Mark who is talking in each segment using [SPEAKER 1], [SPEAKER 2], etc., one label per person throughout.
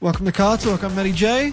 [SPEAKER 1] Welcome to Car Talk. I'm Matty J.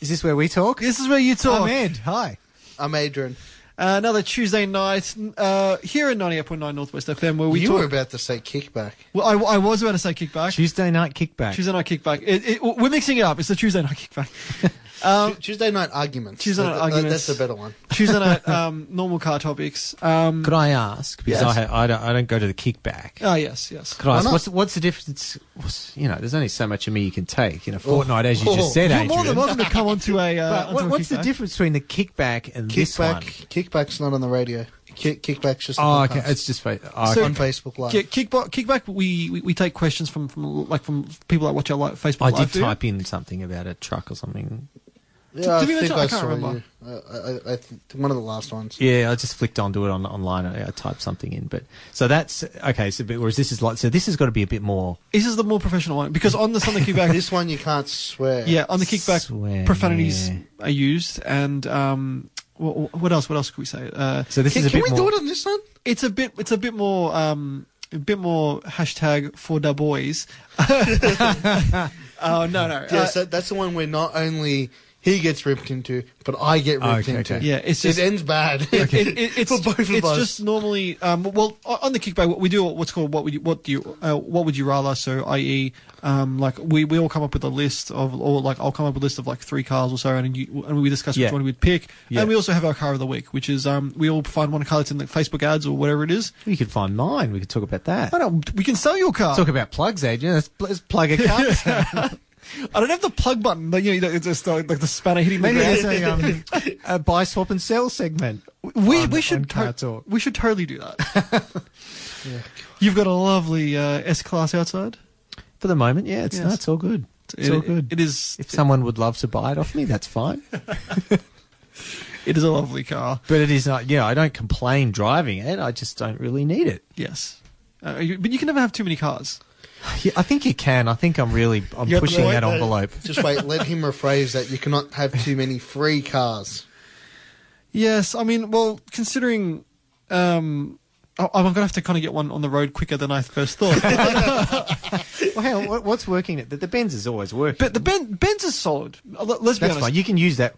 [SPEAKER 2] Is this where we talk?
[SPEAKER 1] This is where you talk.
[SPEAKER 2] I'm Ed. Hi.
[SPEAKER 3] I'm Adrian.
[SPEAKER 1] Uh, another Tuesday night uh, here in 98.9 Northwest FM where we
[SPEAKER 3] you
[SPEAKER 1] talk.
[SPEAKER 3] were about to say kickback.
[SPEAKER 1] well, I, I was about to say kickback.
[SPEAKER 2] Tuesday night kickback.
[SPEAKER 1] Tuesday night kickback. It, it, we're mixing it up. It's the Tuesday night kickback. um,
[SPEAKER 3] Tuesday night arguments.
[SPEAKER 1] Tuesday night
[SPEAKER 3] That- that-
[SPEAKER 1] arguments.
[SPEAKER 3] That's a better one.
[SPEAKER 1] Tuesday night um, normal car topics. Um,
[SPEAKER 2] Could I ask? Because
[SPEAKER 3] Yes.
[SPEAKER 2] I, ha- I, don't, I don't go to the kickback.
[SPEAKER 1] ah, yes, yes.
[SPEAKER 2] Could I
[SPEAKER 3] Why
[SPEAKER 2] ask,
[SPEAKER 3] not?
[SPEAKER 2] what's, what's the difference? What's, you know, there's only so much of me you can take in a fortnight, as you just
[SPEAKER 3] Oh.
[SPEAKER 2] said,
[SPEAKER 1] You're
[SPEAKER 2] Adrian.
[SPEAKER 1] more than welcome to come onto a. Uh,
[SPEAKER 2] But
[SPEAKER 1] onto
[SPEAKER 2] what,
[SPEAKER 1] a
[SPEAKER 2] what's the
[SPEAKER 1] kickback.
[SPEAKER 2] difference between the kickback and this one?
[SPEAKER 3] Kickback. Kickback's not on the radio. Kick, kickback's just
[SPEAKER 2] Oh,
[SPEAKER 3] on
[SPEAKER 2] okay.
[SPEAKER 3] podcast.
[SPEAKER 2] It's just. fa- Oh,
[SPEAKER 1] So-
[SPEAKER 2] okay.
[SPEAKER 3] on Facebook Live.
[SPEAKER 1] Kick, kickback, kickback. We, we we take questions from from like from people that watch our live Facebook.
[SPEAKER 2] I
[SPEAKER 1] live
[SPEAKER 2] did
[SPEAKER 1] feed.
[SPEAKER 2] type in something about a truck or something.
[SPEAKER 1] did
[SPEAKER 3] yeah, I
[SPEAKER 1] we
[SPEAKER 3] think
[SPEAKER 1] mention-
[SPEAKER 3] I,
[SPEAKER 1] I can't
[SPEAKER 3] saw
[SPEAKER 1] remember.
[SPEAKER 3] you. Uh, I, I, I think one of the last ones.
[SPEAKER 2] Yeah, I just flicked onto it on online. I, I typed something in, but so that's okay. So, but, whereas this is like, so this has got to be a bit more.
[SPEAKER 1] This is the more professional one because on the Sunday kickback,
[SPEAKER 3] This one you can't swear.
[SPEAKER 1] yeah, on the kickback,
[SPEAKER 2] Swear,
[SPEAKER 1] profanities
[SPEAKER 2] yeah.
[SPEAKER 1] are used, and um, what, what else? What else could we say? Uh,
[SPEAKER 2] So this
[SPEAKER 3] Can,
[SPEAKER 2] is a
[SPEAKER 3] can
[SPEAKER 2] bit
[SPEAKER 3] we
[SPEAKER 2] more.
[SPEAKER 3] do it on this one?
[SPEAKER 1] it's a bit it's a bit more um a bit more hashtag for the boys oh no no
[SPEAKER 3] Yeah,
[SPEAKER 1] Uh,
[SPEAKER 3] so that's the one where not only he gets ripped into, but I get ripped
[SPEAKER 2] Okay,
[SPEAKER 3] into.
[SPEAKER 2] okay.
[SPEAKER 1] yeah it's just
[SPEAKER 3] it ends bad.
[SPEAKER 1] it, it, it, it's
[SPEAKER 3] for both of
[SPEAKER 1] it's
[SPEAKER 3] us.
[SPEAKER 1] just normally um, well o- on the kickback what we do what's called what would you what do you uh, what would you rather so i.e um, like we, we all come up with a list of or like I'll come up with a list of like three cars or so and you, and we discuss
[SPEAKER 2] Yeah.
[SPEAKER 1] which one we'd pick
[SPEAKER 2] Yeah.
[SPEAKER 1] and we also have our car of the week which is um, we all find one car that's in the Facebook ads or whatever it is
[SPEAKER 2] We could find mine. We could talk about that.
[SPEAKER 1] I don't we can sell your car
[SPEAKER 2] Talk about plugs, Adrian. Let's, pl- let's plug a cunt.
[SPEAKER 1] I don't have the plug button but you know it's just uh, like the spanner hitting the
[SPEAKER 2] Maybe
[SPEAKER 1] ground
[SPEAKER 2] there's a, um, a buy, swap, and sell segment.
[SPEAKER 1] We,
[SPEAKER 2] on-
[SPEAKER 1] we should
[SPEAKER 2] on Car
[SPEAKER 1] to-
[SPEAKER 2] Talk.
[SPEAKER 1] we should totally do that. You've got a lovely uh, S class outside.
[SPEAKER 2] For the moment, yeah, it's, no,
[SPEAKER 1] Yes.
[SPEAKER 2] it's all good. It's
[SPEAKER 1] It-
[SPEAKER 2] all good.
[SPEAKER 1] It is.
[SPEAKER 2] if someone would love to buy it off me, that's fine.
[SPEAKER 1] it is a lovely car.
[SPEAKER 2] But it is not. Yeah, I don't complain driving it. I just don't really need it.
[SPEAKER 1] Yes, uh, you, but you can never have too many cars.
[SPEAKER 2] Yeah, I think you can. I think I'm really. I'm
[SPEAKER 1] You're
[SPEAKER 2] pushing
[SPEAKER 1] right,
[SPEAKER 2] that
[SPEAKER 3] though.
[SPEAKER 2] envelope.
[SPEAKER 3] Just wait, let him rephrase that. You cannot have too many free cars.
[SPEAKER 1] Yes, I mean, well, considering. Um, I- I'm gonna have to kind of get one on the road quicker than I first thought.
[SPEAKER 2] Well, hang on, what, what's working? The, the Benz is always working.
[SPEAKER 1] but the ben- Benz is solid. Uh, let- Let's be
[SPEAKER 2] that's
[SPEAKER 1] honest.
[SPEAKER 2] fine. You can use that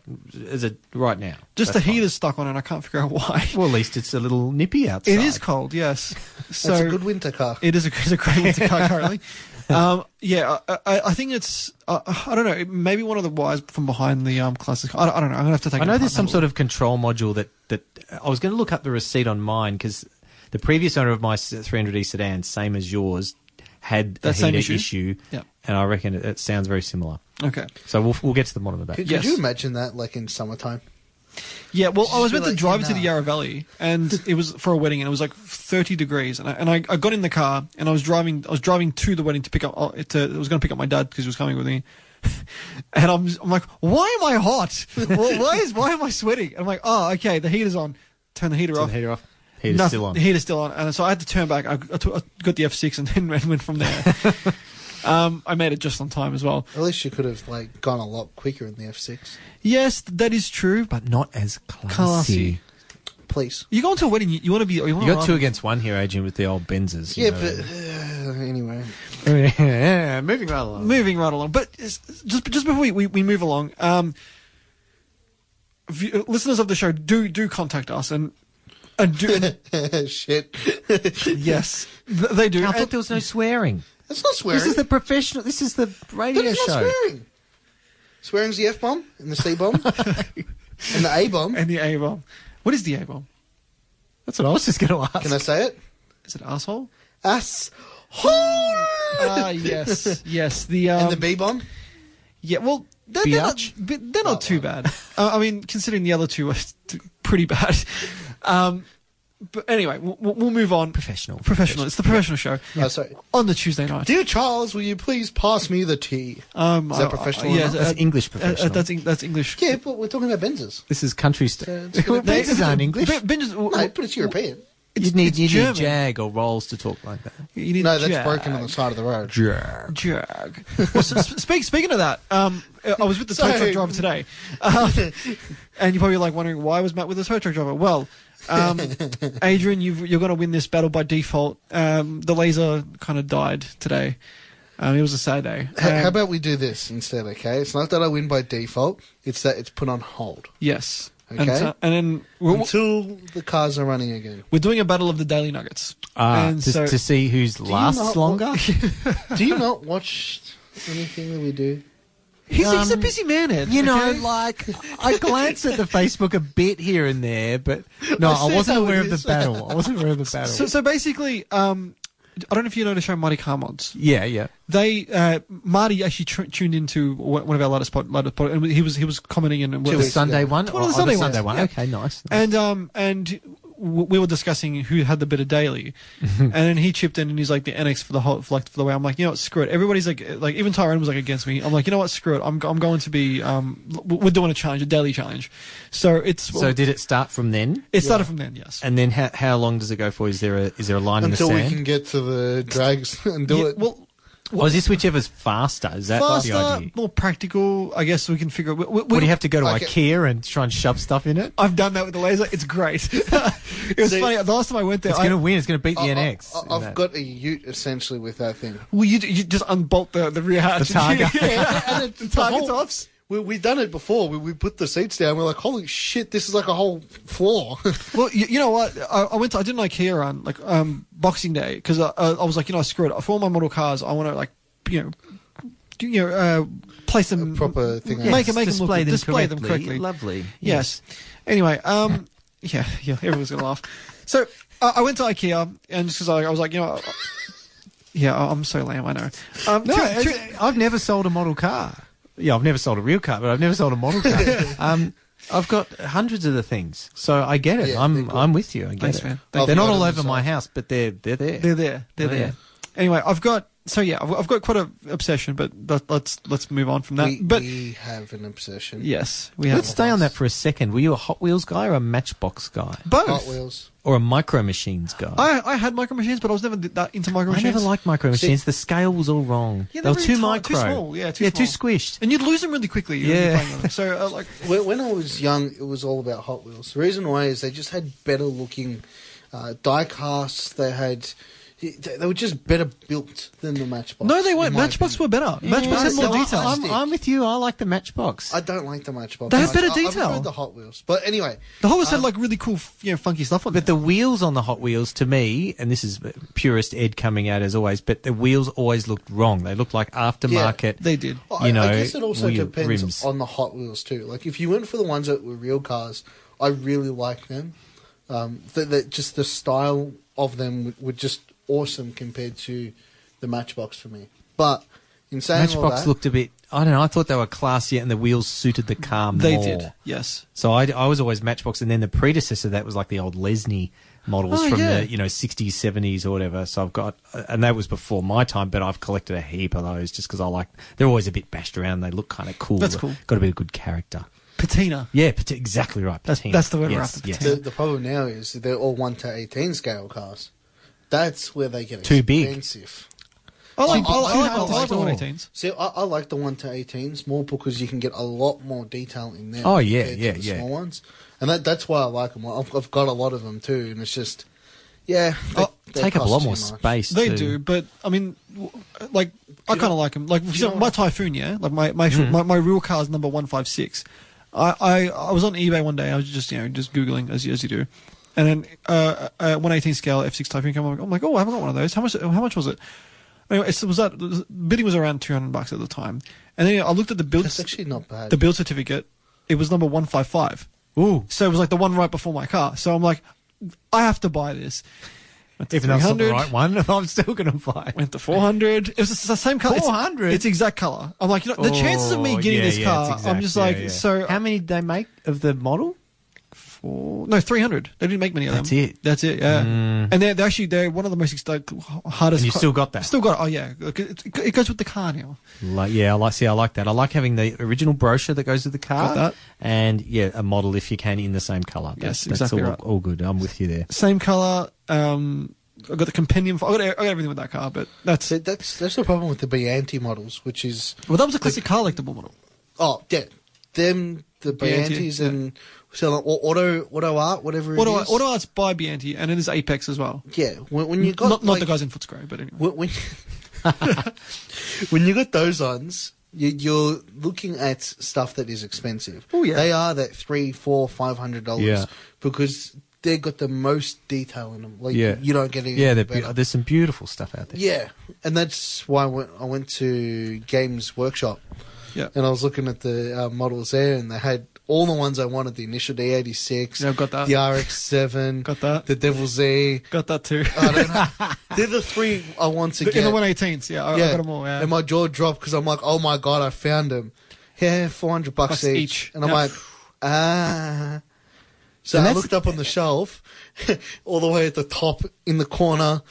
[SPEAKER 2] as a right now.
[SPEAKER 1] Just
[SPEAKER 2] That's
[SPEAKER 1] the
[SPEAKER 2] fine.
[SPEAKER 1] heater's stuck on, and I can't figure out why.
[SPEAKER 2] Well, at least it's a little nippy outside.
[SPEAKER 1] it is cold. Yes, so
[SPEAKER 3] That's a good winter car.
[SPEAKER 1] It is a, it's a great winter car currently. Um, yeah, I, I, I think it's. Uh, I don't know. it may be one of the wires from behind the um, classic. I don't, I don't know. I'm gonna have to take.
[SPEAKER 2] I know there's some sort of control module that that I was going to look up the receipt on mine because the previous owner of my 300e E sedan, same as yours, had
[SPEAKER 1] That
[SPEAKER 2] a
[SPEAKER 1] same issue?
[SPEAKER 2] heater issue,
[SPEAKER 1] Yep.
[SPEAKER 2] and I reckon it, it sounds very similar.
[SPEAKER 1] Okay.
[SPEAKER 2] So we'll we'll get to the bottom of that.
[SPEAKER 3] Could,
[SPEAKER 1] yes.
[SPEAKER 3] could you imagine that, like in summertime?
[SPEAKER 1] Yeah. Well, I was
[SPEAKER 3] Just be
[SPEAKER 1] meant to
[SPEAKER 3] like,
[SPEAKER 1] drive to the
[SPEAKER 3] nah.
[SPEAKER 1] Yarra Valley, and it was for a wedding, and it was like 30 degrees, and I, and I, I got in the car, and I was driving. I was driving to the wedding to pick up. uh, To, I was going to pick up my dad because he was coming with me. And I'm, I'm like, why am I hot? Well, why is why am I sweating? And I'm like, oh, okay, the heater's on. Turn the heater
[SPEAKER 2] Turn
[SPEAKER 1] off.
[SPEAKER 2] the heater off. Heater's
[SPEAKER 1] Nothing-
[SPEAKER 2] still on.
[SPEAKER 1] The heater's still on, and so I had to turn back. I, I took- I got the F6 and then went- went from there. um, I made it just on time as well.
[SPEAKER 3] At least you could have like gone a lot quicker in the F6.
[SPEAKER 1] Yes, that is true. But
[SPEAKER 2] but not as classy.
[SPEAKER 1] Classy.
[SPEAKER 3] Please.
[SPEAKER 1] you go into a wedding, you, you want to be. You, wanna
[SPEAKER 2] You got two
[SPEAKER 1] run-
[SPEAKER 2] against one here, Adrian, with the old Benzes. you
[SPEAKER 3] Yeah,
[SPEAKER 2] know.
[SPEAKER 3] but uh, anyway,
[SPEAKER 2] yeah, moving right along.
[SPEAKER 1] Moving right along, but it's- just just before we, we, we move along, um, view, listeners of the show do do contact us and and do
[SPEAKER 3] shit.
[SPEAKER 1] yes th- they do.
[SPEAKER 2] I
[SPEAKER 1] And-
[SPEAKER 2] thought there was no swearing.
[SPEAKER 3] That's not swearing.
[SPEAKER 2] This is the professional. This is the radio
[SPEAKER 3] that is not
[SPEAKER 2] show.
[SPEAKER 3] swearing. Swearing's the F bomb and the C bomb and the A bomb.
[SPEAKER 1] and the A bomb. What is the A bomb?
[SPEAKER 2] That's what I was just going to ask.
[SPEAKER 3] Can I say it?
[SPEAKER 1] Is it asshole?
[SPEAKER 3] Ass. hole.
[SPEAKER 1] Ah, yes, yes. The um,
[SPEAKER 3] and the B bomb.
[SPEAKER 1] Yeah, well, they're, they're not,
[SPEAKER 2] Biatch?
[SPEAKER 1] but they're not
[SPEAKER 3] Not
[SPEAKER 1] too bad. Uh, I mean, considering the other two are pretty bad. Um, but anyway, we'll, we'll- we'll move on.
[SPEAKER 2] Professional.
[SPEAKER 1] Professional. It's the professional show
[SPEAKER 3] Oh, sorry.
[SPEAKER 1] on the Tuesday night.
[SPEAKER 3] Dear Charles, will you please pass me the tea?
[SPEAKER 1] Um,
[SPEAKER 3] Is that
[SPEAKER 1] I- I-
[SPEAKER 3] professional or
[SPEAKER 1] Yeah,
[SPEAKER 3] not?
[SPEAKER 2] That's
[SPEAKER 1] uh,
[SPEAKER 2] English
[SPEAKER 1] uh, uh,
[SPEAKER 2] professional.
[SPEAKER 1] that's, Eng- that's English.
[SPEAKER 3] Yeah, but we're talking about Benzes.
[SPEAKER 2] This is country
[SPEAKER 3] So
[SPEAKER 2] stuff.
[SPEAKER 3] it's gonna be-
[SPEAKER 2] This is not English.
[SPEAKER 1] Ben- Ben just-
[SPEAKER 3] No, but it's European.
[SPEAKER 2] you'd need,
[SPEAKER 1] it's
[SPEAKER 2] you'd
[SPEAKER 1] German.
[SPEAKER 2] need Jag or Rolls to talk like that.
[SPEAKER 1] You need
[SPEAKER 3] No, that's
[SPEAKER 1] jag.
[SPEAKER 3] broken on the side of the road.
[SPEAKER 2] Jag.
[SPEAKER 1] Jag. Well, so, sp- speak, speaking of that, um, uh, I was with the tow truck
[SPEAKER 3] Sorry.
[SPEAKER 1] driver today, um, and you're probably like wondering why was Matt with the tow truck driver. Well, um, Adrian, you've, you're going to win this battle by default. Um, the laser kind of died today. Um, it was a Saturday.
[SPEAKER 3] H- how
[SPEAKER 1] Um,
[SPEAKER 3] about we do this instead? Okay, it's not that I win by default. It's that it's put on hold
[SPEAKER 1] yes. And,
[SPEAKER 3] Okay.
[SPEAKER 1] so- and then we're,
[SPEAKER 3] until the cars are running again.
[SPEAKER 1] we're doing a battle of the Daily Nuggets.
[SPEAKER 2] Ah,
[SPEAKER 1] and
[SPEAKER 2] to,
[SPEAKER 1] so,
[SPEAKER 2] to see who's
[SPEAKER 3] you
[SPEAKER 2] lasts
[SPEAKER 3] not-
[SPEAKER 2] longer.
[SPEAKER 3] do you not watch anything that we do?
[SPEAKER 1] he's, he's a
[SPEAKER 2] um,
[SPEAKER 1] busy man, Ed.
[SPEAKER 2] You know,
[SPEAKER 1] okay?
[SPEAKER 2] like I glance at the Facebook a bit here and there, but no,
[SPEAKER 3] I
[SPEAKER 2] I,
[SPEAKER 3] see
[SPEAKER 2] wasn't
[SPEAKER 3] how it
[SPEAKER 2] aware of the
[SPEAKER 3] is.
[SPEAKER 2] battle. I wasn't aware of the battle.
[SPEAKER 1] So, so basically, um, I don't know if you know the show Mighty Car Mods.
[SPEAKER 2] yeah, yeah.
[SPEAKER 1] They uh, Marty actually tr- tuned into one one of our latest pod, latest pod, and he was he was commenting and
[SPEAKER 3] Two
[SPEAKER 2] The
[SPEAKER 3] weeks
[SPEAKER 2] Sunday
[SPEAKER 3] ago.
[SPEAKER 2] one,
[SPEAKER 1] Well, the
[SPEAKER 2] Oh, oh,
[SPEAKER 1] Sunday
[SPEAKER 2] the
[SPEAKER 1] one,
[SPEAKER 2] Sunday one.
[SPEAKER 1] yeah.
[SPEAKER 2] Okay, nice. nice.
[SPEAKER 1] And um and w- we were discussing who had the better daily, and then he chipped in and he's like the NX for the whole for, like, for the way. I'm like, you know what, screw it. Everybody's like, like even Tyrone was like against me. I'm like, you know what, screw it. I'm I'm going to be um w- we're doing a challenge, a daily challenge. So it's
[SPEAKER 2] so did it start from then?
[SPEAKER 1] it started from then, yes.
[SPEAKER 2] And then how, how long does it go for? Is there a is there a line
[SPEAKER 3] Until
[SPEAKER 2] in the
[SPEAKER 3] we
[SPEAKER 2] sand?
[SPEAKER 3] can get to the drags and do
[SPEAKER 1] Yeah,
[SPEAKER 3] it.
[SPEAKER 1] Well,
[SPEAKER 2] Or is this whichever's faster? Is that like
[SPEAKER 1] faster,
[SPEAKER 2] the idea?
[SPEAKER 1] more practical. I guess we can figure. We, we,
[SPEAKER 2] Would you have to go to
[SPEAKER 3] Okay.
[SPEAKER 2] IKEA and try and shove stuff in it?
[SPEAKER 1] I've done that with the laser. It's great. it was
[SPEAKER 3] See-
[SPEAKER 1] funny. The last time I went there,
[SPEAKER 2] It's
[SPEAKER 1] I,
[SPEAKER 2] going to win. It's going to beat the
[SPEAKER 3] I- I-
[SPEAKER 2] NX.
[SPEAKER 3] I,
[SPEAKER 2] in
[SPEAKER 3] have
[SPEAKER 2] that.
[SPEAKER 3] got a Ute essentially with that thing.
[SPEAKER 1] well, you, you just unbolt the the rear hatch.
[SPEAKER 2] The target.
[SPEAKER 1] yeah,
[SPEAKER 3] and it, the
[SPEAKER 1] target
[SPEAKER 3] whole-
[SPEAKER 1] tops.
[SPEAKER 3] We we've done it before. We we put the seats down. We're like, holy shit, this is like a whole floor.
[SPEAKER 1] Well, you, you know what? I, I went. To, I didn't like IKEA on like um, Boxing Day because I, I, I was like, you know, screw it. For all my model cars, I want to like, you know, do- you know, uh, place them
[SPEAKER 3] A proper thing,
[SPEAKER 1] Make,
[SPEAKER 3] I
[SPEAKER 1] make
[SPEAKER 2] Yes,
[SPEAKER 1] them look
[SPEAKER 2] display
[SPEAKER 1] good.
[SPEAKER 2] them
[SPEAKER 1] display them
[SPEAKER 2] correctly.
[SPEAKER 1] correctly.
[SPEAKER 2] Lovely.
[SPEAKER 1] Yes. Anyway, um, yeah, yeah, everyone's gonna laugh. So I I went to IKEA, and just because I, I was like, you know, I- yeah, I- I'm so lame, I know. Um,
[SPEAKER 2] No,
[SPEAKER 1] two-
[SPEAKER 2] it's-
[SPEAKER 1] two-
[SPEAKER 2] I've never sold a model car. Yeah, I've never sold a real car, but I've never sold a model car. um, I've got hundreds of the things, so I get it.
[SPEAKER 3] Yeah, they're
[SPEAKER 2] I'm
[SPEAKER 3] good.
[SPEAKER 2] I'm with you. I get
[SPEAKER 1] Thanks,
[SPEAKER 2] it.
[SPEAKER 1] man.
[SPEAKER 2] They're
[SPEAKER 1] Thank
[SPEAKER 2] not
[SPEAKER 3] you.
[SPEAKER 2] all over my house, but they're they're there.
[SPEAKER 1] they're there, they're
[SPEAKER 2] Oh, yeah.
[SPEAKER 1] there. Anyway, I've got so yeah, I've, I've got quite a obsession, but let, let's let's move on from that.
[SPEAKER 3] we,
[SPEAKER 1] but
[SPEAKER 3] we have an obsession.
[SPEAKER 1] yes, we
[SPEAKER 2] Let's
[SPEAKER 1] have
[SPEAKER 2] stay on that for a second. Were you a Hot Wheels guy or a Matchbox guy
[SPEAKER 3] Hot
[SPEAKER 1] both.
[SPEAKER 3] Wheels.
[SPEAKER 2] or a Micro Machines guy?
[SPEAKER 1] I I had micro machines, but I was never th- that into micro
[SPEAKER 2] I
[SPEAKER 1] machines.
[SPEAKER 2] never liked Micro
[SPEAKER 3] See-
[SPEAKER 2] Machines. the scale was all wrong.
[SPEAKER 1] Yeah,
[SPEAKER 2] they were
[SPEAKER 1] they're
[SPEAKER 2] too
[SPEAKER 1] really tight,
[SPEAKER 2] micro.
[SPEAKER 1] too small. Yeah, too
[SPEAKER 2] yeah, too
[SPEAKER 1] small.
[SPEAKER 2] squished.
[SPEAKER 1] and you'd lose them really quickly. when
[SPEAKER 2] Yeah.
[SPEAKER 1] you're playing them. So uh, like,
[SPEAKER 3] When, when I was young, it was all about Hot Wheels. The reason why is they just had better looking uh, die casts. They had. They they were just better built than the Matchbox.
[SPEAKER 1] no, they weren't.
[SPEAKER 3] in my
[SPEAKER 1] Matchbox
[SPEAKER 3] opinion.
[SPEAKER 1] were better. Matchbox
[SPEAKER 3] Yeah,
[SPEAKER 1] had more
[SPEAKER 3] so I-
[SPEAKER 1] detail.
[SPEAKER 3] I-
[SPEAKER 2] I'm, I'm with you. I like the Matchbox.
[SPEAKER 3] I don't like the Matchbox.
[SPEAKER 1] They had
[SPEAKER 3] I-
[SPEAKER 1] better
[SPEAKER 3] I- I
[SPEAKER 1] detail.
[SPEAKER 3] preferred the Hot Wheels. But anyway,
[SPEAKER 1] The Hot Wheels had like really cool, f- you know, funky stuff on
[SPEAKER 2] But
[SPEAKER 1] it.
[SPEAKER 2] the wheels on the Hot Wheels, to me, and this is purist Ed coming out as always, but the wheels always looked wrong. They looked like aftermarket.
[SPEAKER 1] They did.
[SPEAKER 3] Well,
[SPEAKER 2] you know,
[SPEAKER 3] I, I guess it also
[SPEAKER 2] wheel
[SPEAKER 3] depends
[SPEAKER 2] rims.
[SPEAKER 3] on the Hot Wheels too. Like if you went for the ones that were real cars, I really like them. Um, that that just the style of them w- were just awesome compared to the Matchbox for me. But in saying all
[SPEAKER 2] Matchbox
[SPEAKER 3] that,
[SPEAKER 2] looked a bit. I don't know. I thought they were classier, and the wheels suited the car more.
[SPEAKER 1] They did. Yes.
[SPEAKER 2] So I, I was always Matchbox, and then the predecessor to that was like the old Lesney models
[SPEAKER 1] Oh,
[SPEAKER 2] from
[SPEAKER 1] yeah.
[SPEAKER 2] the you know sixties, seventies, or whatever. So I've got, and that was before my time, but I've collected a heap of those just because I like. They're always a bit bashed around. They look kind of cool.
[SPEAKER 1] That's cool.
[SPEAKER 2] Got a bit of good character.
[SPEAKER 1] Patina.
[SPEAKER 2] Yeah, pat- exactly right.
[SPEAKER 1] That's-
[SPEAKER 2] patina.
[SPEAKER 1] that's the word we're
[SPEAKER 2] Yes,
[SPEAKER 1] after,
[SPEAKER 2] yes.
[SPEAKER 3] the, the problem now is that they're all one to eighteen scale cars. That's where they get
[SPEAKER 2] Too big.
[SPEAKER 3] expensive.
[SPEAKER 1] I like,
[SPEAKER 3] Oh,
[SPEAKER 1] I like, I like,
[SPEAKER 3] oh,
[SPEAKER 1] I like the
[SPEAKER 2] oh.
[SPEAKER 1] 118s.
[SPEAKER 3] See, I, I like the one to 18s more because you can get a lot more detail in them.
[SPEAKER 2] Oh, yeah,
[SPEAKER 3] compared
[SPEAKER 2] yeah,
[SPEAKER 3] to the
[SPEAKER 2] yeah.
[SPEAKER 3] Small ones, and that, that's why I like them. I've, I've got a lot of them too, and it's just, yeah, they,
[SPEAKER 2] Oh,
[SPEAKER 3] they
[SPEAKER 2] take up a
[SPEAKER 3] cost
[SPEAKER 2] lot
[SPEAKER 3] too
[SPEAKER 2] more
[SPEAKER 3] much.
[SPEAKER 2] space.
[SPEAKER 1] They
[SPEAKER 2] too.
[SPEAKER 1] do, but I mean, w- like, I kind of like them. Like, for
[SPEAKER 3] know
[SPEAKER 1] example,
[SPEAKER 3] what Hmm.
[SPEAKER 1] my Typhoon, yeah? Like, my, my, my, my real car's number 156. I, I, I was on eBay one day. I was just, you know, just Googling, as, you- as you do. And then uh, uh, 118 scale F6 Typhoon came up. I'm like, oh, I haven't got one of those. How much, how much was it? Anyway, it's- it was that bidding was around 200 bucks at the time. And then I looked at the build,
[SPEAKER 3] That's actually not bad.
[SPEAKER 1] the build certificate. It was number 155.
[SPEAKER 2] Ooh,
[SPEAKER 1] So it was like the one right before my car. So I'm like, I have to buy this. Went to
[SPEAKER 2] even though it's not the
[SPEAKER 1] 300,
[SPEAKER 2] right one, I'm still going to buy. it.
[SPEAKER 1] Went to 400. It was the same color.
[SPEAKER 2] 400?
[SPEAKER 1] It's, exact color. I'm like, you know, the chances of me
[SPEAKER 2] Oh,
[SPEAKER 1] getting
[SPEAKER 2] yeah,
[SPEAKER 1] this
[SPEAKER 2] yeah,
[SPEAKER 1] car,
[SPEAKER 2] it's
[SPEAKER 1] I'm
[SPEAKER 2] exact,
[SPEAKER 1] just
[SPEAKER 2] yeah,
[SPEAKER 1] like,
[SPEAKER 2] yeah.
[SPEAKER 1] so.
[SPEAKER 2] how many did they make of the model?
[SPEAKER 1] Four, no, 300. They didn't make many of them.
[SPEAKER 2] That's it. Mm.
[SPEAKER 1] That's it, yeah. And they're, they're actually, they're one of the most ex- like, hardest.
[SPEAKER 2] And you
[SPEAKER 1] co-
[SPEAKER 2] still got that?
[SPEAKER 1] Still got it. Oh, yeah. Look, It, it goes with the car now.
[SPEAKER 2] Like, yeah, I like. See, I like that. I like having the original brochure that goes with the car,
[SPEAKER 1] Got that.
[SPEAKER 2] and yeah, a model if you can in the same color.
[SPEAKER 1] Yes,
[SPEAKER 2] That's, that's
[SPEAKER 1] exactly
[SPEAKER 2] all,
[SPEAKER 1] right.
[SPEAKER 2] all good. I'm with you there.
[SPEAKER 1] Same color. Um, I got the compendium. For, I, got, I got everything with that car, but that's
[SPEAKER 3] See,
[SPEAKER 1] it.
[SPEAKER 3] that's that's the problem with the Bianti models, which is
[SPEAKER 1] Well, that was a classic car collectible model.
[SPEAKER 3] oh, yeah, them the Biantis
[SPEAKER 1] yeah.
[SPEAKER 3] and so like, or auto auto art whatever.
[SPEAKER 1] Auto,
[SPEAKER 3] it is.
[SPEAKER 1] Auto Arts by Bianti, and it is Apex as well.
[SPEAKER 3] Yeah, when, when you got
[SPEAKER 1] not, not
[SPEAKER 3] like,
[SPEAKER 1] the guys in Footscray, but anyway.
[SPEAKER 3] when, when when you got those ons, you, you're looking at stuff that is expensive.
[SPEAKER 1] Oh, yeah.
[SPEAKER 3] they are that three, four, five hundred dollars
[SPEAKER 2] Yeah.
[SPEAKER 3] because they got the most detail in them. Like
[SPEAKER 2] Yeah.
[SPEAKER 3] you don't get any.
[SPEAKER 2] Yeah, they're
[SPEAKER 3] better.
[SPEAKER 2] be- there's some beautiful stuff out there.
[SPEAKER 3] Yeah, and that's why I went, I went to Games Workshop.
[SPEAKER 1] Yeah.
[SPEAKER 3] and I was looking at the uh, models there, and they had all the ones I wanted: the initial D eighty six,
[SPEAKER 1] Yeah, I've got that.
[SPEAKER 3] the RX seven,
[SPEAKER 1] Got that.
[SPEAKER 3] the Devil Z.
[SPEAKER 1] Got that too.
[SPEAKER 3] I don't know. They're the three I want to
[SPEAKER 1] The-
[SPEAKER 3] get.
[SPEAKER 1] in the 118s, yeah. I,
[SPEAKER 3] Uh, yeah,
[SPEAKER 1] I got them all. Yeah.
[SPEAKER 3] and my jaw dropped because I'm like, oh my god, I found them. Yeah, four hundred bucks
[SPEAKER 1] Bucks
[SPEAKER 3] each.
[SPEAKER 1] each.
[SPEAKER 3] and I'm
[SPEAKER 1] Yeah.
[SPEAKER 3] like, ah. So
[SPEAKER 2] And
[SPEAKER 3] I
[SPEAKER 2] that's-
[SPEAKER 3] looked up on the shelf, all the way at the top in the corner,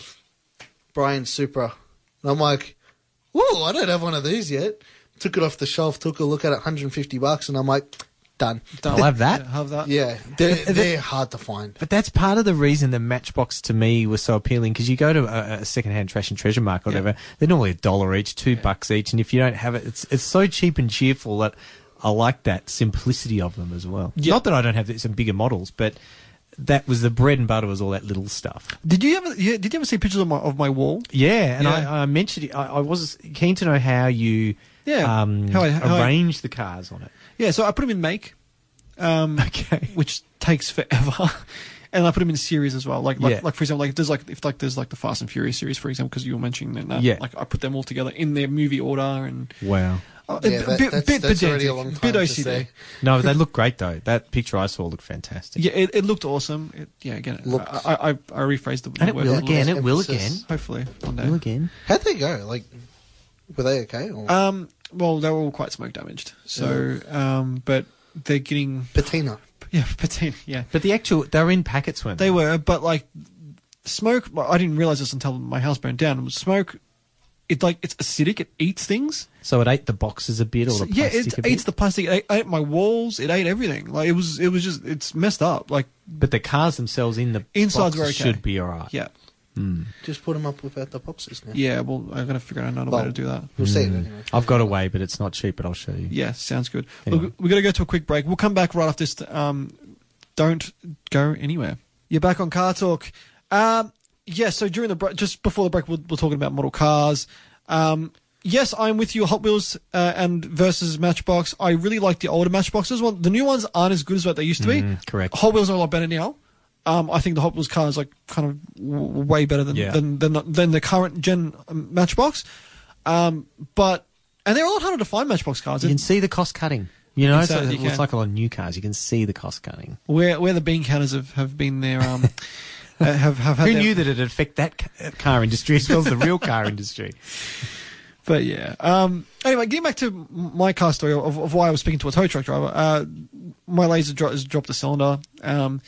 [SPEAKER 3] Brian Supra, and I'm like, whoa, I don't have one of these yet. Took it off the shelf, took a look at it, 150 bucks, and I'm like, done.
[SPEAKER 1] Done.
[SPEAKER 2] I'll have that.
[SPEAKER 1] Yeah, have that.
[SPEAKER 3] Yeah, they're,
[SPEAKER 2] the-
[SPEAKER 3] they're hard to find.
[SPEAKER 2] But that's part of the reason the Matchbox to me was so appealing because you go to a, a secondhand trash and treasure market or
[SPEAKER 1] Yeah.
[SPEAKER 2] whatever, they're normally a dollar each, two bucks each, and if you don't have it, it's it's so cheap and cheerful that I like that simplicity of them as well.
[SPEAKER 1] Yeah.
[SPEAKER 2] Not that I don't have some bigger models, but that was the bread and butter was all that little stuff.
[SPEAKER 1] Did you ever? Yeah, did you ever see pictures of my of my wall?
[SPEAKER 2] Yeah, and
[SPEAKER 1] Yeah.
[SPEAKER 2] I, I mentioned it- I, I was keen to know how you
[SPEAKER 1] Yeah,
[SPEAKER 2] um,
[SPEAKER 1] how I- how I-
[SPEAKER 2] arranged the cars on it.
[SPEAKER 1] Yeah. So I put them in make, um,
[SPEAKER 2] Okay.
[SPEAKER 1] which takes forever, and I put them in series as well. Like like,
[SPEAKER 2] Yeah.
[SPEAKER 1] like for example, like if there's like if like there's like the Fast and Furious series, for example, because you were mentioning that. that,
[SPEAKER 2] Yeah.
[SPEAKER 1] Like I put them all together in their movie order and.
[SPEAKER 2] Wow.
[SPEAKER 1] Uh,
[SPEAKER 3] Yeah,
[SPEAKER 1] a
[SPEAKER 3] that-
[SPEAKER 1] bit,
[SPEAKER 3] that's-
[SPEAKER 1] bit
[SPEAKER 3] that's already
[SPEAKER 1] pedantic,
[SPEAKER 3] a long
[SPEAKER 1] bit
[SPEAKER 3] time to
[SPEAKER 1] OCD.
[SPEAKER 3] say.
[SPEAKER 2] No, but they look great though. That picture I saw looked fantastic.
[SPEAKER 1] Yeah, it, it looked awesome. It, yeah, again,
[SPEAKER 3] Looked.
[SPEAKER 1] I, I I I rephrased the
[SPEAKER 2] And it
[SPEAKER 1] word
[SPEAKER 2] will
[SPEAKER 1] a little
[SPEAKER 2] again.
[SPEAKER 1] bit.
[SPEAKER 2] It will again.
[SPEAKER 3] Emphasis.
[SPEAKER 1] Hopefully one day.
[SPEAKER 2] Will again.
[SPEAKER 3] How'd they go? Like, were they okay? Or?
[SPEAKER 1] Um, well, they were all quite smoke damaged. So, um, but they're getting
[SPEAKER 3] Patina.
[SPEAKER 1] yeah, patina. Yeah,
[SPEAKER 2] But the actual, they were in packets, weren't they?
[SPEAKER 1] they were, but like smoke. well, I didn't realize this until my house burned down. Smoke, it like it's acidic. It eats things.
[SPEAKER 2] So it ate the boxes a bit, or the
[SPEAKER 1] So,
[SPEAKER 2] plastic
[SPEAKER 1] yeah, it
[SPEAKER 2] a bit.
[SPEAKER 1] eats the plastic. It ate, ate my walls. It ate everything. Like it was, it was just it's messed up. Like
[SPEAKER 2] but the cars themselves in the
[SPEAKER 1] Insides
[SPEAKER 2] boxes
[SPEAKER 1] were okay.
[SPEAKER 2] should be all right.
[SPEAKER 1] yeah,
[SPEAKER 3] Just put them up without the boxes now.
[SPEAKER 1] yeah. Well, I gotta figure out another way
[SPEAKER 3] Well,
[SPEAKER 1] to do that.
[SPEAKER 3] We'll see it anyway.
[SPEAKER 2] I've got a way, but it's not cheap. But I'll show you.
[SPEAKER 1] Yeah, sounds good.
[SPEAKER 2] Anyway.
[SPEAKER 1] Look, we're going to go to a quick break. We'll come back right after this. Um, don't go anywhere. You're back on Car Talk. Um, yeah, so during the break, just before the break, we're, we're talking about model cars. Um, yes, I'm with you, Hot Wheels uh, and versus Matchbox. I really like the older Matchboxes. One, the new ones aren't as good as what they used to be.
[SPEAKER 2] Mm, correct.
[SPEAKER 1] Hot Wheels are a lot better now. Um, I think the Hot Wheels car is like kind of w- way better than
[SPEAKER 2] Yeah.
[SPEAKER 1] than, than than the current gen um, Matchbox. Um, but and they're a lot harder to find Matchbox cars.
[SPEAKER 2] You can see the cost cutting. You know, so
[SPEAKER 1] Inside, you
[SPEAKER 2] it's
[SPEAKER 1] can.
[SPEAKER 2] like a lot of new cars. You can see the cost cutting.
[SPEAKER 1] where where the bean counters have, have been there um uh, have have had
[SPEAKER 2] Who
[SPEAKER 1] their-
[SPEAKER 2] knew that it'd affect that ca- car industry as well as the real car industry?
[SPEAKER 1] but yeah um anyway getting back to my car story of, of why I was speaking to a tow truck driver uh my laser dro- has dropped a cylinder um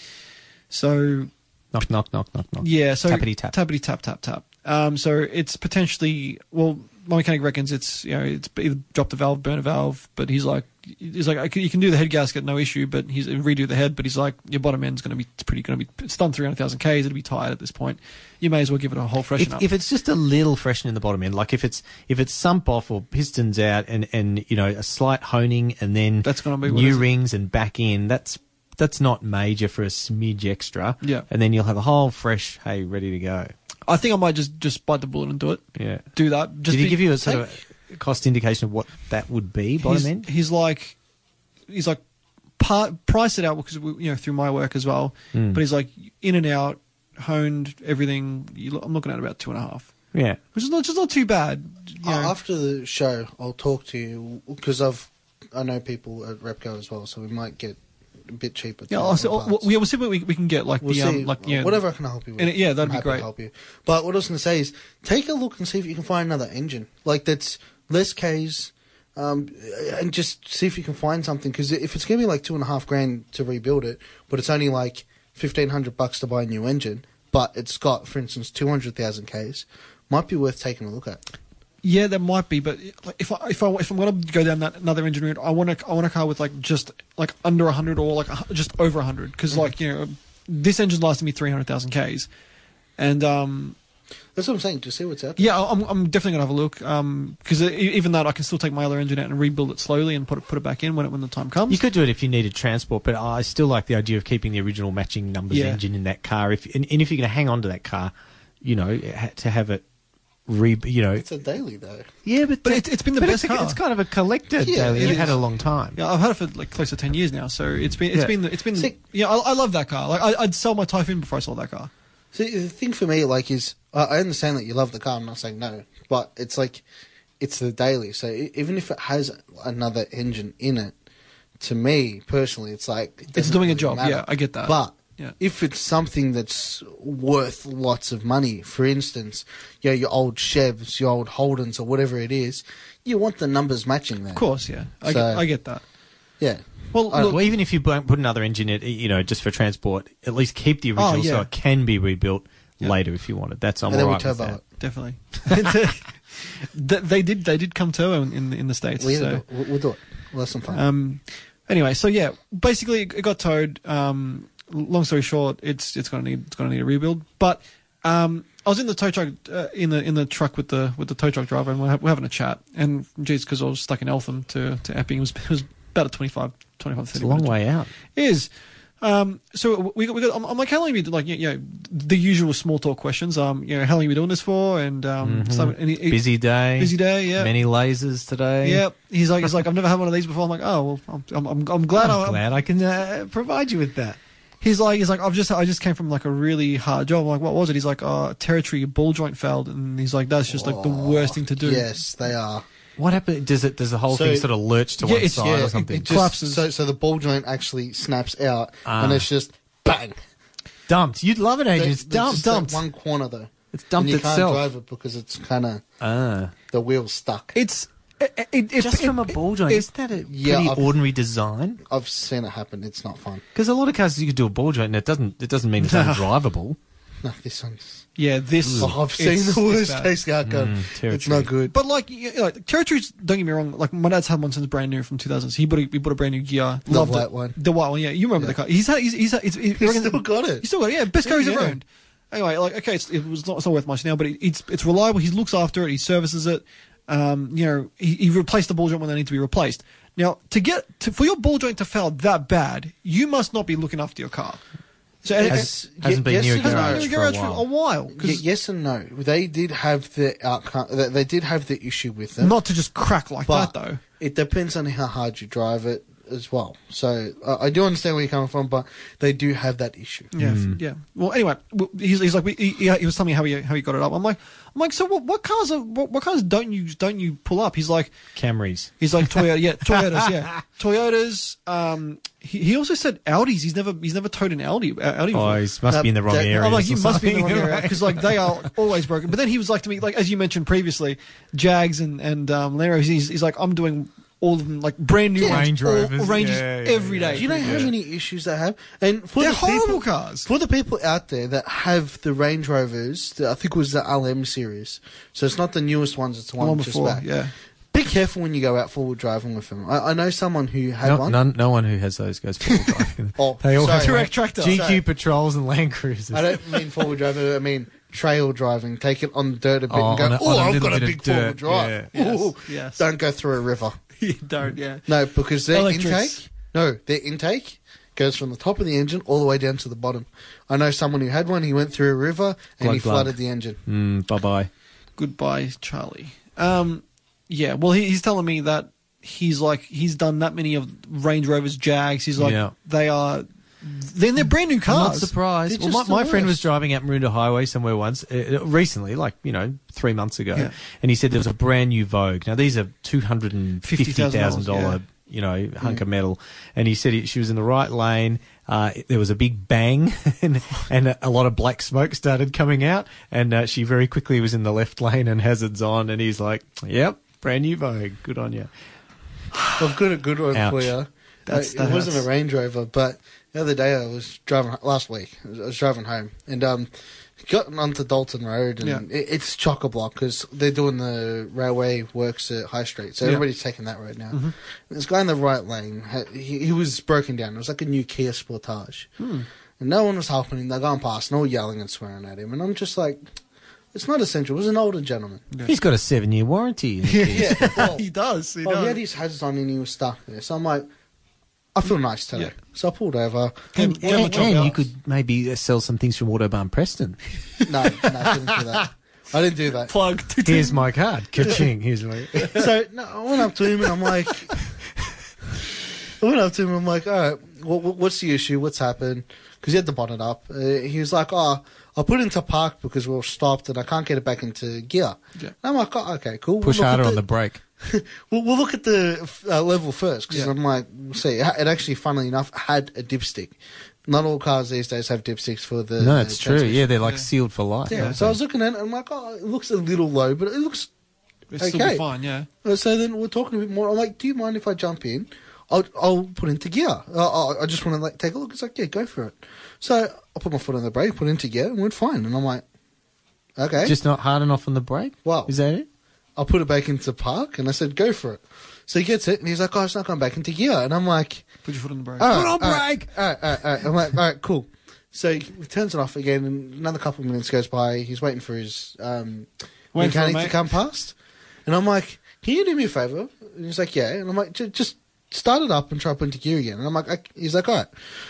[SPEAKER 1] so
[SPEAKER 2] Knock, knock, knock, knock, knock.
[SPEAKER 1] yeah so
[SPEAKER 2] Tappity tap.
[SPEAKER 1] tappity tap tap tap um so it's potentially well my mechanic reckons it's you know it's either drop the valve burn a valve but he's like he's like I can, you can do the head gasket no issue but he's redo the head but he's like your bottom end's going to be it's pretty going to be it's done 300,000 k's it'll be tired at this point you may as well give it a whole freshen
[SPEAKER 2] if,
[SPEAKER 1] up
[SPEAKER 2] if it's just a little freshen in the bottom end, like if it's if it's sump off or pistons out and and you know a slight honing and then
[SPEAKER 1] That's gonna be what
[SPEAKER 2] new
[SPEAKER 1] is-
[SPEAKER 2] rings and back in. That's that's not major for a smidge extra.
[SPEAKER 1] Yeah.
[SPEAKER 2] and then you'll have a whole fresh hey ready to go.
[SPEAKER 1] I think I might just just bite the bullet and do it.
[SPEAKER 2] Yeah.
[SPEAKER 1] Do that. Just
[SPEAKER 2] Did he
[SPEAKER 1] be-
[SPEAKER 2] give you a sort of cost indication of what that would be bottom
[SPEAKER 1] he's,
[SPEAKER 2] end?
[SPEAKER 1] he's like, he's like, par- price it out because we, you know through my work as well. But he's like in and out, honed everything. You, I'm looking at about two and a half,
[SPEAKER 2] Yeah.
[SPEAKER 1] which is not just not too bad. You know.
[SPEAKER 3] Uh, After the show, I'll talk to you because I've I know people at Repco as well, so we might get a bit cheaper.
[SPEAKER 1] yeah,
[SPEAKER 3] than
[SPEAKER 1] I'll
[SPEAKER 3] other
[SPEAKER 1] see, oh,
[SPEAKER 3] parts.
[SPEAKER 1] we, we'll see what we, we can get like
[SPEAKER 3] We'll
[SPEAKER 1] the
[SPEAKER 3] see,
[SPEAKER 1] um, like yeah
[SPEAKER 3] whatever I can help you with.
[SPEAKER 1] And it- yeah, that'd
[SPEAKER 3] I'm
[SPEAKER 1] be
[SPEAKER 3] happy to
[SPEAKER 1] great.
[SPEAKER 3] Help you. But what I was going to say is, take a look and see if you can find another engine like that's less Ks, um, and just see if you can find something. Because if it's going to be like two and a half grand to rebuild it, but it's only like fifteen hundred bucks to buy a new engine, but it's got, for instance, two hundred thousand Ks, might be worth taking a look at.
[SPEAKER 1] Yeah, there might be, but like, if I if I if I'm gonna go down that another engine route, I want a I want a car with like just like under hundred or like a hu- just over hundred
[SPEAKER 3] Mm-hmm.
[SPEAKER 1] because like you know this engine's lasting me three hundred thousand k's, and um
[SPEAKER 3] That's what I'm saying. Just see what's out there.
[SPEAKER 1] yeah I- I'm I'm definitely gonna have a look um because even that I can still take my other engine out and rebuild it slowly and put it put it back in when it when the time comes.
[SPEAKER 2] You could do it if you needed transport, but I still like the idea of keeping the original matching numbers
[SPEAKER 1] Yeah.
[SPEAKER 2] engine in that car. If and, and if you're going to hang on to that car, you know, it ha- to have it re you know
[SPEAKER 3] It's a daily though.
[SPEAKER 2] yeah, but,
[SPEAKER 1] But it's- it's been the best
[SPEAKER 2] it's,
[SPEAKER 1] car.
[SPEAKER 2] It's kind of a collector
[SPEAKER 3] Yeah,
[SPEAKER 2] daily.
[SPEAKER 3] it
[SPEAKER 2] You've had
[SPEAKER 1] is.
[SPEAKER 2] it a long time.
[SPEAKER 1] Yeah, I've had it for like close to ten years now, so it's been it's
[SPEAKER 2] Yeah.
[SPEAKER 1] been it's been
[SPEAKER 3] See-
[SPEAKER 1] yeah. I, I love that car. Like I, I'd sell my Typhoon before I sold that car.
[SPEAKER 3] So the thing for me, like, is I I understand that you love the car. I'm not saying no, but it's like it's the daily. So e- even if it has another engine in it, to me personally, it's like it
[SPEAKER 1] It's
[SPEAKER 3] doesn't
[SPEAKER 1] doing a
[SPEAKER 3] really
[SPEAKER 1] job.
[SPEAKER 3] matter.
[SPEAKER 1] Yeah, I get that.
[SPEAKER 3] But
[SPEAKER 1] Yeah.
[SPEAKER 3] if it's something that's worth lots of money, for instance, you know, your old Chevs, your old Holdens, or whatever it is, you want the numbers matching that.
[SPEAKER 1] Of course, yeah, I,
[SPEAKER 3] So-
[SPEAKER 1] get, I get that.
[SPEAKER 3] Yeah.
[SPEAKER 1] Well,
[SPEAKER 3] I-
[SPEAKER 1] look,
[SPEAKER 2] well, even if you bu- put another engine in, it, you know, just for transport, at least keep the original
[SPEAKER 1] yeah.
[SPEAKER 2] so it can be rebuilt
[SPEAKER 1] Yeah.
[SPEAKER 2] later if you want it. That's I'm
[SPEAKER 3] and then we
[SPEAKER 2] alright with
[SPEAKER 3] turbo
[SPEAKER 2] that.
[SPEAKER 3] it.
[SPEAKER 1] definitely. they, they did they did come turbo in in the, in the states.
[SPEAKER 3] We'll,
[SPEAKER 1] so.
[SPEAKER 3] do it. We'll, we'll do it. We'll have some fun.
[SPEAKER 1] Um, anyway, so yeah, basically it it got towed. Um, long story short, it's it's gonna need it's gonna need a rebuild. But um, I was in the tow truck uh, in the in the truck with the with the tow truck driver, and we're, ha- we're having a chat. And geez, because I was stuck in Eltham to to Epping, it was it was about a 25, 25
[SPEAKER 2] It's
[SPEAKER 1] 30
[SPEAKER 2] a long
[SPEAKER 1] minute
[SPEAKER 2] way out.
[SPEAKER 1] is. Um, so we got, we got, I'm, I'm like, how long have you been, like, you you know, the usual small talk questions. Um, you know, how long have you been doing this for? And, um,
[SPEAKER 2] Mhm.
[SPEAKER 1] some, and he- he-
[SPEAKER 2] busy day.
[SPEAKER 1] busy day. Yeah.
[SPEAKER 2] Many lasers today.
[SPEAKER 1] yeah. He's like, he's like, I've never had one of these before. I'm like, oh, well, I'm, I'm, I'm, I'm glad
[SPEAKER 2] I'm
[SPEAKER 1] I-
[SPEAKER 2] glad I can uh, provide you with that.
[SPEAKER 1] He's like, he's like, I've just, I just came from like a really hard job. I'm like, what was it? He's like, uh, territory ball joint failed. And he's like, that's just like the worst thing to do.
[SPEAKER 3] Oh, Yes, they are.
[SPEAKER 2] What happened? Does it? Does the whole
[SPEAKER 3] So-
[SPEAKER 2] thing sort of lurch to
[SPEAKER 1] Yeah,
[SPEAKER 2] one
[SPEAKER 1] it's-
[SPEAKER 2] side
[SPEAKER 1] yeah,
[SPEAKER 2] or something?
[SPEAKER 1] it- Collapses.
[SPEAKER 3] So, so the ball joint actually snaps out,
[SPEAKER 2] Ah.
[SPEAKER 3] and it's just bang.
[SPEAKER 2] dumped. You'd love it, Adrian.
[SPEAKER 3] They-
[SPEAKER 2] It's
[SPEAKER 3] they're
[SPEAKER 2] dumped.
[SPEAKER 3] just that
[SPEAKER 2] Dumped.
[SPEAKER 3] One corner though.
[SPEAKER 2] It's dumped
[SPEAKER 3] and you
[SPEAKER 2] itself.
[SPEAKER 3] can't drive it because it's kind of
[SPEAKER 2] Ah,
[SPEAKER 3] the wheel's stuck.
[SPEAKER 1] It's, it, it, it,
[SPEAKER 2] just
[SPEAKER 1] it-
[SPEAKER 2] from a ball joint.
[SPEAKER 1] it-
[SPEAKER 2] Isn't that a
[SPEAKER 3] Yeah,
[SPEAKER 2] pretty
[SPEAKER 3] I've-
[SPEAKER 2] ordinary design?
[SPEAKER 3] I've seen it happen. It's not fun.
[SPEAKER 2] Because a lot of cars you could do a ball joint, and it doesn't. It doesn't mean it's undrivable.
[SPEAKER 3] No, this one's.
[SPEAKER 1] yeah, this.
[SPEAKER 3] Oh, I've seen
[SPEAKER 1] it's-
[SPEAKER 3] the
[SPEAKER 1] it's
[SPEAKER 3] worst
[SPEAKER 1] bad.
[SPEAKER 3] case outcome. it's
[SPEAKER 2] Mm, territory.
[SPEAKER 3] not good.
[SPEAKER 1] But like, you know, like territories. Don't get me wrong. Like my dad's had one since brand new from 2000s. He bought a, he bought a brand new gear.
[SPEAKER 3] The
[SPEAKER 1] loved
[SPEAKER 3] white
[SPEAKER 1] it.
[SPEAKER 3] one.
[SPEAKER 1] The white one. Yeah, you remember the
[SPEAKER 3] Yeah.
[SPEAKER 1] car. He's had, he's he's, had, he's, he's,
[SPEAKER 3] He's still got it.
[SPEAKER 1] He's still got it. Yeah, best car he's
[SPEAKER 3] Yeah.
[SPEAKER 1] ever owned. Anyway, like okay, it's, it was not, it's not worth much now, but it, it's it's reliable. He looks after it. He services it. Um, you know, he, he replaced the ball joint when they need to be replaced. Now, to get to, for your ball joint to fail that bad, you must not be looking after your car. So and-
[SPEAKER 3] Has-
[SPEAKER 1] and-
[SPEAKER 3] Ye-
[SPEAKER 2] hasn't been
[SPEAKER 3] yes
[SPEAKER 2] near a
[SPEAKER 3] and no.
[SPEAKER 1] hasn't been in
[SPEAKER 2] garage for
[SPEAKER 1] the
[SPEAKER 2] a
[SPEAKER 1] garage for a
[SPEAKER 2] while.
[SPEAKER 1] while.
[SPEAKER 3] Y-
[SPEAKER 1] 'cause
[SPEAKER 3] yes and no. They did have the outcome. They, they did have the issue with them.
[SPEAKER 1] Not to just crack like
[SPEAKER 3] but
[SPEAKER 1] that though.
[SPEAKER 3] it depends on how hard you drive it as well. So uh, I do understand where you're coming from, but they do have that issue.
[SPEAKER 1] Yeah,
[SPEAKER 2] Mm.
[SPEAKER 1] yeah. Well, anyway, w- he's, he's like, we, he, he he was telling me how he how he got it up. I'm like, I'm like, so what? What cars are? What, what cars don't you don't you pull up? He's like,
[SPEAKER 2] Camrys.
[SPEAKER 1] he's like Toyota, yeah, Toyotas, yeah, Toyotas. Um, he, he also said Audis. He's never he's never towed an Audi. uh, Audi before.
[SPEAKER 2] Oh, he must
[SPEAKER 3] Uh,
[SPEAKER 2] be in the wrong
[SPEAKER 3] that- I'm
[SPEAKER 2] area.
[SPEAKER 1] I'm like, oh, you must be in the wrong area because like they are always broken. But then he was like to me, like as you mentioned previously, Jags and and um, Laros. He's, he's like, I'm doing all of them like brand new
[SPEAKER 2] Yeah.
[SPEAKER 1] ones,
[SPEAKER 2] Range
[SPEAKER 1] all-
[SPEAKER 2] Rovers,
[SPEAKER 1] Ranges
[SPEAKER 2] yeah, yeah,
[SPEAKER 1] every
[SPEAKER 2] yeah.
[SPEAKER 1] day.
[SPEAKER 3] Do you know how many issues they have? And for
[SPEAKER 1] They're
[SPEAKER 3] the people-
[SPEAKER 1] horrible cars.
[SPEAKER 3] For the people out there that have the Range Rovers, the, I think it was the LM series. So it's not the newest ones; it's the one,
[SPEAKER 1] One
[SPEAKER 3] just
[SPEAKER 1] before,
[SPEAKER 3] back.
[SPEAKER 1] yeah.
[SPEAKER 3] Be careful when you go out forward driving with them. I, I know someone who had
[SPEAKER 2] No,
[SPEAKER 3] one.
[SPEAKER 2] none- no one who has those goes forward driving.
[SPEAKER 3] Oh,
[SPEAKER 2] they all
[SPEAKER 3] sorry.
[SPEAKER 2] have
[SPEAKER 1] Direct tractor.
[SPEAKER 2] GQ
[SPEAKER 3] Sorry.
[SPEAKER 2] patrols and Land Cruisers.
[SPEAKER 3] I don't mean forward driving. I mean trail driving. Take it on the dirt a bit
[SPEAKER 2] Oh,
[SPEAKER 3] and go.
[SPEAKER 2] on a- on
[SPEAKER 3] oh,
[SPEAKER 2] a
[SPEAKER 3] I've
[SPEAKER 2] little
[SPEAKER 3] got a
[SPEAKER 2] bit of
[SPEAKER 3] big forward
[SPEAKER 2] dirt,
[SPEAKER 3] drive.
[SPEAKER 1] yeah. Yes,
[SPEAKER 3] Ooh,
[SPEAKER 1] yes.
[SPEAKER 3] Don't go through a river.
[SPEAKER 1] you don't, yeah.
[SPEAKER 3] No, because their
[SPEAKER 1] Electrics.
[SPEAKER 3] intake. No, their intake goes from the top of the engine all the way down to the bottom. I know someone who had one. He went through a river and he
[SPEAKER 2] Glug, glug.
[SPEAKER 3] flooded the engine.
[SPEAKER 2] Mm, bye bye.
[SPEAKER 1] goodbye charlie um yeah well he, he's telling me that he's like he's done that many of range rovers jags he's like
[SPEAKER 2] Yeah.
[SPEAKER 1] they are then they're brand new
[SPEAKER 2] I'm
[SPEAKER 1] cars
[SPEAKER 2] not surprised.
[SPEAKER 3] They're
[SPEAKER 2] Well, my,
[SPEAKER 3] just the
[SPEAKER 2] my friend
[SPEAKER 3] worst.
[SPEAKER 2] was driving out Maroondah Highway somewhere once, uh, uh, recently, like, you know, three months ago,
[SPEAKER 1] Yeah.
[SPEAKER 2] and he said there was a brand new Vogue. Now, these are $250,000,
[SPEAKER 1] $50,000, yeah.
[SPEAKER 2] you know, hunk of metal. And he said he, she was in the right lane. Uh, there was a big bang, and, and a, a lot of black smoke started coming out. And uh, she very quickly was in the left lane and hazards on. And he's like, yep, brand new Vogue. Good on you.
[SPEAKER 3] I've got a good one
[SPEAKER 2] Ouch.
[SPEAKER 3] for you.
[SPEAKER 1] That's-
[SPEAKER 3] Uh,
[SPEAKER 1] that
[SPEAKER 3] it wasn't
[SPEAKER 1] hurts.
[SPEAKER 3] a Range Rover, but the other day I was driving last week. I was- I was driving home and um, gotten onto Dalton Road, and
[SPEAKER 1] Yeah.
[SPEAKER 3] it, it's chock a block because they're doing the railway works at High Street, so
[SPEAKER 1] Yeah. Mm-hmm.
[SPEAKER 3] everybody's taking that road now. This guy in the right lane, ha- he, he was broken down. It was like a new Kia Sportage,
[SPEAKER 1] Hmm.
[SPEAKER 3] and no one was helping him. They're going past and all yelling and swearing at him, and I'm just like, it's not essential. It was an older gentleman.
[SPEAKER 1] Yeah.
[SPEAKER 2] He's got a seven year warranty. in the Kia.
[SPEAKER 3] Yeah, well,
[SPEAKER 1] he does he
[SPEAKER 3] well,
[SPEAKER 1] does
[SPEAKER 3] Oh, he had his hazards on and he was stuck there. So I'm like, I feel nice today.
[SPEAKER 1] Yeah.
[SPEAKER 3] So I pulled over.
[SPEAKER 2] And,
[SPEAKER 1] Well,
[SPEAKER 2] and-
[SPEAKER 1] John
[SPEAKER 2] and you
[SPEAKER 1] Bellis.
[SPEAKER 2] could maybe uh, sell some things from Autobahn Preston.
[SPEAKER 3] No, no, I couldn't do that. I didn't do that.
[SPEAKER 1] Plug.
[SPEAKER 2] Here's my card. Ka-ching. Here's my.
[SPEAKER 3] so no, I went up to him and I'm like, I went up to him. And I'm like, all right, what, what- what's the issue? What's happened? Because he had the bonnet up. Uh, he was like, oh, I put it into park because we are stopped and I can't get it back into gear.
[SPEAKER 1] Yeah.
[SPEAKER 3] And I'm like, oh, okay, cool. We'll
[SPEAKER 2] Push
[SPEAKER 3] look at
[SPEAKER 2] harder on the brake.
[SPEAKER 3] We'll, we'll look at the uh, level first because
[SPEAKER 1] Yeah.
[SPEAKER 3] I'm like, we'll see, it ha- it actually, funnily enough, had a dipstick. Not all cars these days have dipsticks for the.
[SPEAKER 2] No,
[SPEAKER 3] uh,
[SPEAKER 2] it's true.
[SPEAKER 3] transmission.
[SPEAKER 2] Yeah, they're like
[SPEAKER 1] Yeah.
[SPEAKER 2] sealed for life.
[SPEAKER 3] Yeah,
[SPEAKER 2] aren't
[SPEAKER 3] so I
[SPEAKER 2] they?
[SPEAKER 3] was looking at it and I'm like, oh, it looks a little low, but it looks
[SPEAKER 1] It's still
[SPEAKER 3] Okay.
[SPEAKER 1] be fine. Yeah.
[SPEAKER 3] Uh, So then we're talking a bit more. I'm like, do you mind if I jump in? I'll, I'll put into gear. I, I, I just want to like take a look. It's like, yeah, go for it. So I put my foot on the brake, put into gear, and went fine. And I'm like, okay.
[SPEAKER 2] just not hard enough on the brake.
[SPEAKER 3] Wow.
[SPEAKER 2] is that it?
[SPEAKER 3] I put it back into park, and I said, go for it. So he gets it, and he's like, oh, it's not going back into gear. And I'm like,
[SPEAKER 1] Put your foot on the brake.
[SPEAKER 3] all right,
[SPEAKER 2] Put on
[SPEAKER 3] all right,
[SPEAKER 2] brake!
[SPEAKER 3] All right, all right, all right. I'm like, all right, cool. So he turns it off again, and another couple of minutes goes by. He's waiting for his um,
[SPEAKER 1] Waiting for it,
[SPEAKER 3] mechanic to
[SPEAKER 1] mate.
[SPEAKER 3] come past. And I'm like, can you do me a favor? And he's like, yeah. And I'm like, "Ju- just start it up and try to put into gear again. And I'm like, I, he's like, all right.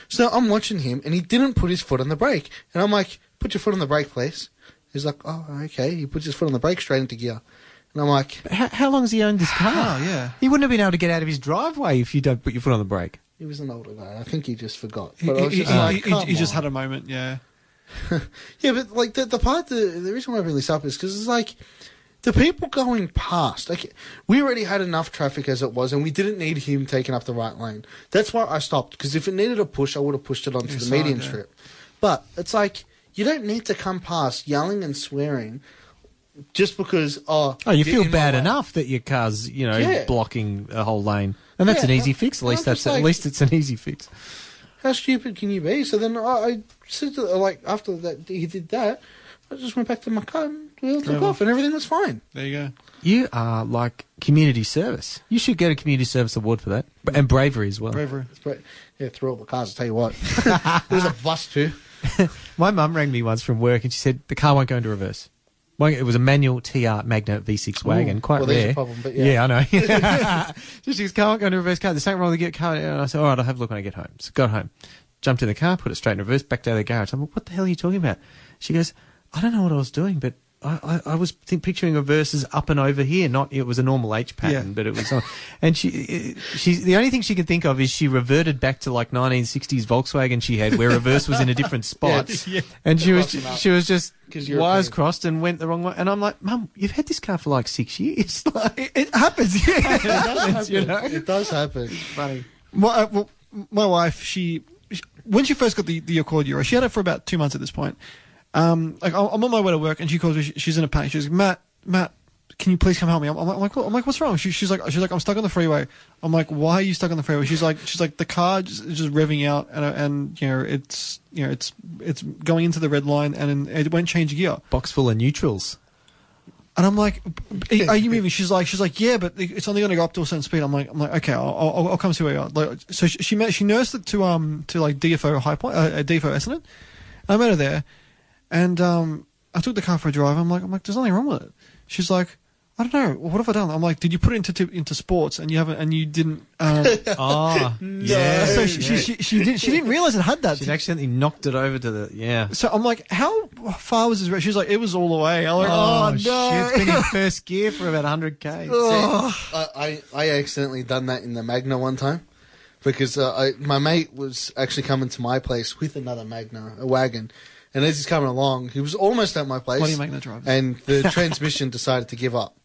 [SPEAKER 3] So I'm watching him, and he didn't put his foot on the brake. And I'm like, put your foot on the brake, please. He's like, oh, okay. He puts his foot on the brake straight into gear. And I'm like,
[SPEAKER 2] How, how long has he owned this car?
[SPEAKER 1] Oh, yeah.
[SPEAKER 2] He wouldn't have been able to get out of his driveway if you don't put your foot on the brake.
[SPEAKER 3] he was an older guy. I think he just forgot.
[SPEAKER 1] He,
[SPEAKER 3] But I was
[SPEAKER 1] he-
[SPEAKER 3] just
[SPEAKER 1] he-
[SPEAKER 3] like,
[SPEAKER 1] he- he- he
[SPEAKER 3] "Come
[SPEAKER 1] just
[SPEAKER 3] on."
[SPEAKER 1] had a moment. Yeah.
[SPEAKER 3] Yeah, but like the, the part the the reason why I bring this up is because it's like the people going past. Like we already had enough traffic as it was, and we didn't need him taking up the right lane. That's why I stopped because if it needed a push, I would have pushed it onto the
[SPEAKER 1] Inside,
[SPEAKER 3] median
[SPEAKER 1] yeah.
[SPEAKER 3] strip. But it's like you don't need to come past yelling and swearing just because. Oh,
[SPEAKER 2] Oh, you
[SPEAKER 3] you're
[SPEAKER 2] feel
[SPEAKER 3] in my
[SPEAKER 2] bad
[SPEAKER 3] way.
[SPEAKER 2] enough that your car's, you know,
[SPEAKER 3] Yeah.
[SPEAKER 2] blocking a whole lane, and that's an
[SPEAKER 3] Yeah,
[SPEAKER 2] easy
[SPEAKER 3] I-
[SPEAKER 2] fix. At
[SPEAKER 3] I'm
[SPEAKER 2] least that's
[SPEAKER 3] just like-
[SPEAKER 2] at least it's an easy fix.
[SPEAKER 3] How stupid can you be? So then I, I said to, like after that he did that, I just went back to my car and we all took
[SPEAKER 1] Drove
[SPEAKER 3] off, and everything was fine.
[SPEAKER 1] There you go.
[SPEAKER 2] You are like community service. You should get a community service award for that, B- and bravery as well.
[SPEAKER 1] Bravery.
[SPEAKER 3] But yeah, through all the cars, I'll tell you what. There's a bus too.
[SPEAKER 2] My mum rang me once from work, and she said the car won't go into reverse. Won't- It was a manual TR Magna V6 wagon, quite
[SPEAKER 3] well,
[SPEAKER 2] rare.
[SPEAKER 3] there's your problem, but yeah.
[SPEAKER 2] I know. so she goes, "Car won't go into reverse car. There's something wrong with the car." And I said, "All right, I'll have a look when I get home." So got home, jumped in the car, put it straight in reverse, back down the garage. I'm like, "What the hell are you talking about?" She goes, "I don't know what I was doing, but." I, I, I was think, picturing reverses up and over here, not it was a normal H pattern,
[SPEAKER 1] Yeah.
[SPEAKER 2] but it was on. And she, uh, she's the only thing she can think of is she reverted back to like 1960s Volkswagen she had, where reverse was in a different spot.
[SPEAKER 1] Yeah.
[SPEAKER 2] And she was
[SPEAKER 3] Crossing up.
[SPEAKER 2] she was just
[SPEAKER 3] 'Cause you're
[SPEAKER 2] wires
[SPEAKER 3] European.
[SPEAKER 2] crossed and went the wrong way. And I'm like, Mum, you've had this car for like six years. Like, it, it happens. Yeah.
[SPEAKER 3] It does happen.
[SPEAKER 2] you know?
[SPEAKER 3] It does happen. Funny.
[SPEAKER 1] My, uh, well, my wife, she, she when she first got the the Accord Euro, she had it for about two months at this point. Um, like I'm I'm on my way to work, and she calls me. She, she's in a panic. She's like, Matt, Matt, can you please come help me? I'm, I'm like, what- I'm like, what's wrong? She, she's like, she's like, I'm stuck on the freeway. I'm like, why are you stuck on the freeway? She's like, she's like, the car just, is just revving out, and uh, and you know, it's you know, it's it's going into the red line, and it won't change gear.
[SPEAKER 2] Box full of neutrals.
[SPEAKER 1] And I'm like, "B- are you moving? She's like, she's like, yeah, but it's only going to go up to a certain speed. I'm like, I'm like, okay, I'll, I'll, I'll come see where you are. Like, so she she, met, she nursed it to um to like DFO high point, uh, uh, DFO Essendon. I met her there, and um I took the car for a drive. I'm like, I'm like, there's nothing wrong with it. She's like, I don't know, what have I done? I'm like, did you put it into into sports and you haven't and you didn't? Um,
[SPEAKER 2] Ah, yeah.
[SPEAKER 1] so she, she, she she didn't she didn't realize it had that.
[SPEAKER 2] She'd accidentally knocked it over to the yeah.
[SPEAKER 1] so I'm like, how far was this? ra-" She's like, it was all the way. I'm like, oh, no.
[SPEAKER 2] Shit. It's been in first gear for about hundred k. Oh.
[SPEAKER 3] I, I, I accidentally done that in the Magna one time because uh, I, my mate was actually coming to my place with another Magna, a wagon. And as he's coming along, he was almost at my place.
[SPEAKER 1] Bloody Magna drivers.
[SPEAKER 3] And the transmission decided to give up.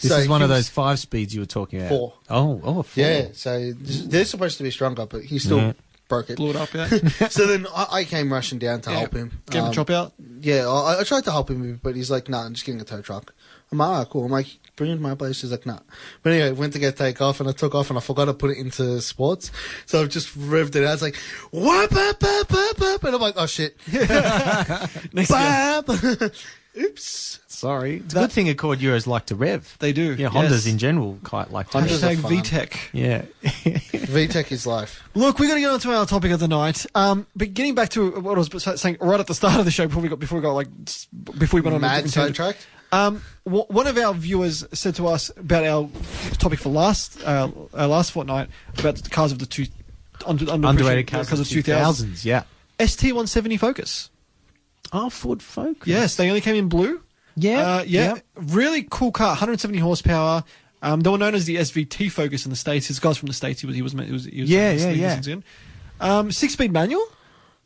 [SPEAKER 2] This
[SPEAKER 3] So
[SPEAKER 2] is one
[SPEAKER 3] he
[SPEAKER 2] of
[SPEAKER 3] was-
[SPEAKER 2] those five speeds you were talking about.
[SPEAKER 3] Four.
[SPEAKER 2] Oh, oh, four.
[SPEAKER 3] Yeah, so they're supposed to be stronger, but he still
[SPEAKER 2] Yeah.
[SPEAKER 3] broke it.
[SPEAKER 1] blew it up. Yeah,
[SPEAKER 3] so then I, I came rushing down to help him.
[SPEAKER 1] Gave him a
[SPEAKER 3] Um,
[SPEAKER 1] chop out.
[SPEAKER 3] Yeah, I, I tried to help him, but he's like, "Nah, I'm just getting a tow truck." I'm like, "Ah, cool." I'm like, "Bring it to my place." He's like, "Nah." But anyway, went to go take off, and I took off, and I forgot to put it into sports, so I've just revved it out. It's like, "Whap, up, up, up, up," and I'm like, "Oh shit!" Bap. Oops.
[SPEAKER 2] Sorry. It's a good thing Accord Euros like to rev.
[SPEAKER 1] They do.
[SPEAKER 2] Yeah, Hondas
[SPEAKER 1] yes.
[SPEAKER 2] in general quite like to
[SPEAKER 3] Hondas
[SPEAKER 2] rev.
[SPEAKER 1] Hashtag
[SPEAKER 3] are fun.
[SPEAKER 1] VTech.
[SPEAKER 2] Yeah.
[SPEAKER 3] VTech is life.
[SPEAKER 1] Look, we're going to get on to our topic of the night. Um, but getting back to what I was saying right at the start of the show, before we got before we got like s- before we went on a
[SPEAKER 3] Mad
[SPEAKER 1] different tangent.
[SPEAKER 3] sidetracked.
[SPEAKER 1] Um, w- one of our viewers said to us about our topic for last uh, uh, last fortnight about the cars of the two under, under
[SPEAKER 2] Underrated cars
[SPEAKER 1] of
[SPEAKER 2] of
[SPEAKER 1] the 2000s.
[SPEAKER 2] 2000s. Yeah.
[SPEAKER 1] ST170 Focus.
[SPEAKER 2] Oh, Ford Focus.
[SPEAKER 1] Yes, they only came in blue.
[SPEAKER 2] Yeah,
[SPEAKER 1] Uh, yeah.
[SPEAKER 2] yeah.
[SPEAKER 1] Really cool car, 170 horsepower. Um, they were known as the SVT Focus in the states. His guy's from the states. He was he was he was, he was
[SPEAKER 2] Yeah,
[SPEAKER 1] he was-
[SPEAKER 2] yeah,
[SPEAKER 1] he was
[SPEAKER 2] yeah.
[SPEAKER 1] in. Um, six speed manual.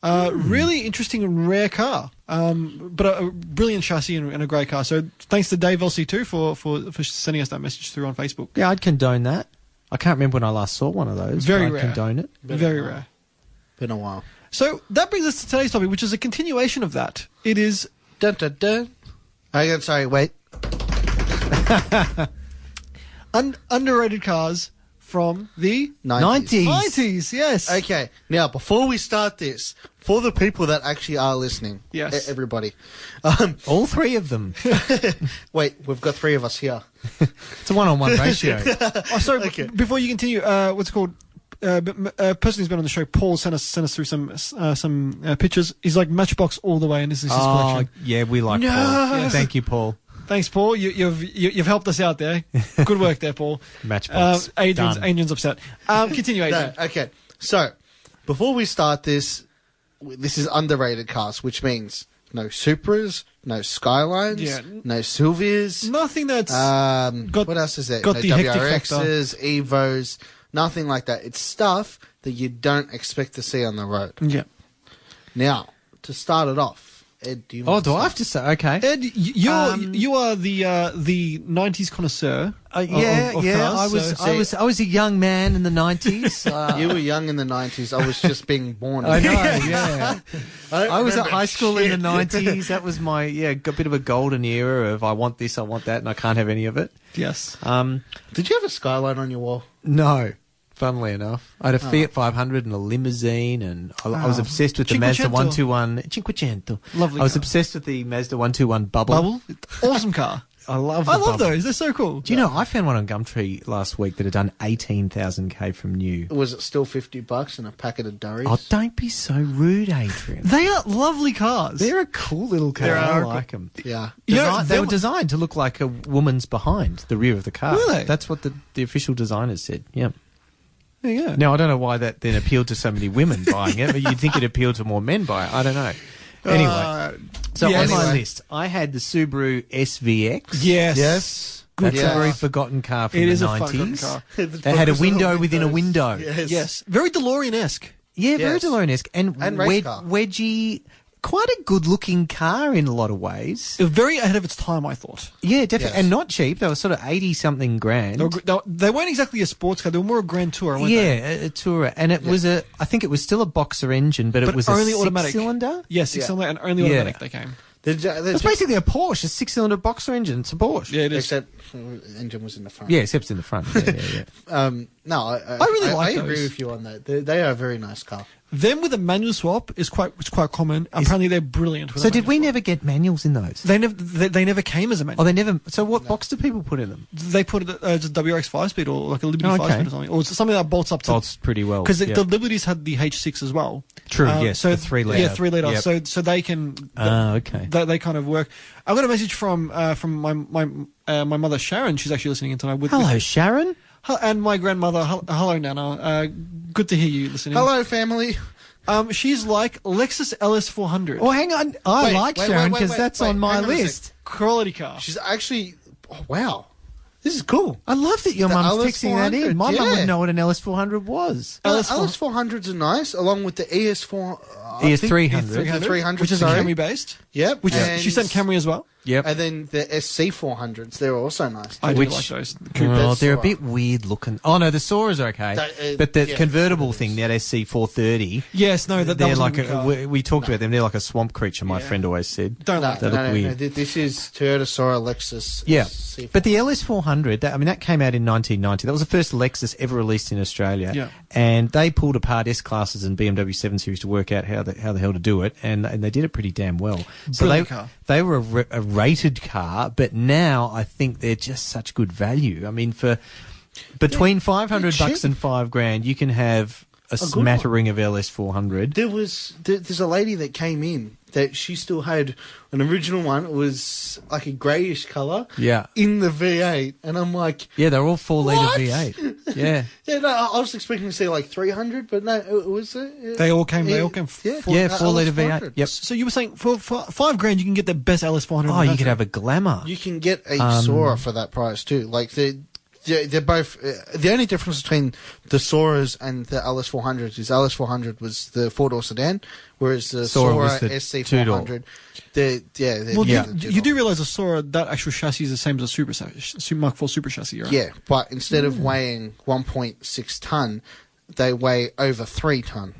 [SPEAKER 1] Uh,
[SPEAKER 2] Hmm.
[SPEAKER 1] Really interesting and rare car, um, but a, a brilliant chassis and, and a great car. So thanks to Dave LC2 for, for for sending us that message through on Facebook.
[SPEAKER 2] Yeah, I'd condone that. I can't remember when I last saw one of those.
[SPEAKER 1] Very
[SPEAKER 2] but I'd
[SPEAKER 1] rare.
[SPEAKER 2] condone it.
[SPEAKER 1] Very rare.
[SPEAKER 3] Been a while.
[SPEAKER 1] So that brings us to today's topic, which is a continuation of that. It is
[SPEAKER 3] Dun dun dun. I, sorry, wait.
[SPEAKER 1] un- underrated cars from the
[SPEAKER 3] 90s.
[SPEAKER 1] 90s. Yes.
[SPEAKER 3] Okay, now before we start this, for the people that actually are listening,
[SPEAKER 1] Yes.
[SPEAKER 3] e- everybody, um,
[SPEAKER 2] All three of them.
[SPEAKER 3] wait, we've got three of us here.
[SPEAKER 2] It's a one-on-one ratio.
[SPEAKER 1] Oh, sorry. b-
[SPEAKER 3] Okay.
[SPEAKER 1] Before you continue, uh, what's it called? Uh, b- m- uh, person who's been on the show, Paul, sent us sent us through some uh, some uh, pictures. He's like Matchbox all the way, and this is his
[SPEAKER 2] oh,
[SPEAKER 1] collection.
[SPEAKER 2] yeah, we like
[SPEAKER 1] No.
[SPEAKER 2] Paul.
[SPEAKER 1] Yes.
[SPEAKER 2] Thank you, Paul.
[SPEAKER 1] Thanks, Paul. You, you've you, you've helped us out there. Good work there, Paul.
[SPEAKER 2] Matchbox.
[SPEAKER 1] Um, Adrian's,
[SPEAKER 2] Done.
[SPEAKER 1] Adrian's upset. Um, continue, Adrian.
[SPEAKER 3] No, okay, so before we start this, w- this is underrated cast, which means no Supras, no Skylines,
[SPEAKER 1] Yeah.
[SPEAKER 3] no Silvias,
[SPEAKER 1] Nothing that's
[SPEAKER 2] Uh,
[SPEAKER 3] Um,
[SPEAKER 1] Got-
[SPEAKER 3] what else is there?
[SPEAKER 1] got
[SPEAKER 3] no
[SPEAKER 1] the hectic
[SPEAKER 3] WRXs, Evos, nothing like that. It's stuff that you don't expect to see on the road.
[SPEAKER 1] yeah.
[SPEAKER 3] Now, to start it off, Ed, do you?
[SPEAKER 2] Oh,
[SPEAKER 3] want
[SPEAKER 2] do
[SPEAKER 3] to
[SPEAKER 2] I have to say? Okay.
[SPEAKER 1] Ed, y- you're
[SPEAKER 2] Um,
[SPEAKER 1] you are the uh, the '90s connoisseur.
[SPEAKER 2] Uh,
[SPEAKER 1] of-
[SPEAKER 2] yeah,
[SPEAKER 1] of- of
[SPEAKER 2] yeah.
[SPEAKER 1] cars,
[SPEAKER 2] I was,
[SPEAKER 1] so-
[SPEAKER 2] I was, I was a young man in the nineties. Uh,
[SPEAKER 3] You were young in the nineties. I was just being born.
[SPEAKER 2] I know. Yeah,
[SPEAKER 3] I,
[SPEAKER 2] I was at high school in the nineties. That was my yeah, a bit of a golden era of I want this, I want that, and I can't have any of it.
[SPEAKER 1] yes.
[SPEAKER 2] Um,
[SPEAKER 3] Did you have a skyline on your wall?
[SPEAKER 2] no. Funnily enough, I had a Fiat 500 and a limousine, and I, I was
[SPEAKER 1] Oh.
[SPEAKER 2] obsessed with the Mazda
[SPEAKER 1] Cinquecento.
[SPEAKER 2] 121 Cinquecento.
[SPEAKER 1] Lovely
[SPEAKER 2] I was
[SPEAKER 1] car.
[SPEAKER 2] obsessed with the Mazda 121 Bubble.
[SPEAKER 1] Bubble, awesome car.
[SPEAKER 2] I love. The
[SPEAKER 1] I love
[SPEAKER 2] Bubble.
[SPEAKER 1] those. They're so cool.
[SPEAKER 2] Do you know? I found one on Gumtree last week that had done 18,000 k from new.
[SPEAKER 3] Was it still fifty bucks and a packet of Durries?
[SPEAKER 2] Oh, don't be so rude, Adrian.
[SPEAKER 1] They are lovely cars.
[SPEAKER 2] They're a cool little car.
[SPEAKER 1] They are
[SPEAKER 2] I
[SPEAKER 1] cool.
[SPEAKER 2] like them.
[SPEAKER 3] yeah.
[SPEAKER 1] You know,
[SPEAKER 2] they
[SPEAKER 1] they
[SPEAKER 2] were
[SPEAKER 1] were-
[SPEAKER 2] designed to look like a woman's behind the rear of the car.
[SPEAKER 1] Were they?
[SPEAKER 2] That's what the, the official designers said. Yeah.
[SPEAKER 1] there you go.
[SPEAKER 2] Now I don't know why that then appealed to so many women buying it, but you'd think it appealed to more men buying it. I don't know. Anyway,
[SPEAKER 1] Uh,
[SPEAKER 2] so
[SPEAKER 1] yes.
[SPEAKER 2] on my
[SPEAKER 3] Anyway.
[SPEAKER 2] list, I had the Subaru SVX.
[SPEAKER 1] Yes.
[SPEAKER 3] Yes.
[SPEAKER 2] That's
[SPEAKER 3] car.
[SPEAKER 2] a very forgotten car from
[SPEAKER 1] It
[SPEAKER 2] the
[SPEAKER 1] is a forgotten
[SPEAKER 2] nineties.
[SPEAKER 1] car.
[SPEAKER 2] They had a window within a window.
[SPEAKER 3] Yes.
[SPEAKER 1] Yes. Very DeLorean esque.
[SPEAKER 2] Yeah, very
[SPEAKER 3] Yes.
[SPEAKER 2] DeLorean esque and,
[SPEAKER 3] And race
[SPEAKER 2] wed-
[SPEAKER 3] car.
[SPEAKER 2] wedgy. Quite a good looking car in a lot of ways.
[SPEAKER 1] Very ahead of its time, I thought.
[SPEAKER 2] Yeah, definitely,
[SPEAKER 3] Yes.
[SPEAKER 2] and not cheap. They were sort of eighty something grand.
[SPEAKER 1] They, were, gr- they were- they weren't exactly a sports car. They were more a Grand Tour, weren't they?
[SPEAKER 2] yeah, a, a Tourer, and it was a. I think it was still a boxer engine, but, it
[SPEAKER 1] But
[SPEAKER 2] was a
[SPEAKER 1] only
[SPEAKER 2] six
[SPEAKER 1] automatic.
[SPEAKER 2] cylinder.
[SPEAKER 1] Yeah, six
[SPEAKER 3] Yeah.
[SPEAKER 1] cylinder and only
[SPEAKER 2] Yeah.
[SPEAKER 1] automatic they came.
[SPEAKER 3] The, the, the,
[SPEAKER 2] it's basically a Porsche, a six cylinder boxer engine. It's a Porsche.
[SPEAKER 1] Yeah, it is.
[SPEAKER 3] except uh, engine was in the front.
[SPEAKER 2] yeah, except it's in the front. Yeah, yeah, yeah.
[SPEAKER 3] Um, no, I, I,
[SPEAKER 1] I really like
[SPEAKER 3] I agree
[SPEAKER 1] those.
[SPEAKER 3] with you on that. They, they are a very nice car.
[SPEAKER 1] Them with a manual swap is quite it's quite common. Apparently, they're brilliant. With
[SPEAKER 2] so
[SPEAKER 1] a
[SPEAKER 2] did
[SPEAKER 1] manual
[SPEAKER 2] we
[SPEAKER 1] swap.
[SPEAKER 2] never get manuals in those?
[SPEAKER 1] They never they, they never came as a manual.
[SPEAKER 2] Oh, they never. So what box do people put in them?
[SPEAKER 1] they put it uh, just WRX five speed or like a Liberty
[SPEAKER 2] Oh,
[SPEAKER 1] five
[SPEAKER 2] okay.
[SPEAKER 1] speed or something, or something that bolts up to
[SPEAKER 2] pretty well
[SPEAKER 1] because the Liberties had the H six as well.
[SPEAKER 2] True,
[SPEAKER 1] Uh,
[SPEAKER 2] yes, the three liter.
[SPEAKER 1] Yeah, three liter.
[SPEAKER 2] Yep.
[SPEAKER 1] So so they can.
[SPEAKER 2] Ah, okay.
[SPEAKER 1] They, they kind of work. I got a message from uh, from my my uh, my mother Sharon. She's actually listening in tonight. With
[SPEAKER 2] Hello, Sharon.
[SPEAKER 1] Hel- and my grandmother. Hel- Hello, Nana. Uh, good to hear you listening.
[SPEAKER 3] Hello, family.
[SPEAKER 1] Um, she's like Lexus LS four hundred.
[SPEAKER 2] Well, Oh, hang on. I
[SPEAKER 3] Wait,
[SPEAKER 2] like
[SPEAKER 3] wait,
[SPEAKER 2] Sharon
[SPEAKER 3] wait, wait,
[SPEAKER 2] because
[SPEAKER 3] wait,
[SPEAKER 2] that's
[SPEAKER 3] wait,
[SPEAKER 2] on my
[SPEAKER 3] hang on a sec.
[SPEAKER 2] list.
[SPEAKER 1] Quality car.
[SPEAKER 3] She's actually. Oh, wow, this is cool.
[SPEAKER 2] I love that your
[SPEAKER 3] The
[SPEAKER 2] mum's
[SPEAKER 3] LS400,
[SPEAKER 2] texting that in. My mum
[SPEAKER 3] yeah.
[SPEAKER 2] would know what an LS four hundred was.
[SPEAKER 1] LS4
[SPEAKER 3] LS Uh, four hundreds are nice, along with the ES four. uh,
[SPEAKER 1] E
[SPEAKER 2] ES300.
[SPEAKER 3] the E three hundred,
[SPEAKER 1] which is
[SPEAKER 3] sorry.
[SPEAKER 1] a Camry based.
[SPEAKER 3] Yep,
[SPEAKER 1] Which
[SPEAKER 3] and-
[SPEAKER 1] is, she sent Camry as well.
[SPEAKER 2] Yep.
[SPEAKER 3] and then the SC four hundreds. They're also nice.
[SPEAKER 1] I do
[SPEAKER 2] Which-
[SPEAKER 1] like those. The coupe.
[SPEAKER 2] Oh,
[SPEAKER 3] That's
[SPEAKER 2] they're a
[SPEAKER 3] alright.
[SPEAKER 2] bit weird looking. Oh no, the Soras are okay,
[SPEAKER 3] They- uh,
[SPEAKER 2] but the
[SPEAKER 3] yeah,
[SPEAKER 2] convertible thing, that SC430,
[SPEAKER 1] Yes, no, that, that
[SPEAKER 2] they're
[SPEAKER 1] was
[SPEAKER 2] like
[SPEAKER 1] a, good
[SPEAKER 2] a,
[SPEAKER 1] car.
[SPEAKER 2] we, we talked about them. They're like a swamp creature. My
[SPEAKER 1] Yeah.
[SPEAKER 2] friend always said.
[SPEAKER 1] don't
[SPEAKER 3] no,
[SPEAKER 1] like
[SPEAKER 3] no,
[SPEAKER 1] that.
[SPEAKER 2] look
[SPEAKER 3] no, no,
[SPEAKER 2] weird.
[SPEAKER 3] th- This is Toyota Sora Lexus.
[SPEAKER 2] Yeah,
[SPEAKER 3] SC400.
[SPEAKER 2] but the LS400, that, I mean, that came out in 1990. That was the first Lexus ever released in Australia.
[SPEAKER 1] Yeah.
[SPEAKER 2] and they pulled apart S classes and BMW 7 Series to work out how the how the hell to do it, and and they did it pretty damn well. So
[SPEAKER 1] Brilliant
[SPEAKER 2] they
[SPEAKER 1] car.
[SPEAKER 2] they were a, ra- a rated car, but now I think they're just such good value. I mean, for between 500
[SPEAKER 3] they're
[SPEAKER 2] bucks
[SPEAKER 3] cheap.
[SPEAKER 2] and five grand, you can have a,
[SPEAKER 3] good one.
[SPEAKER 2] smattering of LS400.
[SPEAKER 3] There was there, there's a lady that came in that she still had an original one. It was like a greyish color.
[SPEAKER 2] Yeah.
[SPEAKER 3] In the V8, and I'm like,
[SPEAKER 2] Yeah, they're all four
[SPEAKER 3] What?
[SPEAKER 2] liter V8. Yeah.
[SPEAKER 3] yeah, no, I I was expecting to see like 300, but no, it was uh, it.
[SPEAKER 1] They all came- they all came
[SPEAKER 2] four-
[SPEAKER 3] uh,
[SPEAKER 2] Yeah, four liter V8. Yep.
[SPEAKER 1] So you were saying for, for five grand you can get the best LS four hundred.
[SPEAKER 2] Oh, you could have a glamour.
[SPEAKER 3] You can get a
[SPEAKER 2] Um,
[SPEAKER 3] Sora for that price too. Like they, they're, they're both. Uh, the only difference between the Soras and the LS400s is LS400 was the four door sedan, whereas the
[SPEAKER 2] Sora
[SPEAKER 3] Sora,
[SPEAKER 2] was the
[SPEAKER 3] SC400. They're, yeah, they're,
[SPEAKER 1] Well,
[SPEAKER 3] yeah,
[SPEAKER 1] you, you do realize a Sora that actual chassis is the same as a Super Chassis- Super Mark Four Super Chassis, right?
[SPEAKER 3] yeah, but instead of weighing 1.6 ton, they weigh over three ton.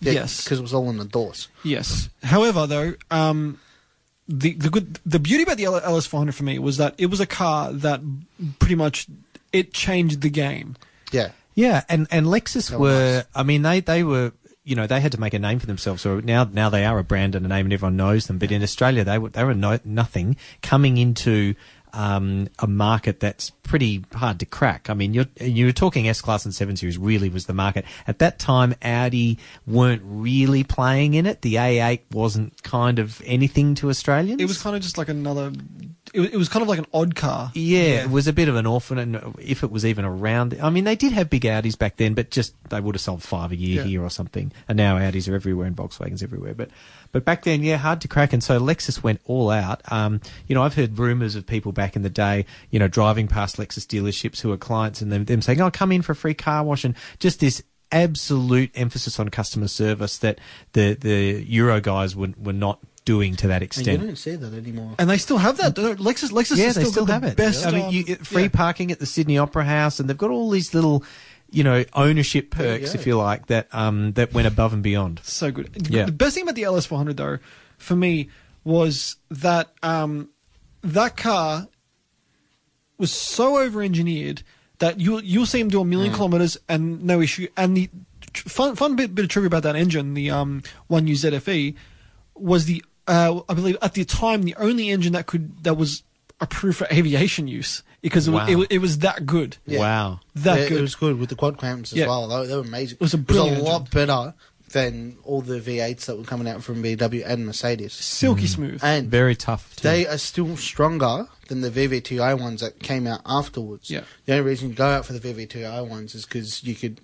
[SPEAKER 1] Yes.
[SPEAKER 3] because it was all in the doors.
[SPEAKER 1] Yes. However, though, um, the the good the beauty about the LS four hundred for me was that it was a car that pretty much it changed the game.
[SPEAKER 3] Yeah,
[SPEAKER 2] Yeah, and and Lexus
[SPEAKER 3] That was
[SPEAKER 2] were.
[SPEAKER 3] nice.
[SPEAKER 2] I mean, they they were. You know, they had to make a name for themselves. So now now they are a brand and a name, and everyone knows them. But in Australia, they were they were no, nothing coming into. Um, a market that's pretty hard to crack. I mean, you're you're talking S class and seven series really was the market at that time. Audi weren't really playing in it. The A8 wasn't kind of anything to Australians.
[SPEAKER 1] It was kind of just like another. It was, it was kind of like an odd car.
[SPEAKER 2] Yeah, it was a bit of an orphan, and if it was even around, I mean, they did have big Audis back then, but just they would have sold five a year
[SPEAKER 1] Yeah.
[SPEAKER 2] here or something. And now Audis are everywhere and Volkswagens everywhere. But but back then, yeah, hard to crack. And so Lexus went all out. Um, you know, I've heard rumours of people back in the day, you know, driving past Lexus dealerships who are clients, and them, them saying, "Oh, come in for a free car wash," and just this absolute emphasis on customer service that the the Euro guys were were not doing to that
[SPEAKER 3] and you
[SPEAKER 2] extent.
[SPEAKER 3] don't see that anymore.
[SPEAKER 1] And they still have that. don't they? Lexus, Lexus,
[SPEAKER 2] yeah,
[SPEAKER 1] has
[SPEAKER 2] they
[SPEAKER 1] still,
[SPEAKER 2] still
[SPEAKER 1] got
[SPEAKER 2] have
[SPEAKER 1] the
[SPEAKER 2] it.
[SPEAKER 1] Best,
[SPEAKER 2] I mean,
[SPEAKER 1] um,
[SPEAKER 2] you, it- free
[SPEAKER 1] yeah.
[SPEAKER 2] parking at the Sydney Opera House, and they've got all these little, you know, ownership
[SPEAKER 3] There you
[SPEAKER 2] perks,
[SPEAKER 3] go.
[SPEAKER 2] if you like, that um that went above and beyond.
[SPEAKER 1] so good.
[SPEAKER 2] Yeah.
[SPEAKER 1] The best thing about the LS400 though, for me, was that um, that car was so over-engineered that you will you'll see him do a
[SPEAKER 3] Mm.
[SPEAKER 1] million kilometers and no issue. And the tr- fun fun bit bit of trivia about that engine, the um one U ZFE, E, was the uh, I believe at the time the only engine that could that was approved for aviation use because it, was, it,
[SPEAKER 2] Wow.
[SPEAKER 1] was, it was that good.
[SPEAKER 3] Yeah.
[SPEAKER 2] Wow.
[SPEAKER 1] That
[SPEAKER 3] Yeah,
[SPEAKER 1] good.
[SPEAKER 3] It was good with the quad clamps as
[SPEAKER 1] Yeah.
[SPEAKER 3] well. They were, they were amazing.
[SPEAKER 1] It was a brilliant
[SPEAKER 3] lot better than all the V8s that were coming out from BMW and Mercedes.
[SPEAKER 1] silky smooth.
[SPEAKER 3] Mm. And
[SPEAKER 2] Very tough. Too.
[SPEAKER 3] they are still stronger than the VVTi ones that came out afterwards.
[SPEAKER 1] Yeah.
[SPEAKER 3] The only reason you go out for the VVTi ones is because you could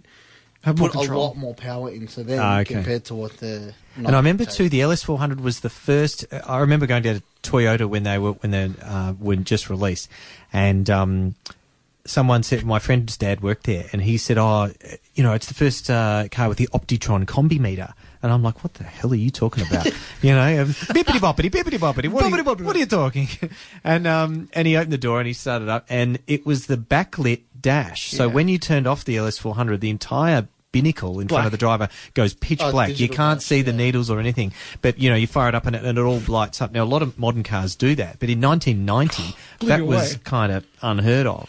[SPEAKER 1] Have more
[SPEAKER 3] put a
[SPEAKER 1] control.
[SPEAKER 3] lot more power into them
[SPEAKER 2] Ah, okay.
[SPEAKER 3] compared to what the.
[SPEAKER 2] and I remember too, the LS400 was the first. I remember going down to Toyota when they were when they uh, were just released, and um, someone said my friend's dad worked there, and he said, "Oh, you know, it's the first uh, car with the Optitron combi meter." And I'm like, "What the hell are you talking about?" you know, um, bippity boppity, bippity boppity. What, are you-
[SPEAKER 1] Boppity boppity.
[SPEAKER 2] what are you talking? and um, and he opened the door and he started up, and it was the backlit dash. So
[SPEAKER 3] Yeah.
[SPEAKER 2] when you turned off the LS400, the entire binnacle in front
[SPEAKER 1] Black.
[SPEAKER 2] of the driver goes pitch
[SPEAKER 3] Oh,
[SPEAKER 2] black. You
[SPEAKER 3] digital
[SPEAKER 2] can't
[SPEAKER 3] dash,
[SPEAKER 2] see the
[SPEAKER 3] yeah.
[SPEAKER 2] needles or anything. But you know, you fire it up and it, and it all lights up. Now a lot of modern cars do that, but in 1990,
[SPEAKER 1] Blew
[SPEAKER 2] that
[SPEAKER 1] you
[SPEAKER 2] was
[SPEAKER 1] away.
[SPEAKER 2] kind of unheard of.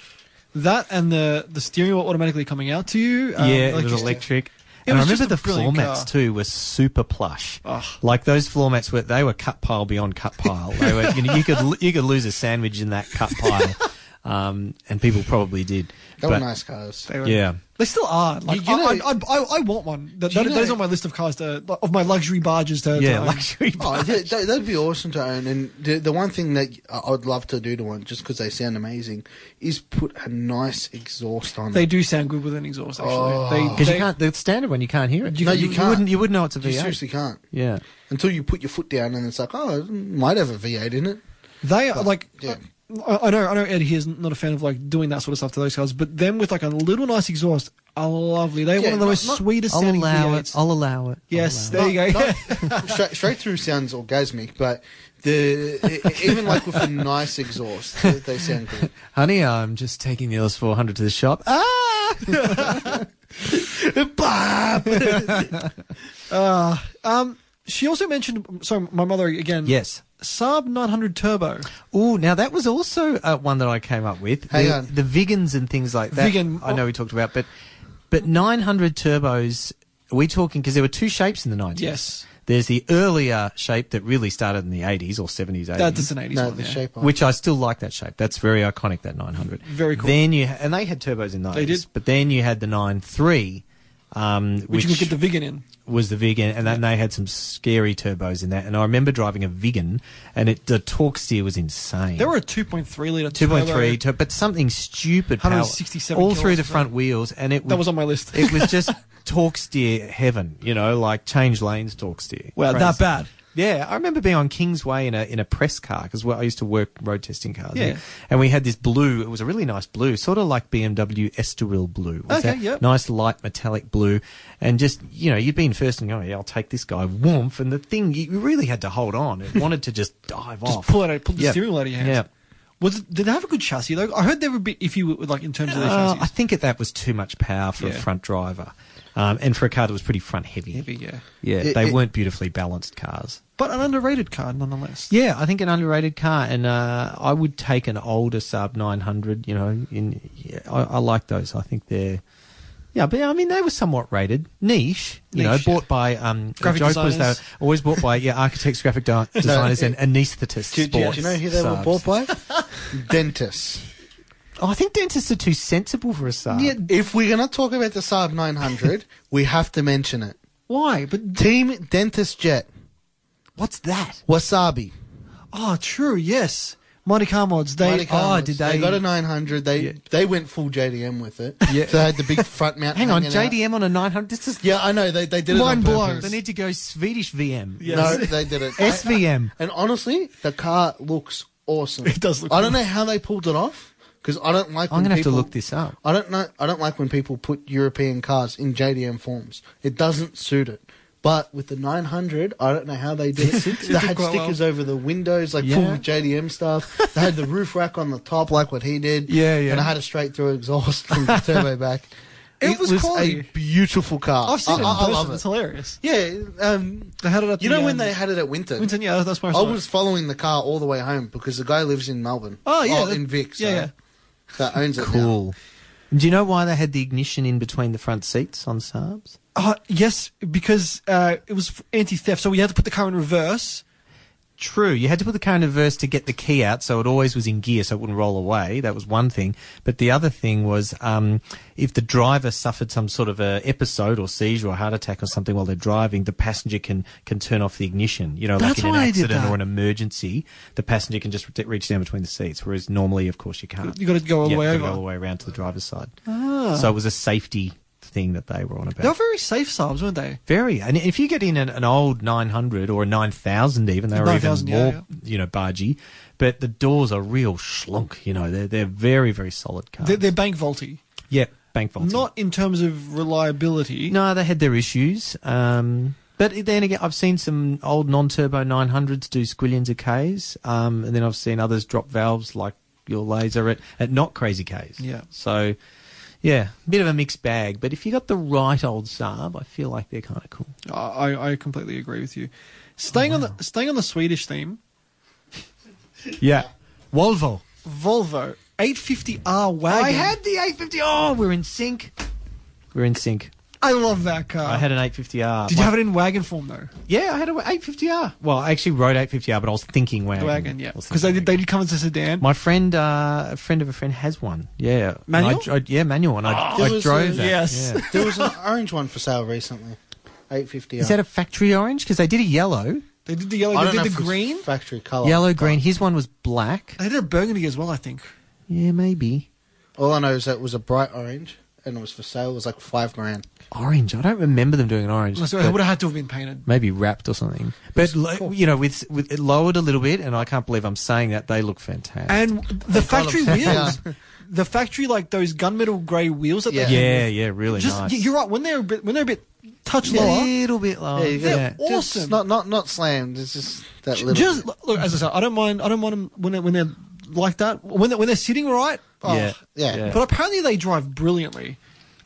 [SPEAKER 1] That and the the steering wheel automatically coming out to you. um,
[SPEAKER 2] yeah, it
[SPEAKER 1] like
[SPEAKER 2] was
[SPEAKER 1] just-
[SPEAKER 2] electric.
[SPEAKER 1] It
[SPEAKER 2] and
[SPEAKER 1] was
[SPEAKER 2] I
[SPEAKER 1] just
[SPEAKER 2] remember the
[SPEAKER 1] a
[SPEAKER 2] floor
[SPEAKER 1] brilliant
[SPEAKER 2] mats
[SPEAKER 1] car.
[SPEAKER 2] too were super plush.
[SPEAKER 1] Ugh.
[SPEAKER 2] Like those floor mats were they were cut pile beyond cut pile. They were you know you could you could lose a sandwich in that cut pile, um, and people probably did.
[SPEAKER 3] They were
[SPEAKER 2] But-
[SPEAKER 3] nice cars.
[SPEAKER 1] They were-
[SPEAKER 2] Yeah.
[SPEAKER 1] They still are. Like,
[SPEAKER 3] You- you
[SPEAKER 1] I-
[SPEAKER 3] know-
[SPEAKER 1] I, I, I, I want one. That,
[SPEAKER 3] Do you
[SPEAKER 1] that- that is
[SPEAKER 3] know-
[SPEAKER 1] on my list of cars to, of my luxury barges to. to
[SPEAKER 2] Yeah,
[SPEAKER 1] own.
[SPEAKER 2] luxury.
[SPEAKER 3] Oh, that, that, that'd be awesome to own. And the, the one thing that I- I'd love to do to one, just because they sound amazing, is put a nice exhaust on
[SPEAKER 1] They
[SPEAKER 3] it.
[SPEAKER 1] do sound good with an exhaust. Actually,
[SPEAKER 3] Oh.
[SPEAKER 1] they,
[SPEAKER 2] Because
[SPEAKER 1] they,
[SPEAKER 2] you can't the standard one you can't hear it.
[SPEAKER 3] No, you can't.
[SPEAKER 2] wouldn't you wouldn't know it's a
[SPEAKER 3] You
[SPEAKER 2] V8.
[SPEAKER 3] seriously can't.
[SPEAKER 2] Yeah.
[SPEAKER 3] until you put your foot down and it's like, oh, it might have a V8 in it.
[SPEAKER 1] They are like.
[SPEAKER 3] yeah.
[SPEAKER 1] I, I know. I know. Ed here is not a fan of like doing that sort of stuff to those cars, but them with like a little nice exhaust are lovely. They're
[SPEAKER 3] Yeah,
[SPEAKER 1] one of the
[SPEAKER 3] not-
[SPEAKER 1] most
[SPEAKER 3] not-
[SPEAKER 1] sweetest
[SPEAKER 2] I'll
[SPEAKER 1] sounding
[SPEAKER 2] allow it.
[SPEAKER 1] V8s.
[SPEAKER 2] I'll allow it.
[SPEAKER 1] yes,
[SPEAKER 2] I'll allow
[SPEAKER 1] there you go.
[SPEAKER 3] straight, straight through sounds orgasmic, but the e- even like with a nice exhaust, they- they sound good.
[SPEAKER 2] it. honey, I'm just taking the LS400 to the shop. Ah,
[SPEAKER 1] Uh, um, she also mentioned. Sorry, my mother again.
[SPEAKER 2] yes.
[SPEAKER 1] Saab 900 Turbo.
[SPEAKER 2] Oh, now that was also uh, one that I came up with.
[SPEAKER 3] Hang
[SPEAKER 2] the,
[SPEAKER 3] on.
[SPEAKER 2] the vegans and things like that.
[SPEAKER 1] Vegan.
[SPEAKER 2] I know we talked about, but but 900 turbos. Are we talking because there were two shapes in the 90s?
[SPEAKER 1] Yes.
[SPEAKER 2] There's the earlier shape that really started in the 80s or 70s, 80s.
[SPEAKER 1] That's an 80s
[SPEAKER 3] No,
[SPEAKER 1] one.
[SPEAKER 3] the
[SPEAKER 1] yeah.
[SPEAKER 3] shape. Of it.
[SPEAKER 2] which I still like that shape. That's very iconic. That 900.
[SPEAKER 1] Very cool.
[SPEAKER 2] Then you and they had turbos in those.
[SPEAKER 1] They did.
[SPEAKER 2] but then you had the 93, um,
[SPEAKER 1] Which, you could get the vegan in.
[SPEAKER 2] was the vegan, and then they had some scary turbos in that. And I remember driving a vegan, and it, the torque steer was insane.
[SPEAKER 1] There were a 2.3 liter
[SPEAKER 2] 2.3,
[SPEAKER 1] turbo.
[SPEAKER 2] tur- but something stupid, power,
[SPEAKER 1] 167
[SPEAKER 2] all through
[SPEAKER 1] kilos,
[SPEAKER 2] the front wheels, and it
[SPEAKER 1] That was on my list.
[SPEAKER 2] it was just torque steer heaven, you know, like change lanes torque steer.
[SPEAKER 1] Wow,
[SPEAKER 2] Crazy.
[SPEAKER 1] that bad.
[SPEAKER 2] Yeah, I remember being on Kingsway in a in a press car because well, I used to work road testing cars.
[SPEAKER 1] Yeah.
[SPEAKER 2] and we had this blue. It was a really nice blue, sort of like BMW Estoril blue. It was
[SPEAKER 1] Okay,
[SPEAKER 2] that
[SPEAKER 1] yep.
[SPEAKER 2] nice light metallic blue, and just you know, you'd been first and go, yeah, I'll take this guy, woomph, and the thing you really had to hold on. It wanted to just dive
[SPEAKER 1] Just
[SPEAKER 2] off.
[SPEAKER 1] pull it out, pull the
[SPEAKER 2] Yeah.
[SPEAKER 1] steering wheel out of your hands.
[SPEAKER 2] Yeah.
[SPEAKER 1] Was it, did they have a good chassis though? I heard they were a bit iffy with, like in terms of their
[SPEAKER 2] Uh,
[SPEAKER 1] chassis.
[SPEAKER 2] I think that that was too much power for a
[SPEAKER 1] Yeah.
[SPEAKER 2] front driver, um, and for a car that was pretty front heavy.
[SPEAKER 1] Heavy, yeah.
[SPEAKER 2] Yeah,
[SPEAKER 3] It-
[SPEAKER 2] they
[SPEAKER 3] it-
[SPEAKER 2] weren't beautifully balanced cars.
[SPEAKER 1] But an underrated car nonetheless.
[SPEAKER 2] Yeah, I think an underrated car, and uh, I would take an older Saab 900. You know, in yeah, I, I like those. I think they're yeah, but I mean they were somewhat rated niche. You
[SPEAKER 1] Niche,
[SPEAKER 2] know,
[SPEAKER 1] yeah.
[SPEAKER 2] bought by um, the
[SPEAKER 1] Graphic
[SPEAKER 2] joke was they were
[SPEAKER 1] designers.
[SPEAKER 2] always bought by yeah architects, graphic di- designers, and anaesthetists.
[SPEAKER 3] Do, do- do you know who they were
[SPEAKER 2] Saabs.
[SPEAKER 3] bought by? Dentists.
[SPEAKER 2] Oh, I think dentists are too sensible for a Saab.
[SPEAKER 1] Yeah.
[SPEAKER 3] If we're going to talk about the Saab 900, we have to mention it.
[SPEAKER 1] Why? But
[SPEAKER 3] Team Dentist Jet.
[SPEAKER 2] what's that?
[SPEAKER 3] Wasabi.
[SPEAKER 1] oh, true. Yes, Monte Carmods. They
[SPEAKER 3] Monte Carlos.
[SPEAKER 1] oh, did
[SPEAKER 3] They
[SPEAKER 1] they?
[SPEAKER 3] got a 900. They they went full JDM with it.
[SPEAKER 2] Yeah.
[SPEAKER 3] So they had the big front mount.
[SPEAKER 2] Hang on,
[SPEAKER 3] hanging out.
[SPEAKER 2] JDM on a 900. This is
[SPEAKER 3] Yeah, I know. They, they did it
[SPEAKER 1] Mind
[SPEAKER 3] on
[SPEAKER 1] blown.
[SPEAKER 3] purpose.
[SPEAKER 2] They need to go Swedish VM.
[SPEAKER 3] No, they did it.
[SPEAKER 2] SVM.
[SPEAKER 3] And honestly, the car looks awesome.
[SPEAKER 1] It does look
[SPEAKER 3] I don't know how they pulled it off because I don't like.
[SPEAKER 2] I'm
[SPEAKER 3] when
[SPEAKER 2] gonna have to
[SPEAKER 3] people-
[SPEAKER 2] look this up.
[SPEAKER 3] I don't know. I don't like when people put European cars in JDM forms. It doesn't suit it. But with the 900, I don't know how they did it. they had
[SPEAKER 1] quite
[SPEAKER 3] stickers over the windows, like full
[SPEAKER 2] Yeah.
[SPEAKER 3] of JDM stuff. They had the roof rack on the top, like what he did.
[SPEAKER 2] Yeah, yeah.
[SPEAKER 3] And I had a straight through exhaust from the turbo back.
[SPEAKER 1] It was
[SPEAKER 3] a
[SPEAKER 1] quality.
[SPEAKER 3] beautiful car.
[SPEAKER 1] I've seen
[SPEAKER 3] I,
[SPEAKER 1] it. In
[SPEAKER 3] I, I
[SPEAKER 1] person.
[SPEAKER 3] love
[SPEAKER 1] It's
[SPEAKER 3] it.
[SPEAKER 1] hilarious.
[SPEAKER 3] Yeah, um,
[SPEAKER 1] They had it at
[SPEAKER 3] you
[SPEAKER 1] the,
[SPEAKER 3] know when
[SPEAKER 1] um,
[SPEAKER 3] they had it at Winton.
[SPEAKER 1] Winton, yeah, that's my.
[SPEAKER 3] I was following the car all the way home because the guy lives in Melbourne.
[SPEAKER 1] Oh, yeah, that-
[SPEAKER 3] in Vic. So
[SPEAKER 1] yeah, yeah.
[SPEAKER 3] That owns it. now.
[SPEAKER 2] Cool. Do you know why they had the ignition in between the front seats on Saabs?
[SPEAKER 1] Uh, yes, because uh, it was anti theft, so we had to put the car in reverse.
[SPEAKER 2] True. You had to put the car in reverse to get the key out, so it always was in gear, so it wouldn't roll away. That was one thing. But the other thing was, um, if the driver suffered some sort of a episode or seizure or heart attack or something while they're driving, the passenger can can turn off the ignition. You know,
[SPEAKER 1] That's
[SPEAKER 2] like in
[SPEAKER 1] why
[SPEAKER 2] an
[SPEAKER 1] they did
[SPEAKER 2] accident
[SPEAKER 1] that.
[SPEAKER 2] or an emergency, the passenger can just re- reach down between the seats, whereas normally, of course, you can't.
[SPEAKER 1] You got to go all
[SPEAKER 2] Yeah,
[SPEAKER 1] the way
[SPEAKER 2] gotta
[SPEAKER 1] over.
[SPEAKER 2] go all the way around to the driver's side. So it was a safety thing that they were on about.
[SPEAKER 1] They were very safe Saabs, weren't they?
[SPEAKER 2] Very. And if you get in an, an old 900 or a 9000 even, they were even
[SPEAKER 1] 9000, yeah,
[SPEAKER 2] more,
[SPEAKER 1] yeah.
[SPEAKER 2] you know, bargy. But the doors are real schlunk, you know. They're, they're very, very solid cars.
[SPEAKER 1] They're, they're bank vaulty.
[SPEAKER 2] yeah, bank vaulting.
[SPEAKER 1] Not in terms of reliability.
[SPEAKER 2] no, they had their issues. Um, but then again, I've seen some old non-turbo 900s do squillions of Ks. Um, and then I've seen others drop valves like your laser at, at not crazy Ks.
[SPEAKER 1] Yeah.
[SPEAKER 2] So, yeah, bit of a mixed bag. But if you got the right old Saab, I feel like they're kind of cool.
[SPEAKER 1] I, I completely agree with you. Staying on the staying on the Swedish theme,
[SPEAKER 2] Yeah. Volvo.
[SPEAKER 1] Volvo 850R wagon.
[SPEAKER 2] I had the 850. Oh, we're in sync. We're in sync.
[SPEAKER 1] I love that car.
[SPEAKER 2] I had an 850R.
[SPEAKER 1] Did you have it in wagon form though?
[SPEAKER 2] Yeah, I had an 850R. Well, I actually rode 850R, but I was thinking wagon.
[SPEAKER 1] The wagon, yeah.
[SPEAKER 2] I was
[SPEAKER 1] Because they
[SPEAKER 2] thinking
[SPEAKER 1] did, they did come as a sedan.
[SPEAKER 2] wagon. My friend, uh, a friend of a friend, has one. Yeah, And
[SPEAKER 1] Manual?
[SPEAKER 2] I dro- yeah, manual, and I,
[SPEAKER 3] Oh. It
[SPEAKER 2] I
[SPEAKER 3] was,
[SPEAKER 2] drove
[SPEAKER 3] uh,
[SPEAKER 2] that.
[SPEAKER 1] yes.
[SPEAKER 2] Yeah.
[SPEAKER 3] There was an orange one for sale recently. 850.
[SPEAKER 2] Is that a factory orange? Because they did a yellow,
[SPEAKER 1] They did the yellow. They did the green.
[SPEAKER 3] factory color.
[SPEAKER 2] yellow, green. His one was black.
[SPEAKER 1] They did a burgundy as well, I think.
[SPEAKER 2] Yeah, maybe
[SPEAKER 3] All I know is that it was a bright orange and it was for sale. It was like five grand.
[SPEAKER 2] orange. I don't remember them doing an orange.
[SPEAKER 1] So
[SPEAKER 2] but-
[SPEAKER 1] it would have had to have been painted.
[SPEAKER 2] maybe wrapped or something. But lo- you know, with with it lowered a little bit, and I can't believe I'm saying that they look fantastic.
[SPEAKER 1] And the factory
[SPEAKER 3] colours.
[SPEAKER 1] wheels, the factory like those gunmetal grey wheels that
[SPEAKER 3] Yeah.
[SPEAKER 1] they came
[SPEAKER 2] yeah,
[SPEAKER 1] with,
[SPEAKER 2] yeah, really
[SPEAKER 1] just
[SPEAKER 2] nice.
[SPEAKER 1] y- you're right when they're a bit when they're a bit touch
[SPEAKER 2] a
[SPEAKER 1] lower.
[SPEAKER 2] little bit lower.
[SPEAKER 3] Yeah, you
[SPEAKER 1] They're
[SPEAKER 3] got-
[SPEAKER 2] yeah.
[SPEAKER 1] awesome.
[SPEAKER 3] Just not not not slammed. It's just that little.
[SPEAKER 1] Just
[SPEAKER 3] bit.
[SPEAKER 1] look, as I said, I don't mind. I don't mind them when they're, when they're like that. When they're, when they're sitting right, oh,
[SPEAKER 2] Yeah.
[SPEAKER 3] yeah.
[SPEAKER 2] Yeah.
[SPEAKER 1] But apparently they drive brilliantly.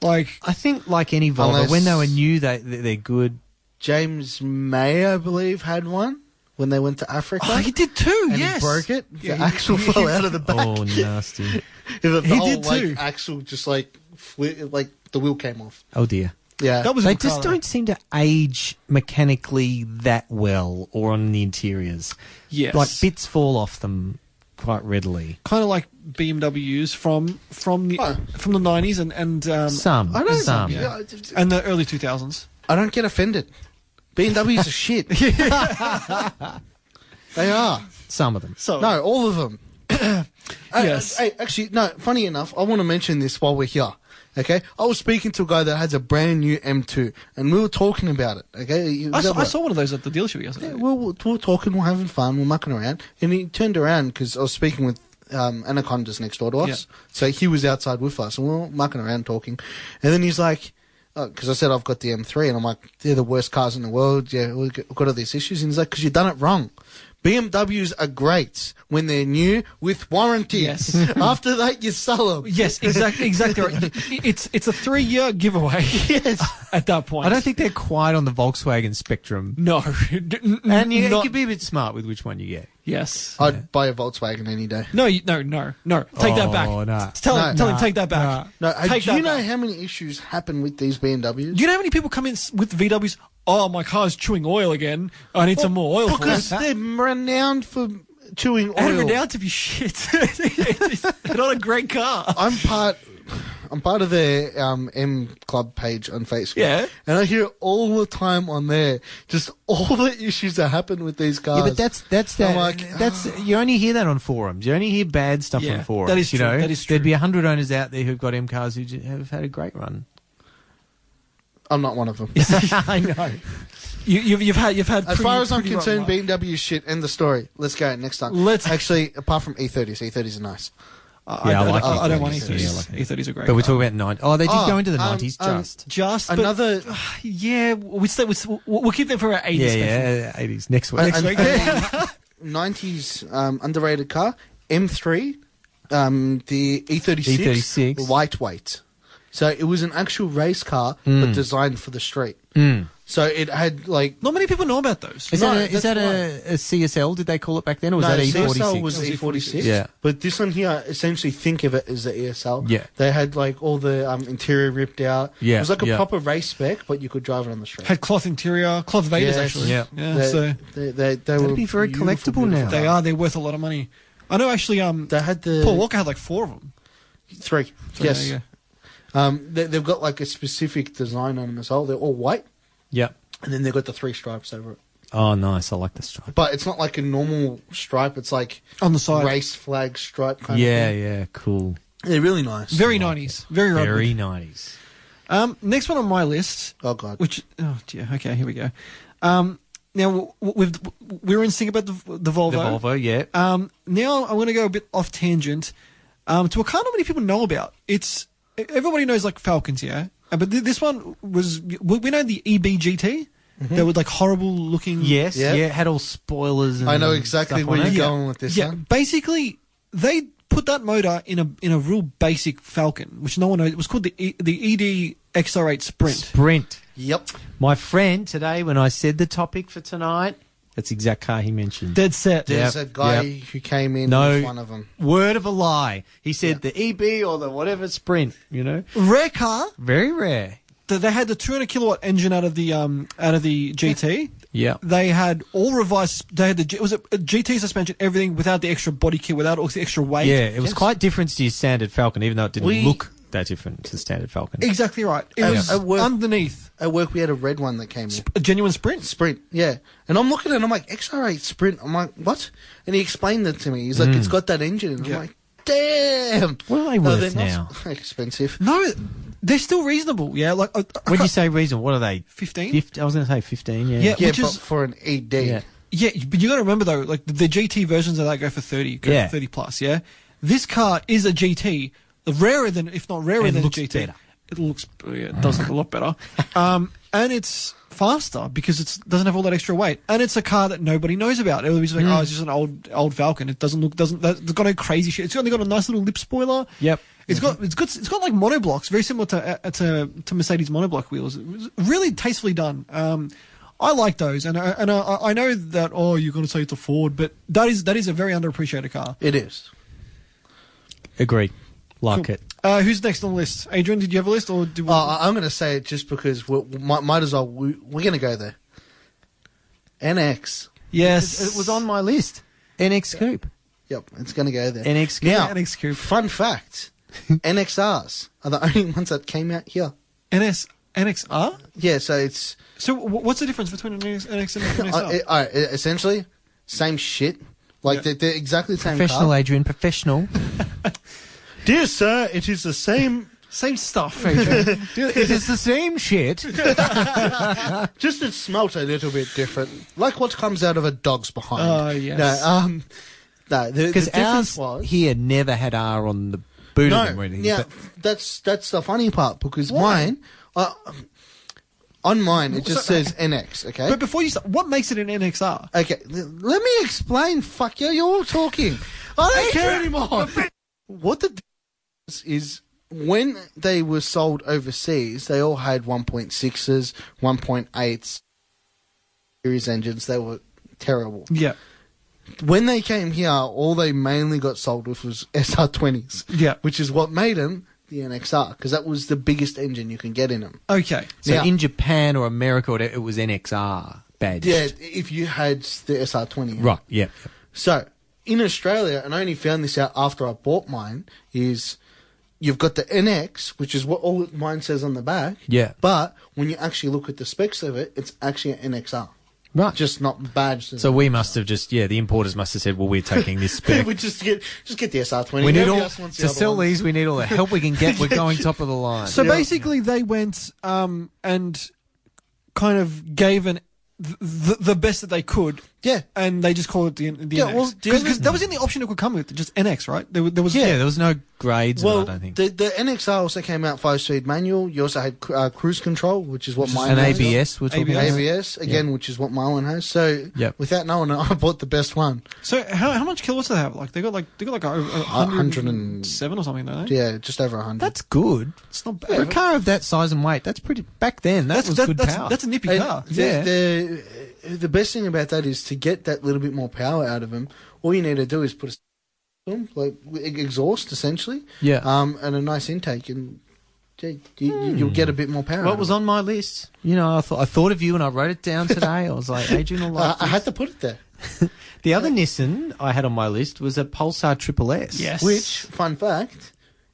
[SPEAKER 1] Like
[SPEAKER 2] I think, like any Volvo,
[SPEAKER 3] Unless-
[SPEAKER 2] when they were new, they they- they're good.
[SPEAKER 3] James May, I believe, had one when they went to Africa.
[SPEAKER 1] oh, he did too.
[SPEAKER 3] and
[SPEAKER 1] yes,
[SPEAKER 3] he broke it.
[SPEAKER 1] Yeah,
[SPEAKER 3] the
[SPEAKER 1] he-
[SPEAKER 3] axle fell out of the back.
[SPEAKER 2] Oh, nasty!
[SPEAKER 3] The
[SPEAKER 1] He
[SPEAKER 3] whole,
[SPEAKER 1] did too.
[SPEAKER 3] Like, axle just like flew, like the wheel came off.
[SPEAKER 2] Oh dear.
[SPEAKER 3] Yeah,
[SPEAKER 1] That was
[SPEAKER 2] They
[SPEAKER 1] a good
[SPEAKER 2] just
[SPEAKER 1] car, though.
[SPEAKER 2] don't seem to age mechanically that well, or on the interiors.
[SPEAKER 1] Yes.
[SPEAKER 2] like bits fall off them quite readily.
[SPEAKER 1] kind of like BMWs from from the
[SPEAKER 3] Oh.
[SPEAKER 1] from the nineties and and um,
[SPEAKER 2] Some,
[SPEAKER 3] I don't.
[SPEAKER 2] some.
[SPEAKER 3] yeah, I-
[SPEAKER 1] and the early two thousands.
[SPEAKER 3] I don't get offended. BMWs are shit. they are.
[SPEAKER 2] Some of them.
[SPEAKER 1] So
[SPEAKER 3] No, all of them. Uh,
[SPEAKER 1] Oh. Yes.
[SPEAKER 3] Hey, actually, no. Funny enough, I want to mention this while we're here. Okay, I was speaking to a guy that has a brand new M2, and we were talking about it. Okay, He was
[SPEAKER 1] I
[SPEAKER 3] at
[SPEAKER 1] saw, I
[SPEAKER 3] work.
[SPEAKER 1] saw one of those at the dealership yesterday.
[SPEAKER 3] Yeah, well, we're, we're talking, we're having fun, we're mucking around, and he turned around because I was speaking with um, Anaconda's next door to us,
[SPEAKER 1] Yeah.
[SPEAKER 3] so he was outside with us, and we are mucking around talking, and then he's like, because I said I've got the M3, and I'm like, they're the worst cars in the world. Yeah, we've got we've got all these issues, and he's like, because you've done it wrong. BMWs are great when they're new with warranty.
[SPEAKER 1] Yes.
[SPEAKER 3] After that, you sell them.
[SPEAKER 1] Yes, exactly, exactly right. It's it's a three year giveaway. Yes, at that point,
[SPEAKER 2] I don't think they're quite on the Volkswagen spectrum.
[SPEAKER 1] No, N-
[SPEAKER 2] And you, you
[SPEAKER 1] not-
[SPEAKER 2] could be a bit smart with which one you get.
[SPEAKER 1] yes.
[SPEAKER 3] I'd buy a Volkswagen any day.
[SPEAKER 1] no, you, no, no, no. Take that
[SPEAKER 2] Oh,
[SPEAKER 1] back.
[SPEAKER 2] nah.
[SPEAKER 1] Tell him,
[SPEAKER 3] No.
[SPEAKER 1] tell him,
[SPEAKER 2] Nah.
[SPEAKER 1] take that back.
[SPEAKER 3] No, uh,
[SPEAKER 1] take
[SPEAKER 3] do you
[SPEAKER 1] that
[SPEAKER 3] know
[SPEAKER 1] back.
[SPEAKER 3] how many issues happen with these BMWs?
[SPEAKER 1] Do you know how many people come in s- with VWs? Oh, my car's chewing oil again. I need some more oil for it.
[SPEAKER 3] Because they're renowned for chewing
[SPEAKER 1] And
[SPEAKER 3] oil.
[SPEAKER 1] renowned to be shit. They're not a great car.
[SPEAKER 3] I'm part. I'm part of the um, M Club page on Facebook.
[SPEAKER 1] Yeah.
[SPEAKER 3] and I hear all the time on there just all the issues that happen with these cars.
[SPEAKER 2] Yeah, but that's that's
[SPEAKER 3] I'm
[SPEAKER 2] that.
[SPEAKER 3] like, "Ah."
[SPEAKER 2] that's you only hear that on forums. You only hear bad stuff
[SPEAKER 1] Yeah,
[SPEAKER 2] on forums.
[SPEAKER 1] that is
[SPEAKER 2] you
[SPEAKER 1] true,
[SPEAKER 2] know?
[SPEAKER 1] that is
[SPEAKER 2] There'd
[SPEAKER 1] true.
[SPEAKER 2] be hundred owners out there who've got M cars who j- have had a great run.
[SPEAKER 3] I'm not one of them.
[SPEAKER 2] I know.
[SPEAKER 1] You, you've, you've had, you've had.
[SPEAKER 3] As
[SPEAKER 1] pretty-
[SPEAKER 3] far as I'm
[SPEAKER 1] pretty rough
[SPEAKER 3] concerned,
[SPEAKER 1] life.
[SPEAKER 3] BMW is shit. End the story. Let's go next time.
[SPEAKER 1] Let's-
[SPEAKER 3] actually, apart from E E30s, E30s are nice.
[SPEAKER 1] I,
[SPEAKER 2] Yeah, I
[SPEAKER 1] I,
[SPEAKER 2] like
[SPEAKER 1] I, I don't want E
[SPEAKER 2] E30s.
[SPEAKER 1] E30s.
[SPEAKER 2] Yeah, I like E30s.
[SPEAKER 1] E30s are great.
[SPEAKER 2] But we're
[SPEAKER 1] car.
[SPEAKER 2] talking about nine. Oh, they did
[SPEAKER 3] Oh,
[SPEAKER 2] go into the
[SPEAKER 3] um,
[SPEAKER 2] nineties
[SPEAKER 3] um,
[SPEAKER 2] just.
[SPEAKER 1] just but-
[SPEAKER 3] Another
[SPEAKER 1] Yeah, we stay, we we'll, we'll keep them for our 80s.
[SPEAKER 2] yeah,
[SPEAKER 1] special.
[SPEAKER 2] yeah, eighties next week.
[SPEAKER 1] Next
[SPEAKER 3] an-
[SPEAKER 1] week.
[SPEAKER 3] an- 90s um, underrated car, M3, um, the
[SPEAKER 2] E
[SPEAKER 3] E36,
[SPEAKER 2] E36.
[SPEAKER 3] lightweight. So it was an actual race car,
[SPEAKER 2] Hmm.
[SPEAKER 3] but designed for the street. So it had like
[SPEAKER 1] Not many people know about those.
[SPEAKER 2] Mm. Is
[SPEAKER 3] No,
[SPEAKER 2] that, a, is
[SPEAKER 3] that's
[SPEAKER 2] that a, a CSL? Did they call it back then, or was
[SPEAKER 3] no,
[SPEAKER 2] that E forty
[SPEAKER 3] CSL
[SPEAKER 2] six?
[SPEAKER 3] was
[SPEAKER 1] It was
[SPEAKER 3] E46.
[SPEAKER 1] E46.
[SPEAKER 2] Yeah.
[SPEAKER 3] But this one here, essentially, think of it as the ESL.
[SPEAKER 2] Yeah.
[SPEAKER 3] They had like all the um, interior ripped out.
[SPEAKER 2] Yeah,
[SPEAKER 3] It was like a
[SPEAKER 2] yeah.
[SPEAKER 3] proper race spec, but you could drive it on the street.
[SPEAKER 1] Had cloth interior, cloth Vegas,
[SPEAKER 3] Yes.
[SPEAKER 1] actually.
[SPEAKER 2] Yeah.
[SPEAKER 1] yeah
[SPEAKER 3] they,
[SPEAKER 1] so
[SPEAKER 3] they, they, they
[SPEAKER 2] That'd
[SPEAKER 3] were
[SPEAKER 2] be very
[SPEAKER 3] beautiful,
[SPEAKER 2] collectible
[SPEAKER 3] beautiful
[SPEAKER 2] now.
[SPEAKER 1] they
[SPEAKER 3] cars.
[SPEAKER 1] are. They're worth a lot of money. I know, actually, um,
[SPEAKER 3] They had the
[SPEAKER 1] Paul Walker had like four of them.
[SPEAKER 3] three.
[SPEAKER 1] So,
[SPEAKER 3] yes.
[SPEAKER 1] yeah.
[SPEAKER 3] Um, they, they've got like a specific design on them as well. They're all white,
[SPEAKER 2] Yep.
[SPEAKER 3] and then they've got the three stripes over it.
[SPEAKER 2] Oh, nice. I like the stripe.
[SPEAKER 3] But it's not like a normal stripe. It's like
[SPEAKER 1] On the side.
[SPEAKER 3] race flag stripe kind
[SPEAKER 2] Yeah,
[SPEAKER 3] of thing.
[SPEAKER 2] yeah, cool.
[SPEAKER 3] They're really nice.
[SPEAKER 1] Very 90s. Very rugby.
[SPEAKER 2] Very nineties.
[SPEAKER 1] Um, next one on my list,
[SPEAKER 3] Oh god.
[SPEAKER 1] which oh dear, okay, here we go. Um, now w- w- we've w- we were in sync about the, the Volvo.
[SPEAKER 2] The Volvo, yeah.
[SPEAKER 1] Um, now I'm going to go a bit off tangent um, to a car not many people know about. It's e, everybody knows like Falcons, yeah, Uh, but th- this one was we, we know the E EBGT. They were like horrible looking.
[SPEAKER 2] Mm-hmm. yes,
[SPEAKER 3] yeah.
[SPEAKER 2] yeah. Had all spoilers. And
[SPEAKER 3] I know exactly
[SPEAKER 2] stuff
[SPEAKER 3] where
[SPEAKER 2] on
[SPEAKER 3] you're
[SPEAKER 2] it.
[SPEAKER 3] going with this
[SPEAKER 1] yeah,
[SPEAKER 3] one.
[SPEAKER 1] basically they put that motor in a in a real basic Falcon, which no one knows. It was called the e, the ED XR8 Sprint.
[SPEAKER 2] Sprint.
[SPEAKER 3] Yep.
[SPEAKER 2] My friend today, when I said the topic for tonight, that's the exact car he mentioned.
[SPEAKER 1] Dead set.
[SPEAKER 3] There's
[SPEAKER 2] Yep,
[SPEAKER 3] a guy
[SPEAKER 2] yep.
[SPEAKER 3] who came in
[SPEAKER 2] No.
[SPEAKER 3] with one of them.
[SPEAKER 2] Word of a lie. He said the EB or the whatever Sprint. You know,
[SPEAKER 1] Rare car.
[SPEAKER 2] very rare.
[SPEAKER 1] Th- They had the 200 kilowatt engine out of the um out of the GT.
[SPEAKER 2] Yeah.
[SPEAKER 1] They had all revised. They had the G- was it a GT suspension, everything without the extra body kit, without all the extra weight.
[SPEAKER 2] Yeah, it was
[SPEAKER 1] Yes.
[SPEAKER 2] quite different to your standard Falcon, even though it didn't
[SPEAKER 3] We-
[SPEAKER 2] look that different to the standard Falcon.
[SPEAKER 1] exactly right. It
[SPEAKER 3] Yeah.
[SPEAKER 1] was
[SPEAKER 3] It worked.
[SPEAKER 1] underneath
[SPEAKER 3] At work, we had a red one that came in.
[SPEAKER 1] a genuine sprint.
[SPEAKER 3] Sprint, yeah. And I'm looking at it, I'm like, XR8 Sprint. I'm like, what? And he explained it to me. He's like, it's got that engine. And
[SPEAKER 1] Yeah.
[SPEAKER 3] I'm like, damn.
[SPEAKER 2] Mm. What are they
[SPEAKER 3] No,
[SPEAKER 2] worth
[SPEAKER 3] they're
[SPEAKER 2] now?
[SPEAKER 3] not expensive.
[SPEAKER 1] No, they're still reasonable. Yeah, like uh, uh,
[SPEAKER 2] When you say reason, what are they?
[SPEAKER 1] 15?
[SPEAKER 2] Fif- I was going to say 15, yeah.
[SPEAKER 1] Yeah.
[SPEAKER 3] Yeah,
[SPEAKER 1] Which
[SPEAKER 3] but
[SPEAKER 1] is-
[SPEAKER 3] for an E ED.
[SPEAKER 2] Yeah.
[SPEAKER 1] yeah, but you got to remember though, like the GT versions of that go for 30, go
[SPEAKER 2] Yeah.
[SPEAKER 1] for 30 plus. Yeah, this car is a GT, rarer than if not rarer
[SPEAKER 2] And
[SPEAKER 1] than
[SPEAKER 2] looks
[SPEAKER 1] GT.
[SPEAKER 2] better.
[SPEAKER 1] It looks, yeah, it does look a lot better. Um, and it's faster because it doesn't have all that extra weight, and it's a car that nobody knows about. It would be just like,
[SPEAKER 2] Hmm.
[SPEAKER 1] oh, it's just an old old Falcon. It doesn't look doesn't. That, it's got no crazy shit. It's only got a nice little lip spoiler.
[SPEAKER 2] Yep.
[SPEAKER 3] Mm-hmm.
[SPEAKER 1] It's got it's got it's got like monoblocks, very similar to uh, to to Mercedes monoblock wheels. It was really tastefully done. Um, I like those, and I- and I, I know that oh you're going to say it's a Ford, but that is that is a very underappreciated car.
[SPEAKER 3] It is.
[SPEAKER 2] Agree. Like it.
[SPEAKER 1] Uh, who's next on the list? Adrian, did you have a list or do we,
[SPEAKER 3] Uh, I- I'm going to say it just because we we might, might as well. We, we're going to go there. NX.
[SPEAKER 1] yes,
[SPEAKER 2] It was on my list. NX Coupe.
[SPEAKER 3] Yep, it's going to go there.
[SPEAKER 2] NX
[SPEAKER 3] now,
[SPEAKER 1] NX Cube.
[SPEAKER 3] fun fact: NXRs are the only ones that came out here.
[SPEAKER 1] NS NXR.
[SPEAKER 3] Yeah, so it's
[SPEAKER 1] So wh- what's the difference between an NX, NX and an
[SPEAKER 3] uh,
[SPEAKER 1] NXR?
[SPEAKER 3] it- uh, essentially same shit. Like
[SPEAKER 1] Yeah.
[SPEAKER 3] they're, they're exactly the same.
[SPEAKER 2] Professional,
[SPEAKER 3] car.
[SPEAKER 2] Adrian, professional.
[SPEAKER 3] Dear sir, it is the same.
[SPEAKER 1] Same stuff. Adrian.
[SPEAKER 2] it is the same shit.
[SPEAKER 3] Just it smelt a little bit different, like what comes out of a dog's behind.
[SPEAKER 1] Oh, yes.
[SPEAKER 3] No, um, no. The, the
[SPEAKER 2] Because
[SPEAKER 3] difference
[SPEAKER 2] ours
[SPEAKER 3] was
[SPEAKER 2] here never had R on the boot of them or anything.
[SPEAKER 3] Yeah,
[SPEAKER 2] but-
[SPEAKER 3] that's that's the funny part because
[SPEAKER 1] Why?
[SPEAKER 3] mine, uh, on mine it just
[SPEAKER 1] So-
[SPEAKER 3] says NX. Okay.
[SPEAKER 1] but before you start, what makes it an NXR?
[SPEAKER 3] okay. l- let me explain. Fuck you. You're all talking. I don't care anymore. What the d- is, is when they were sold overseas, they all had 1.6s, 1.8s series engines. They were terrible.
[SPEAKER 1] Yeah,
[SPEAKER 3] When they came here, all they mainly got sold with was SR20s.
[SPEAKER 1] yeah.
[SPEAKER 3] which is what made them the NXR because that was the biggest engine you can get in them.
[SPEAKER 1] Okay.
[SPEAKER 2] so
[SPEAKER 3] yeah.
[SPEAKER 2] in Japan or America, or whatever, it was NXR badged.
[SPEAKER 3] Yeah, if you had the SR20.
[SPEAKER 2] Right, yeah.
[SPEAKER 3] So in Australia, and I only found this out after I bought mine, is you've got the NX, which is what all mine says on the back.
[SPEAKER 2] Yeah.
[SPEAKER 3] But when you actually look at the specs of it, it's actually an NXR,
[SPEAKER 2] Right.
[SPEAKER 3] just not badged. as
[SPEAKER 2] so
[SPEAKER 3] an
[SPEAKER 2] we
[SPEAKER 3] NXR.
[SPEAKER 2] must have just, yeah, the importers must have said, well, we're taking this spec.
[SPEAKER 3] we just get just get the SR20.
[SPEAKER 2] we need
[SPEAKER 3] Nobody
[SPEAKER 2] all,
[SPEAKER 3] else wants the
[SPEAKER 2] to
[SPEAKER 3] other
[SPEAKER 2] sell
[SPEAKER 3] ones.
[SPEAKER 2] these, we need all the help we can get. We're going top of the line.
[SPEAKER 1] So
[SPEAKER 3] Yeah.
[SPEAKER 1] basically, they went um, and kind of gave an th- th- the best that they could,
[SPEAKER 3] Yeah.
[SPEAKER 1] and they just called it the, the
[SPEAKER 3] Yeah,
[SPEAKER 1] NX.
[SPEAKER 3] well, the
[SPEAKER 1] because
[SPEAKER 3] other-
[SPEAKER 1] that was in the option it could come with, just NX, right? There, wa- there was
[SPEAKER 2] yeah. there was no grades,
[SPEAKER 3] Well,
[SPEAKER 2] in it, I don't think.
[SPEAKER 3] the, the NXR also came out five speed manual. You also had cru- uh, cruise control, which is what mine
[SPEAKER 2] An
[SPEAKER 3] was.
[SPEAKER 2] ABS, we're talking
[SPEAKER 1] ABS.
[SPEAKER 2] about.
[SPEAKER 3] ABS again, which is what my one has. So
[SPEAKER 2] Yep.
[SPEAKER 3] without knowing it, I bought the best one.
[SPEAKER 1] So how how much kilowatts do they have? Like they got like they got like a, a hundred
[SPEAKER 3] hundred
[SPEAKER 1] and
[SPEAKER 3] and-
[SPEAKER 1] seven or something, don't they?
[SPEAKER 3] Yeah, just over hundred.
[SPEAKER 2] That's good.
[SPEAKER 1] It's not
[SPEAKER 2] For a
[SPEAKER 1] bad.
[SPEAKER 2] car of that size and weight, that's pretty. Back then, that
[SPEAKER 1] That's
[SPEAKER 2] was
[SPEAKER 1] that-
[SPEAKER 2] good
[SPEAKER 1] that's,
[SPEAKER 2] power.
[SPEAKER 1] that's a nippy
[SPEAKER 3] And
[SPEAKER 1] car.
[SPEAKER 3] the,
[SPEAKER 2] Yeah.
[SPEAKER 3] the the best thing about that is to get that little bit more power out of them. All you need to do is put a system, like e- exhaust essentially,
[SPEAKER 2] yeah.
[SPEAKER 3] um, and a nice intake, and yeah, you, you- you'll get a bit more power. out
[SPEAKER 2] what
[SPEAKER 3] of
[SPEAKER 2] was
[SPEAKER 3] it.
[SPEAKER 2] on my list? You know, I thought I thought of you and I wrote it down today. I was like, Adrian will
[SPEAKER 3] I,
[SPEAKER 2] like
[SPEAKER 3] I
[SPEAKER 2] this.
[SPEAKER 3] had to put it there.
[SPEAKER 2] The other Nissan I had on my list was a Pulsar Triple S.
[SPEAKER 1] Yes.
[SPEAKER 3] Which, fun fact,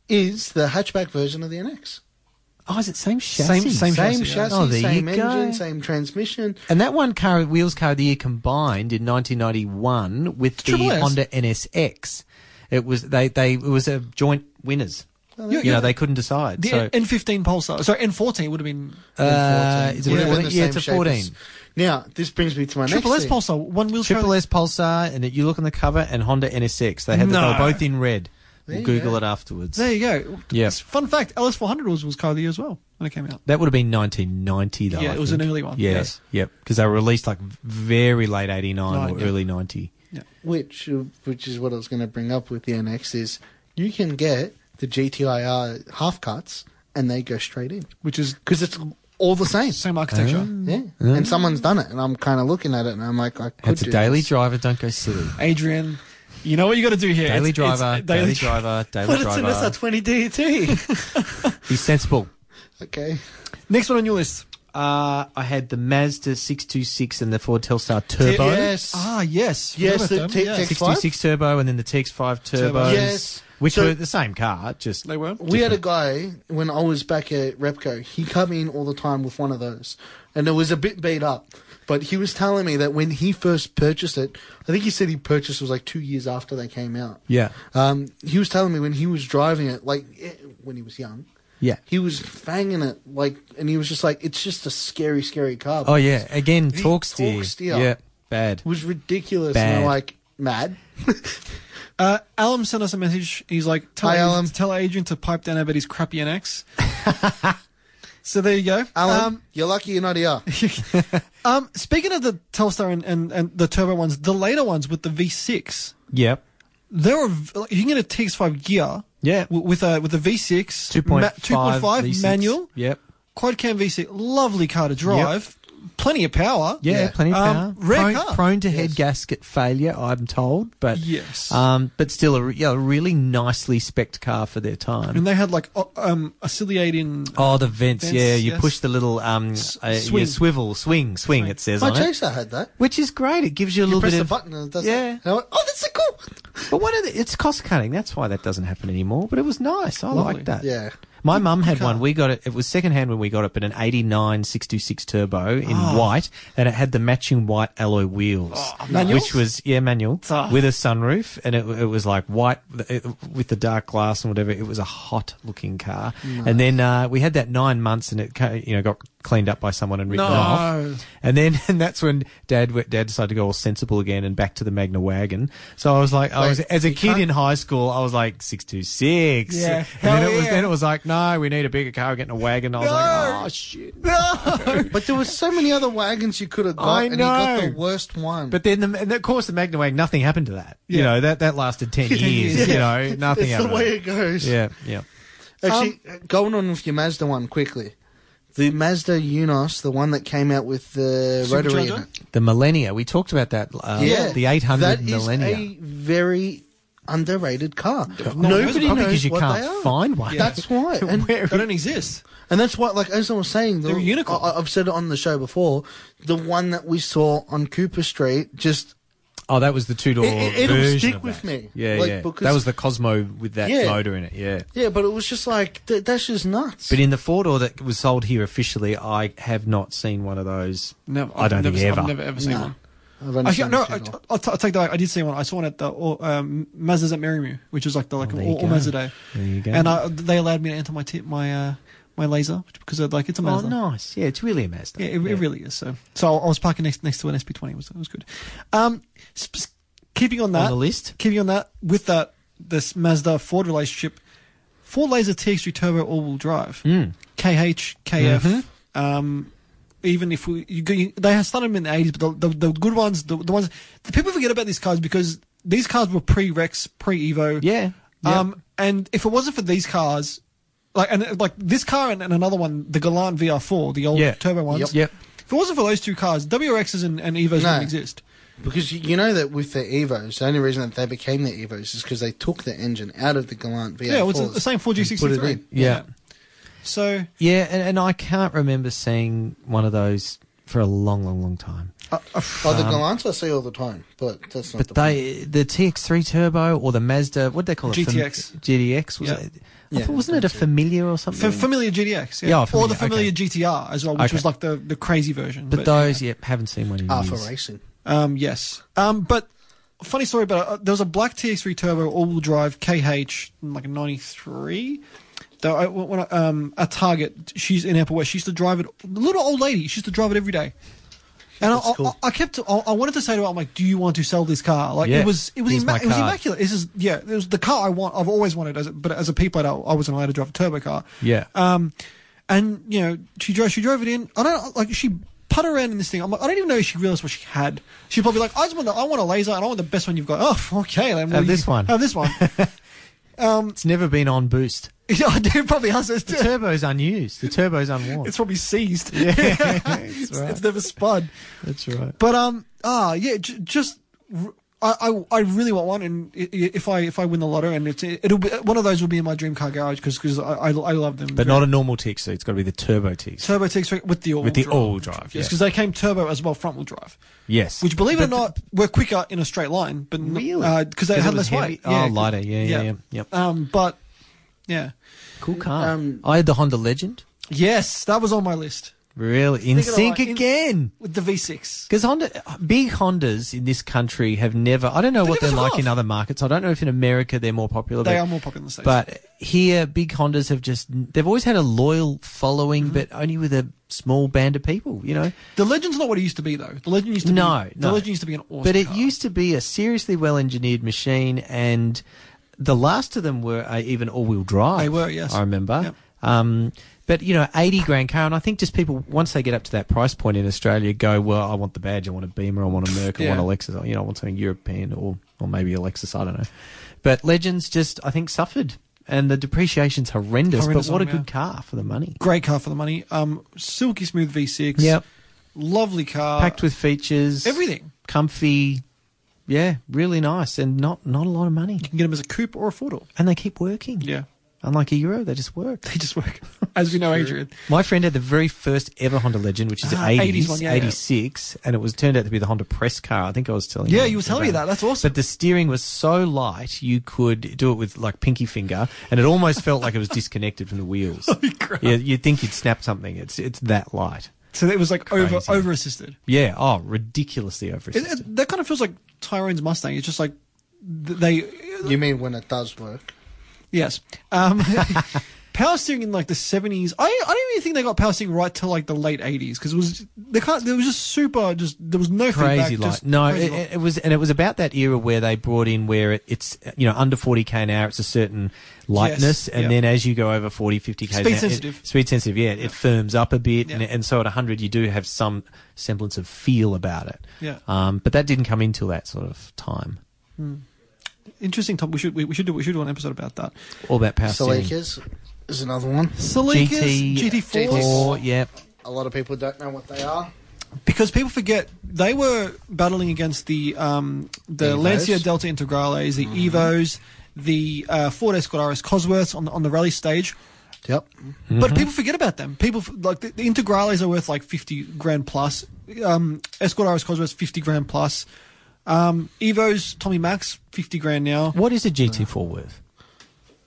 [SPEAKER 3] is the hatchback version of the NX.
[SPEAKER 2] Oh, is it
[SPEAKER 1] Same-
[SPEAKER 2] same chassis?
[SPEAKER 1] same
[SPEAKER 3] Same
[SPEAKER 1] chassis, yeah.
[SPEAKER 3] chassis,
[SPEAKER 2] Oh, there you
[SPEAKER 3] same
[SPEAKER 2] go.
[SPEAKER 3] engine, same transmission.
[SPEAKER 2] And that one car, wheels car of the year combined in 1991 with the
[SPEAKER 1] Triple S.
[SPEAKER 2] Honda NSX. It was they they it was a joint winners.
[SPEAKER 3] Oh,
[SPEAKER 2] you
[SPEAKER 1] yeah.
[SPEAKER 2] know, they couldn't decide.
[SPEAKER 1] The
[SPEAKER 2] so
[SPEAKER 1] N15 Pulsar, so N14 would have been
[SPEAKER 2] uh, is it
[SPEAKER 3] Would
[SPEAKER 2] a
[SPEAKER 3] have
[SPEAKER 2] 14?
[SPEAKER 3] been the
[SPEAKER 2] Yeah,
[SPEAKER 3] same
[SPEAKER 2] it's a
[SPEAKER 3] shape as-
[SPEAKER 2] 14.
[SPEAKER 3] Now, this brings me to my
[SPEAKER 1] triple
[SPEAKER 3] next
[SPEAKER 1] S
[SPEAKER 3] thing.
[SPEAKER 1] Pulsar, one wheel
[SPEAKER 2] Triple S Pulsar, and it, you look on the cover, and Honda NSX. They had the, they
[SPEAKER 1] No.
[SPEAKER 2] were both in red. We'll
[SPEAKER 3] There you
[SPEAKER 2] Google
[SPEAKER 3] go.
[SPEAKER 2] it afterwards.
[SPEAKER 1] There you go.
[SPEAKER 2] Yeah.
[SPEAKER 1] Fun fact: LS400 was was car of the year as well when it came out.
[SPEAKER 2] That would have been 1990, though.
[SPEAKER 1] Yeah,
[SPEAKER 2] I
[SPEAKER 1] it was
[SPEAKER 2] think.
[SPEAKER 1] an early one,
[SPEAKER 2] Yeah,
[SPEAKER 1] yes.
[SPEAKER 2] yep. Because they were released like very late '89
[SPEAKER 1] Nine,
[SPEAKER 2] or
[SPEAKER 1] yeah.
[SPEAKER 2] early '90.
[SPEAKER 3] Which, uh, which is what I was going to bring up with the NX is you can get the GTIR half cuts and they go straight in
[SPEAKER 1] Which is
[SPEAKER 3] because it's all the same.
[SPEAKER 1] same architecture.
[SPEAKER 3] Yeah, and someone's done it, and I'm kind of looking at it, and I'm like, I could
[SPEAKER 2] Mm. It's a
[SPEAKER 3] do
[SPEAKER 2] daily
[SPEAKER 3] this.
[SPEAKER 2] driver. Don't go silly.
[SPEAKER 1] Adrian, you know what you got to do here.
[SPEAKER 2] Daily
[SPEAKER 1] It's- it's-
[SPEAKER 2] driver,
[SPEAKER 1] daily
[SPEAKER 2] daily,
[SPEAKER 1] dri-
[SPEAKER 2] driver, daily
[SPEAKER 1] But it's an
[SPEAKER 2] driver.
[SPEAKER 1] SR20 DT.
[SPEAKER 2] Be sensible.
[SPEAKER 3] Okay,
[SPEAKER 1] Next one on your list.
[SPEAKER 2] Uh, I had the Mazda 626 and the Ford Telstar Turbo.
[SPEAKER 3] yes,
[SPEAKER 1] Ah, yes.
[SPEAKER 3] Yes,
[SPEAKER 1] Forgot
[SPEAKER 3] the
[SPEAKER 1] about them,
[SPEAKER 3] t-
[SPEAKER 1] yes.
[SPEAKER 3] t-
[SPEAKER 2] 626 Turbo and then the TX5 Turbo.
[SPEAKER 3] Yes.
[SPEAKER 2] Which
[SPEAKER 3] So-
[SPEAKER 2] were the same car, just.
[SPEAKER 1] they were.
[SPEAKER 3] We had a guy when I was back at Repco. He come in all the time with one of those, and it was a bit beat up. But he was telling me that when he first purchased it, I think he said he purchased it was like two years after they came out.
[SPEAKER 2] Yeah.
[SPEAKER 3] Um, he was telling me when he was driving it, like eh, when he was young,
[SPEAKER 2] Yeah.
[SPEAKER 3] he was fanging it like, and he was just like, "It's just a scary, scary car."
[SPEAKER 2] Oh, yeah. Again,
[SPEAKER 3] The
[SPEAKER 2] talk steer.
[SPEAKER 3] Talksteer.
[SPEAKER 2] Yeah. Bad.
[SPEAKER 3] It was ridiculous. And
[SPEAKER 2] Bad.
[SPEAKER 3] I'm like, mad.
[SPEAKER 1] Uh, Alum sent us a message. He's like, tell,
[SPEAKER 3] Hi,
[SPEAKER 1] Adrian,
[SPEAKER 3] Alum.
[SPEAKER 1] tell Adrian to pipe down about his crappy NX. so there you go.
[SPEAKER 3] Alan, you're lucky you're not here.
[SPEAKER 1] Um, um, speaking of the Telstar and, and, and the turbo ones, the later ones with the V6,
[SPEAKER 2] Yep.
[SPEAKER 1] there are, v- like, you can get a TX5 gear
[SPEAKER 2] Yeah.
[SPEAKER 1] w- with a with a V6,
[SPEAKER 2] 2.5,
[SPEAKER 1] ma- 2.5
[SPEAKER 2] V6.
[SPEAKER 1] manual,
[SPEAKER 2] Yep.
[SPEAKER 1] quad cam V6, lovely car to drive, plenty of power.
[SPEAKER 2] Yeah,
[SPEAKER 3] Yeah.
[SPEAKER 2] plenty of
[SPEAKER 1] Um,
[SPEAKER 2] power.
[SPEAKER 1] rare
[SPEAKER 2] prone,
[SPEAKER 1] car.
[SPEAKER 2] prone to
[SPEAKER 3] Yes.
[SPEAKER 2] head gasket failure, I'm told, but
[SPEAKER 1] Yes.
[SPEAKER 2] um, but still a re- yeah, a really nicely spec'd car for their time.
[SPEAKER 1] And they had like o- um, oscillating.
[SPEAKER 2] Oh, the vents!
[SPEAKER 1] Vents,
[SPEAKER 2] yeah, you
[SPEAKER 1] yes.
[SPEAKER 2] push the little um, uh, yeah,
[SPEAKER 1] swing.
[SPEAKER 2] swivel, swing, swing. It says
[SPEAKER 3] My
[SPEAKER 2] on it,
[SPEAKER 3] chaser had that.
[SPEAKER 2] which is great. It gives you a
[SPEAKER 3] You
[SPEAKER 2] little
[SPEAKER 3] press
[SPEAKER 2] bit
[SPEAKER 3] the
[SPEAKER 2] of
[SPEAKER 3] button and it does
[SPEAKER 2] Yeah.
[SPEAKER 3] that. And I went, oh, that's so cool.
[SPEAKER 2] But what are the, it's cost cutting. That's why that doesn't happen anymore. But it was nice. I
[SPEAKER 1] Lovely.
[SPEAKER 2] like that.
[SPEAKER 3] Yeah.
[SPEAKER 2] My mum had
[SPEAKER 1] car.
[SPEAKER 2] one. We got it. It was secondhand when we got it, but an 89 626 turbo in
[SPEAKER 1] Oh.
[SPEAKER 2] white, and it had the matching white alloy wheels,
[SPEAKER 1] Oh, manual?
[SPEAKER 2] which was yeah manual
[SPEAKER 1] Ah.
[SPEAKER 2] with a sunroof, and it, it was like white it- with the dark glass and whatever. It was a hot looking car, and then uh, we had that nine months, and it ca- you know got cleaned up by someone and written
[SPEAKER 1] No.
[SPEAKER 2] off, and then and that's when dad went- dad decided to go all sensible again and back to the Magna wagon. So I was like, I
[SPEAKER 3] Wait,
[SPEAKER 2] was as a
[SPEAKER 3] you
[SPEAKER 2] kid
[SPEAKER 3] can't-
[SPEAKER 2] in high school, I was like six two six,
[SPEAKER 1] Yeah.
[SPEAKER 2] and then
[SPEAKER 1] Hell
[SPEAKER 2] it was
[SPEAKER 1] yeah.
[SPEAKER 2] then it was like, no, we need a bigger car, we're getting a wagon. I was like, oh shit.
[SPEAKER 3] But there were so many other wagons you could have got,
[SPEAKER 2] I
[SPEAKER 3] and you got
[SPEAKER 2] know.
[SPEAKER 3] the worst one.
[SPEAKER 2] But then, the, and of course, the Magna wagon, nothing happened to that. You
[SPEAKER 1] Yeah.
[SPEAKER 2] know, that, that lasted 10 years,
[SPEAKER 1] years.
[SPEAKER 2] you know, nothing
[SPEAKER 3] it's the
[SPEAKER 2] happened.
[SPEAKER 3] way it goes.
[SPEAKER 2] yeah, yeah.
[SPEAKER 3] Actually, going on with your Mazda one quickly. The Mazda Unos, the one that came out with the rotary in
[SPEAKER 1] Supercharger?
[SPEAKER 3] it.
[SPEAKER 2] The millennia, we talked about that. Uh, The 800
[SPEAKER 3] That is
[SPEAKER 2] millennia.
[SPEAKER 3] a very underrated car.
[SPEAKER 1] Probably
[SPEAKER 3] Nobody
[SPEAKER 2] Probably
[SPEAKER 3] knows
[SPEAKER 2] because you
[SPEAKER 3] what
[SPEAKER 2] can't
[SPEAKER 3] they are.
[SPEAKER 2] find one.
[SPEAKER 3] That's why, and,
[SPEAKER 2] Where-
[SPEAKER 1] They don't exist.
[SPEAKER 3] and that's why. Like as I was saying, the,
[SPEAKER 1] They're a unicorn.
[SPEAKER 3] I, I've said it on the show before. The one that we saw on Cooper Street, just
[SPEAKER 2] oh, that was the two door
[SPEAKER 3] It- it- it'll
[SPEAKER 2] version
[SPEAKER 3] stick
[SPEAKER 2] of
[SPEAKER 3] with
[SPEAKER 2] that.
[SPEAKER 3] me.
[SPEAKER 2] Yeah,
[SPEAKER 3] Like,
[SPEAKER 2] yeah.
[SPEAKER 3] because-
[SPEAKER 2] That was the Cosmo with that
[SPEAKER 3] Yeah.
[SPEAKER 2] motor in it, yeah.
[SPEAKER 3] yeah, but it was just like th- that's just nuts.
[SPEAKER 2] But in the four door that was sold here officially, I have not seen one of those.
[SPEAKER 1] No,
[SPEAKER 2] I don't
[SPEAKER 1] I've never,
[SPEAKER 2] think ever.
[SPEAKER 1] I've never ever seen
[SPEAKER 3] No.
[SPEAKER 1] one.
[SPEAKER 3] I've only
[SPEAKER 1] Actually,
[SPEAKER 3] seen
[SPEAKER 1] no,
[SPEAKER 3] the
[SPEAKER 1] I,
[SPEAKER 3] single.
[SPEAKER 1] I'll, t- I'll take that. back. I did see one. I saw one at the all, um, Mazda's at Merrimew, which is like the like
[SPEAKER 2] Oh, there you
[SPEAKER 1] all, all
[SPEAKER 2] go.
[SPEAKER 1] Mazda day.
[SPEAKER 2] There you go.
[SPEAKER 1] And I, they allowed me to enter my t- my uh, my laser because I'd like it's a
[SPEAKER 2] Oh,
[SPEAKER 1] Mazda.
[SPEAKER 2] nice. Yeah, it's really a Mazda.
[SPEAKER 1] Yeah, it, it really is. So, so I was parking next next to an SP20. It was it was good. Um, sp- s- keeping on that
[SPEAKER 2] On the list?
[SPEAKER 1] keeping on that with that this Mazda Ford relationship, Ford Laser TX3 Turbo all wheel drive,
[SPEAKER 2] Mm.
[SPEAKER 1] KH KF.
[SPEAKER 2] Mm-hmm.
[SPEAKER 1] Um, even if we you, go- you, they had started them in the eighties, but the, the, the good ones, the, the ones the people forget about these cars because these cars were pre Rex, pre Evo.
[SPEAKER 2] Yeah. Yeah.
[SPEAKER 1] Um, and if it wasn't for these cars, like and uh, like this car and, and another one, the Galant VR4, the old
[SPEAKER 2] Yeah.
[SPEAKER 1] turbo ones.
[SPEAKER 3] Yep.
[SPEAKER 2] Yep.
[SPEAKER 1] If it wasn't for those two cars, WRXs and, and Evos
[SPEAKER 3] No.
[SPEAKER 1] wouldn't exist.
[SPEAKER 3] Because you, you know that with the Evos, the only reason that they became the Evos is because they took the engine out of the Galant VR.
[SPEAKER 1] Yeah, it was the- the same 4G63.
[SPEAKER 3] Put it in.
[SPEAKER 2] Yeah.
[SPEAKER 1] So
[SPEAKER 2] Yeah, and, and I can't remember seeing one of those for a long, long, long time.
[SPEAKER 3] Oh, the
[SPEAKER 1] Um,
[SPEAKER 3] Galants I see all the time, but that's not.
[SPEAKER 2] But
[SPEAKER 3] the point.
[SPEAKER 2] they, the TX3 Turbo or the Mazda, what did they call it?
[SPEAKER 1] GTX.
[SPEAKER 2] Fam- GTX was
[SPEAKER 1] Yeah.
[SPEAKER 2] it? I
[SPEAKER 3] Yeah,
[SPEAKER 2] thought, wasn't it a
[SPEAKER 3] that's it.
[SPEAKER 2] familiar or something?
[SPEAKER 1] F- familiar GDX, yeah,
[SPEAKER 2] Yeah,
[SPEAKER 1] or the familiar
[SPEAKER 2] Familiar, okay.
[SPEAKER 1] GTR as well, which
[SPEAKER 2] Okay.
[SPEAKER 1] was like the, the crazy version.
[SPEAKER 2] but those, yep, haven't seen one in
[SPEAKER 3] Ah,
[SPEAKER 2] years.
[SPEAKER 3] for racing.
[SPEAKER 1] um, yes, um, but funny story about it. Uh, There was a black TX3 turbo all-wheel drive KH in like a '93. Though I, when I, um, at Target, she's in Apple West. She used to drive it. Little old lady, she used to drive it every day. And I,
[SPEAKER 3] That's cool.
[SPEAKER 1] I, I kept. I, I wanted to say to her, "I'm like, do you want to sell this car? Like,
[SPEAKER 2] Yeah.
[SPEAKER 1] it was, it was,
[SPEAKER 2] Here's my
[SPEAKER 1] imma- it was
[SPEAKER 2] card.
[SPEAKER 1] immaculate. This is, yeah, it was the car I want. I've always wanted, as a, but as a people, I, I wasn't allowed to drive a turbo car.
[SPEAKER 2] Yeah.
[SPEAKER 1] Um, and you know, she drove. She drove it in. I don't like she put around in this thing. I'm like, I don't even know if she realized what she had. She'd probably like, I just want the, I want a laser, and I want the best one you've got. Oh, okay, then
[SPEAKER 2] Have
[SPEAKER 1] well,
[SPEAKER 2] this one.
[SPEAKER 1] Have this one.
[SPEAKER 2] it's never been on boost.
[SPEAKER 1] yeah, I do probably has this.
[SPEAKER 2] The turbo's unused. The turbo's unworn.
[SPEAKER 1] It's probably seized. Yeah, it's, it's never spun.
[SPEAKER 2] That's right.
[SPEAKER 1] But um, ah, yeah, j- just r- I, I I really want one, and i- i- if I if I win the lotto, and it's it'll be one of those will be in my dream car garage because because I, I I love them.
[SPEAKER 2] But not a normal TX3. It's got to be the turbo TX.
[SPEAKER 1] turbo TX with the all
[SPEAKER 2] With the
[SPEAKER 1] drive.
[SPEAKER 2] all-wheel drive,
[SPEAKER 1] yes,
[SPEAKER 2] yeah.
[SPEAKER 1] because they came turbo as well, front wheel drive.
[SPEAKER 2] Yes.
[SPEAKER 1] Which, believe it or not, were quicker in a straight line, but
[SPEAKER 2] Really?
[SPEAKER 1] because they
[SPEAKER 2] Because it
[SPEAKER 1] had
[SPEAKER 2] was
[SPEAKER 1] less
[SPEAKER 2] heavy?
[SPEAKER 1] weight.
[SPEAKER 2] Oh, lighter. Yeah, yeah, yeah. Yep.
[SPEAKER 1] Um, but yeah,
[SPEAKER 2] cool car.
[SPEAKER 3] Um,
[SPEAKER 2] I had the Honda Legend.
[SPEAKER 1] yes, that was on my list
[SPEAKER 2] Really? In
[SPEAKER 1] Think of the
[SPEAKER 2] sync
[SPEAKER 1] line- in-
[SPEAKER 2] again.
[SPEAKER 1] with the V6.
[SPEAKER 2] Because Honda, big Hondas in this country have never. I don't know what
[SPEAKER 1] never
[SPEAKER 2] they're
[SPEAKER 1] took
[SPEAKER 2] like in
[SPEAKER 1] off.
[SPEAKER 2] other markets. I don't know if in America they're more popular.
[SPEAKER 1] They
[SPEAKER 2] but,
[SPEAKER 1] are more popular in the states.
[SPEAKER 2] But here, big Hondas have just. They've always had a loyal
[SPEAKER 1] Mm-hmm.
[SPEAKER 2] following, but only with a small band of people. You know.
[SPEAKER 1] The legend's not what it used to be, though. The legend used to
[SPEAKER 2] no,
[SPEAKER 1] be,
[SPEAKER 2] no.
[SPEAKER 1] the legend used to be an awesome.
[SPEAKER 2] But it
[SPEAKER 1] car.
[SPEAKER 2] used to be a seriously well engineered machine, and the last of them were uh, even all wheel drive.
[SPEAKER 1] They were, yes.
[SPEAKER 2] I remember.
[SPEAKER 1] Yep.
[SPEAKER 2] Um, but you know, eighty grand car, and I think just people once they get up to that price point in Australia, go well. I want the badge. I want a Beamer. I want a Merc. I
[SPEAKER 1] Yeah.
[SPEAKER 2] want a Lexus. You know, I want something European or or maybe a Lexus. I don't know. But Legends just I think suffered, and the depreciation's horrendous.
[SPEAKER 1] Horrendous
[SPEAKER 2] but what a
[SPEAKER 1] on 'em,
[SPEAKER 2] good car for the money.
[SPEAKER 1] great car for the money. Um, silky smooth V6.
[SPEAKER 2] Yep.
[SPEAKER 1] Lovely car.
[SPEAKER 2] Packed with features,
[SPEAKER 1] Uh, everything.
[SPEAKER 2] comfy. Yeah, really nice, and not not a lot of money.
[SPEAKER 1] You can get them as a coupe or a four door.
[SPEAKER 2] and they keep working.
[SPEAKER 1] Yeah.
[SPEAKER 2] Unlike a Euro, they just work.
[SPEAKER 1] They just work, as we know, Adrian.
[SPEAKER 2] My friend had the very first ever Honda Legend, which is
[SPEAKER 1] Ah,
[SPEAKER 2] 80s,
[SPEAKER 1] 80s one, yeah, yeah.
[SPEAKER 2] 86, and it was turned out to be the Honda press car. I think I was telling you.
[SPEAKER 1] Yeah, you were telling me that. That's awesome.
[SPEAKER 2] But the steering was so light, you could do it with like pinky finger, and it almost felt like it was disconnected from the wheels. yeah, you'd think you'd snap something. It's it's that light.
[SPEAKER 1] So it was like over
[SPEAKER 2] Crazy.
[SPEAKER 1] over assisted.
[SPEAKER 2] Yeah. Oh, ridiculously over.
[SPEAKER 1] It, it, that kind of feels like Tyrone's Mustang. It's just like th- they
[SPEAKER 3] You mean when it does work?
[SPEAKER 1] Yes. Um, power steering in like the seventies. I I don't even think they got power steering right till like the late eighties because it was they can't. It was just super. Just there was no
[SPEAKER 2] crazy
[SPEAKER 1] feedback,
[SPEAKER 2] light.
[SPEAKER 1] just
[SPEAKER 2] No,
[SPEAKER 1] crazy
[SPEAKER 2] it,
[SPEAKER 1] light.
[SPEAKER 2] it- it was, and it was about that era where they brought in where it, it's you know under forty k an hour, it's a certain lightness, and
[SPEAKER 1] yeah.
[SPEAKER 2] then as you go over 40, 50 k,
[SPEAKER 1] Speed sensitive.
[SPEAKER 2] speed sensitive, yeah, it firms up a bit, and,
[SPEAKER 1] Yeah.
[SPEAKER 2] and so at hundred you do have some semblance of feel about it.
[SPEAKER 1] Yeah.
[SPEAKER 2] um, but that didn't come until that sort of time.
[SPEAKER 1] Interesting. Tom, we should we, we should do we should do an episode about that.
[SPEAKER 2] All about power steering.
[SPEAKER 3] Salikas is another one.
[SPEAKER 1] Salikas, GT fours,
[SPEAKER 2] four, yep.
[SPEAKER 3] A lot of people don't know what they are.
[SPEAKER 1] because people forget they were battling against the um, the
[SPEAKER 3] Evos. Mm-hmm.
[SPEAKER 1] Lancia Delta Integrales, the Evos, the uh, Ford Escort RS Cosworths on the, on the rally stage.
[SPEAKER 3] Yep. Mm-hmm.
[SPEAKER 1] But people forget about them. People f- like the, the Integrales are worth like fifty grand plus. Um, Escort RS Cosworth's fifty grand plus. Um, Evos Tommy Max fifty grand now.
[SPEAKER 2] What is a GT four worth?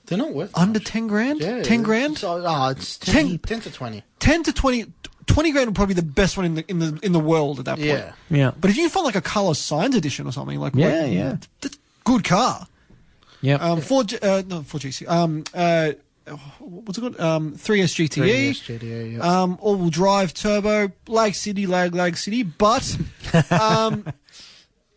[SPEAKER 3] They're not worth
[SPEAKER 1] Under ten grand.
[SPEAKER 3] Yeah,
[SPEAKER 1] ten
[SPEAKER 3] It's,
[SPEAKER 1] grand.
[SPEAKER 3] oh, it's 10,
[SPEAKER 1] Ten-
[SPEAKER 3] 10 to 20.
[SPEAKER 1] Ten to 20, 20 grand would probably be the best one in the in the in the world at that point.
[SPEAKER 3] Yeah.
[SPEAKER 2] Yeah,
[SPEAKER 1] But if you can find like a color science edition or something like
[SPEAKER 2] Yeah,
[SPEAKER 1] like,
[SPEAKER 2] yeah.
[SPEAKER 1] that's a good car.
[SPEAKER 2] yeah.
[SPEAKER 1] Um, Ford, G- uh, no, Ford GC. Um, uh, what's it called? Um, 3S GTE.
[SPEAKER 3] 3S GTE, yeah.
[SPEAKER 1] Um, all-wheel drive, turbo, lag city, lag, lag city. But um,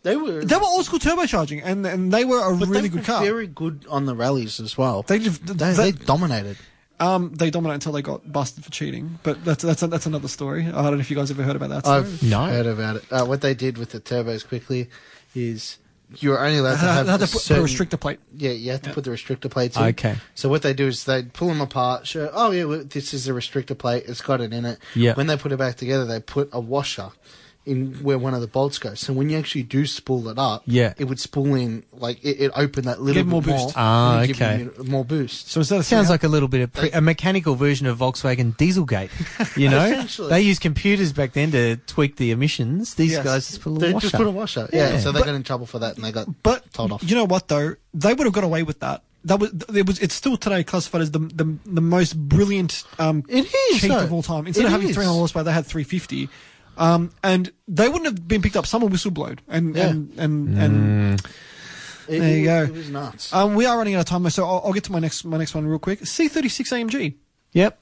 [SPEAKER 3] They were,
[SPEAKER 1] they were old school turbocharging, and and they were a
[SPEAKER 3] but
[SPEAKER 1] really
[SPEAKER 3] they were
[SPEAKER 1] good car.
[SPEAKER 3] very good on the rallies as well.
[SPEAKER 1] They just-
[SPEAKER 3] they,
[SPEAKER 1] they-
[SPEAKER 3] they dominated.
[SPEAKER 1] um, they dominate until they got busted for cheating. But that's that's that's another story. I don't know if you guys ever heard about that. Story.
[SPEAKER 3] I've
[SPEAKER 2] No.
[SPEAKER 3] heard about it. Uh, what they did with the turbos quickly is you were only allowed
[SPEAKER 1] They had-
[SPEAKER 3] to have
[SPEAKER 1] Uh, they had
[SPEAKER 3] a
[SPEAKER 1] to put
[SPEAKER 3] certain-
[SPEAKER 1] a restrictor plate.
[SPEAKER 3] Yeah, you have to
[SPEAKER 1] Yeah.
[SPEAKER 3] put the restrictor plates in.
[SPEAKER 2] Okay.
[SPEAKER 3] So what they do is they pull them apart. Show, oh yeah, well, this is a restrictor plate. It's got it in it.
[SPEAKER 2] Yeah.
[SPEAKER 3] When they put it back together, they put a washer in where one of the bolts goes. So when you actually do spool it up,
[SPEAKER 2] Yeah.
[SPEAKER 3] it would spool in like it, it opened that little
[SPEAKER 1] Give
[SPEAKER 3] bit
[SPEAKER 1] more
[SPEAKER 3] more
[SPEAKER 1] boost.
[SPEAKER 2] Ah,
[SPEAKER 3] and it'd give
[SPEAKER 2] okay.
[SPEAKER 3] you more boost.
[SPEAKER 1] So instead of
[SPEAKER 2] Sounds like a little bit of pre- a mechanical version of Volkswagen Dieselgate. You know,
[SPEAKER 3] Essentially.
[SPEAKER 2] they used computers back then to tweak the emissions. These
[SPEAKER 1] Yes.
[SPEAKER 2] guys just put a
[SPEAKER 3] They
[SPEAKER 2] little
[SPEAKER 3] just
[SPEAKER 2] washer.
[SPEAKER 3] put a washer. Yeah.
[SPEAKER 2] Yeah.
[SPEAKER 3] So they
[SPEAKER 1] But-
[SPEAKER 3] got in trouble for that, and they got
[SPEAKER 1] But
[SPEAKER 3] told off.
[SPEAKER 1] you know what though, they would have got away with that. That was it was it's still today classified as the the, the most brilliant um
[SPEAKER 3] It is,
[SPEAKER 1] cheat
[SPEAKER 3] though.
[SPEAKER 1] of all time. Instead
[SPEAKER 3] It
[SPEAKER 1] of having
[SPEAKER 3] is.
[SPEAKER 1] 300 horsepower, they had 350. Um, and they wouldn't have been picked up. Someone whistleblowed, and
[SPEAKER 3] Yeah.
[SPEAKER 1] and and, and
[SPEAKER 3] It-
[SPEAKER 1] There you
[SPEAKER 3] it,
[SPEAKER 1] go.
[SPEAKER 3] It was nuts.
[SPEAKER 1] um, we are running out of time, so I'll, I'll get to my next my next one real quick. C36 AMG.
[SPEAKER 2] Yep,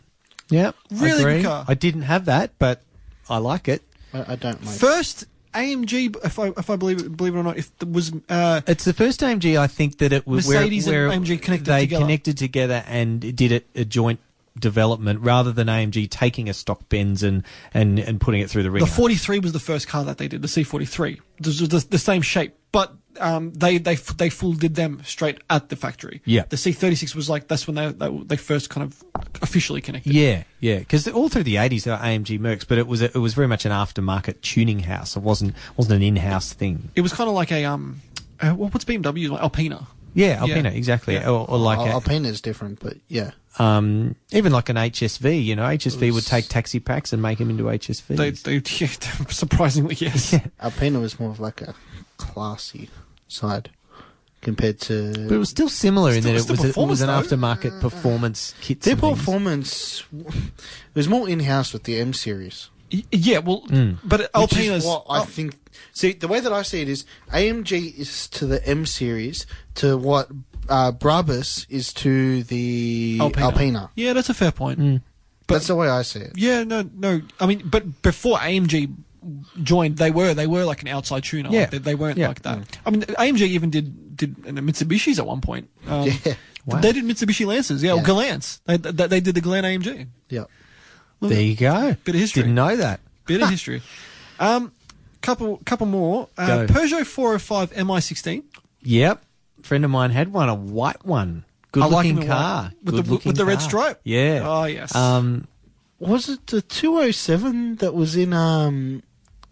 [SPEAKER 2] yep.
[SPEAKER 1] Really good
[SPEAKER 2] Agree.
[SPEAKER 1] car.
[SPEAKER 2] I didn't have that, but I like it.
[SPEAKER 3] I, I don't like.
[SPEAKER 1] First AMG, if I if I believe it, believe it or not, if there was uh,
[SPEAKER 2] It's the first AMG I think that it was
[SPEAKER 1] Mercedes and
[SPEAKER 2] where,
[SPEAKER 1] AMG connected
[SPEAKER 2] they
[SPEAKER 1] together.
[SPEAKER 2] connected together and did it a joint development rather than AMG taking a stock Benz and and and putting it through the ringer.
[SPEAKER 1] The 43 was the first car that they did, the C43. This was the, the same shape, but um, they they f- they full did them straight at the factory.
[SPEAKER 2] Yeah.
[SPEAKER 1] The C36 was like that's when they they, they first kind of officially connected.
[SPEAKER 2] Yeah, yeah, because all through the eighties there were AMG Mercs, but it was a, it was very much an aftermarket tuning house. It wasn't wasn't an in house thing.
[SPEAKER 1] It was kind of like a um, uh, what- what's BMW like Alpina?
[SPEAKER 2] Yeah, Alpina, exactly,
[SPEAKER 1] Yeah.
[SPEAKER 2] Or, or like
[SPEAKER 3] Al-
[SPEAKER 2] a,
[SPEAKER 3] Alpina's different, but yeah.
[SPEAKER 2] um, even like an HSV. You know, HSV would
[SPEAKER 3] was-
[SPEAKER 2] take taxi packs and make them into HSVs.
[SPEAKER 1] They they yeah, surprisingly yes.
[SPEAKER 3] Alpina was more of like a classy side compared to.
[SPEAKER 2] but it was still similar
[SPEAKER 1] Still-
[SPEAKER 2] in that
[SPEAKER 1] it's
[SPEAKER 2] it
[SPEAKER 1] the
[SPEAKER 2] was, a, it was an
[SPEAKER 1] performance, though.
[SPEAKER 2] aftermarket performance kit.
[SPEAKER 3] Their
[SPEAKER 2] and things.
[SPEAKER 3] performance it was more in house with the M series.
[SPEAKER 1] Y- Yeah, well,
[SPEAKER 2] Mm.
[SPEAKER 1] but
[SPEAKER 3] which is
[SPEAKER 1] Alpina's
[SPEAKER 3] what I
[SPEAKER 1] Al-
[SPEAKER 3] think. See, the way that I see it is AMG is to the M series to what uh, Brabus is to the Alpina.
[SPEAKER 1] Yeah, that's a fair point.
[SPEAKER 2] Mm.
[SPEAKER 3] That's the way I see it.
[SPEAKER 1] Yeah, no, no. I mean, but before AMG joined, they were they were like an outside tuner.
[SPEAKER 2] Yeah.
[SPEAKER 1] Like, they, they weren't
[SPEAKER 2] Yeah.
[SPEAKER 1] like that. I mean, AMG even did did and the Mitsubishi's at one point. Um,
[SPEAKER 3] Yeah.
[SPEAKER 2] Wow.
[SPEAKER 1] They did Mitsubishi Lancers, yeah, or
[SPEAKER 3] Yeah.
[SPEAKER 1] Galants. They, they they did the Galant AMG.
[SPEAKER 3] Yeah.
[SPEAKER 1] Look
[SPEAKER 2] There
[SPEAKER 1] at-
[SPEAKER 2] you go.
[SPEAKER 1] Bit of history.
[SPEAKER 2] Didn't know that.
[SPEAKER 1] Bit of history. Um, couple couple more. Uh,
[SPEAKER 2] Go.
[SPEAKER 1] Peugeot 405 MI16.
[SPEAKER 2] Yep, friend of mine had one, a white one. Good
[SPEAKER 1] I like
[SPEAKER 2] looking
[SPEAKER 1] them in white.
[SPEAKER 2] car.
[SPEAKER 1] With the-
[SPEAKER 2] Good looking
[SPEAKER 1] with the red
[SPEAKER 2] car.
[SPEAKER 1] stripe?
[SPEAKER 2] Yeah.
[SPEAKER 1] Oh, yes.
[SPEAKER 2] Um,
[SPEAKER 3] Was it the 207 that was in um,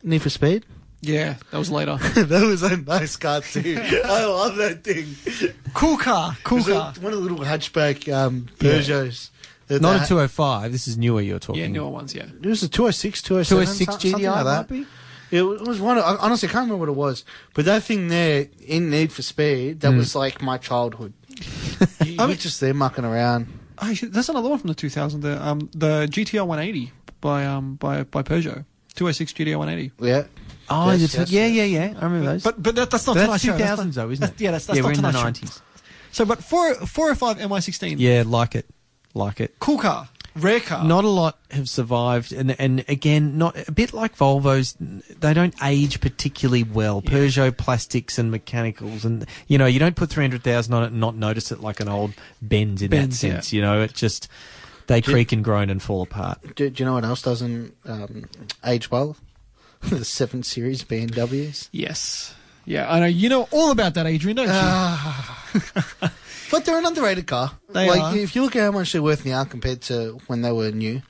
[SPEAKER 3] Need for Speed?
[SPEAKER 1] Yeah, that was later.
[SPEAKER 3] that was a nice car too. I love that thing.
[SPEAKER 1] cool car, cool
[SPEAKER 3] It's a-
[SPEAKER 1] car.
[SPEAKER 3] one of the little hatchback um,
[SPEAKER 2] Yeah.
[SPEAKER 3] Peugeots. that
[SPEAKER 2] Not
[SPEAKER 3] they-
[SPEAKER 2] a 205. This is newer. You're talking.
[SPEAKER 1] Yeah, newer ones. Yeah,
[SPEAKER 3] It was a 206, 207,
[SPEAKER 2] 206
[SPEAKER 3] so- something
[SPEAKER 2] GDI
[SPEAKER 3] like that.
[SPEAKER 2] might be?
[SPEAKER 3] It wa- it was one. Of, I honestly can't remember what it was, but that thing there in Need for Speed that was like my childhood. you, you
[SPEAKER 1] I
[SPEAKER 3] were
[SPEAKER 1] mean-
[SPEAKER 3] just there mucking around.
[SPEAKER 1] oh, shit, that's another one from the 2000. The um the GTR 180 by um by by Peugeot 206 GTR 180.
[SPEAKER 3] Yeah.
[SPEAKER 2] Oh,
[SPEAKER 3] Yes,
[SPEAKER 2] you're
[SPEAKER 3] yes,
[SPEAKER 2] ta- yeah, yeah, yeah. I remember those.
[SPEAKER 1] But but that, that's not
[SPEAKER 2] that's
[SPEAKER 1] tonight's show,
[SPEAKER 2] 2000s
[SPEAKER 1] not-
[SPEAKER 2] though, isn't
[SPEAKER 1] that's-
[SPEAKER 2] it?
[SPEAKER 1] yeah, that's, that's
[SPEAKER 2] yeah,
[SPEAKER 1] not
[SPEAKER 2] we're in the
[SPEAKER 1] tonight's show.
[SPEAKER 2] 90s.
[SPEAKER 1] So, but four four or five MI16.
[SPEAKER 2] Yeah, like it, like it.
[SPEAKER 1] cool car, rare
[SPEAKER 3] Oh.
[SPEAKER 1] car.
[SPEAKER 2] Not a lot have survived, and and again, not a bit like Volvos. They don't age particularly well. Peugeot plastics and mechanicals, and you know, you don't put three hundred thousand on it and not notice it like an old Benz in
[SPEAKER 1] Benz,
[SPEAKER 2] that
[SPEAKER 1] yeah.
[SPEAKER 2] sense. You know, it just they creak and groan and fall apart.
[SPEAKER 3] Do, do you know what else doesn't um, age well? the 7 Series BMWs.
[SPEAKER 1] yes. Yeah, I know. You know all about that, Adrian, don't you?
[SPEAKER 3] But they're an underrated car.
[SPEAKER 1] They
[SPEAKER 3] like
[SPEAKER 1] are.
[SPEAKER 3] if you look at how much they're worth now compared to when they were new.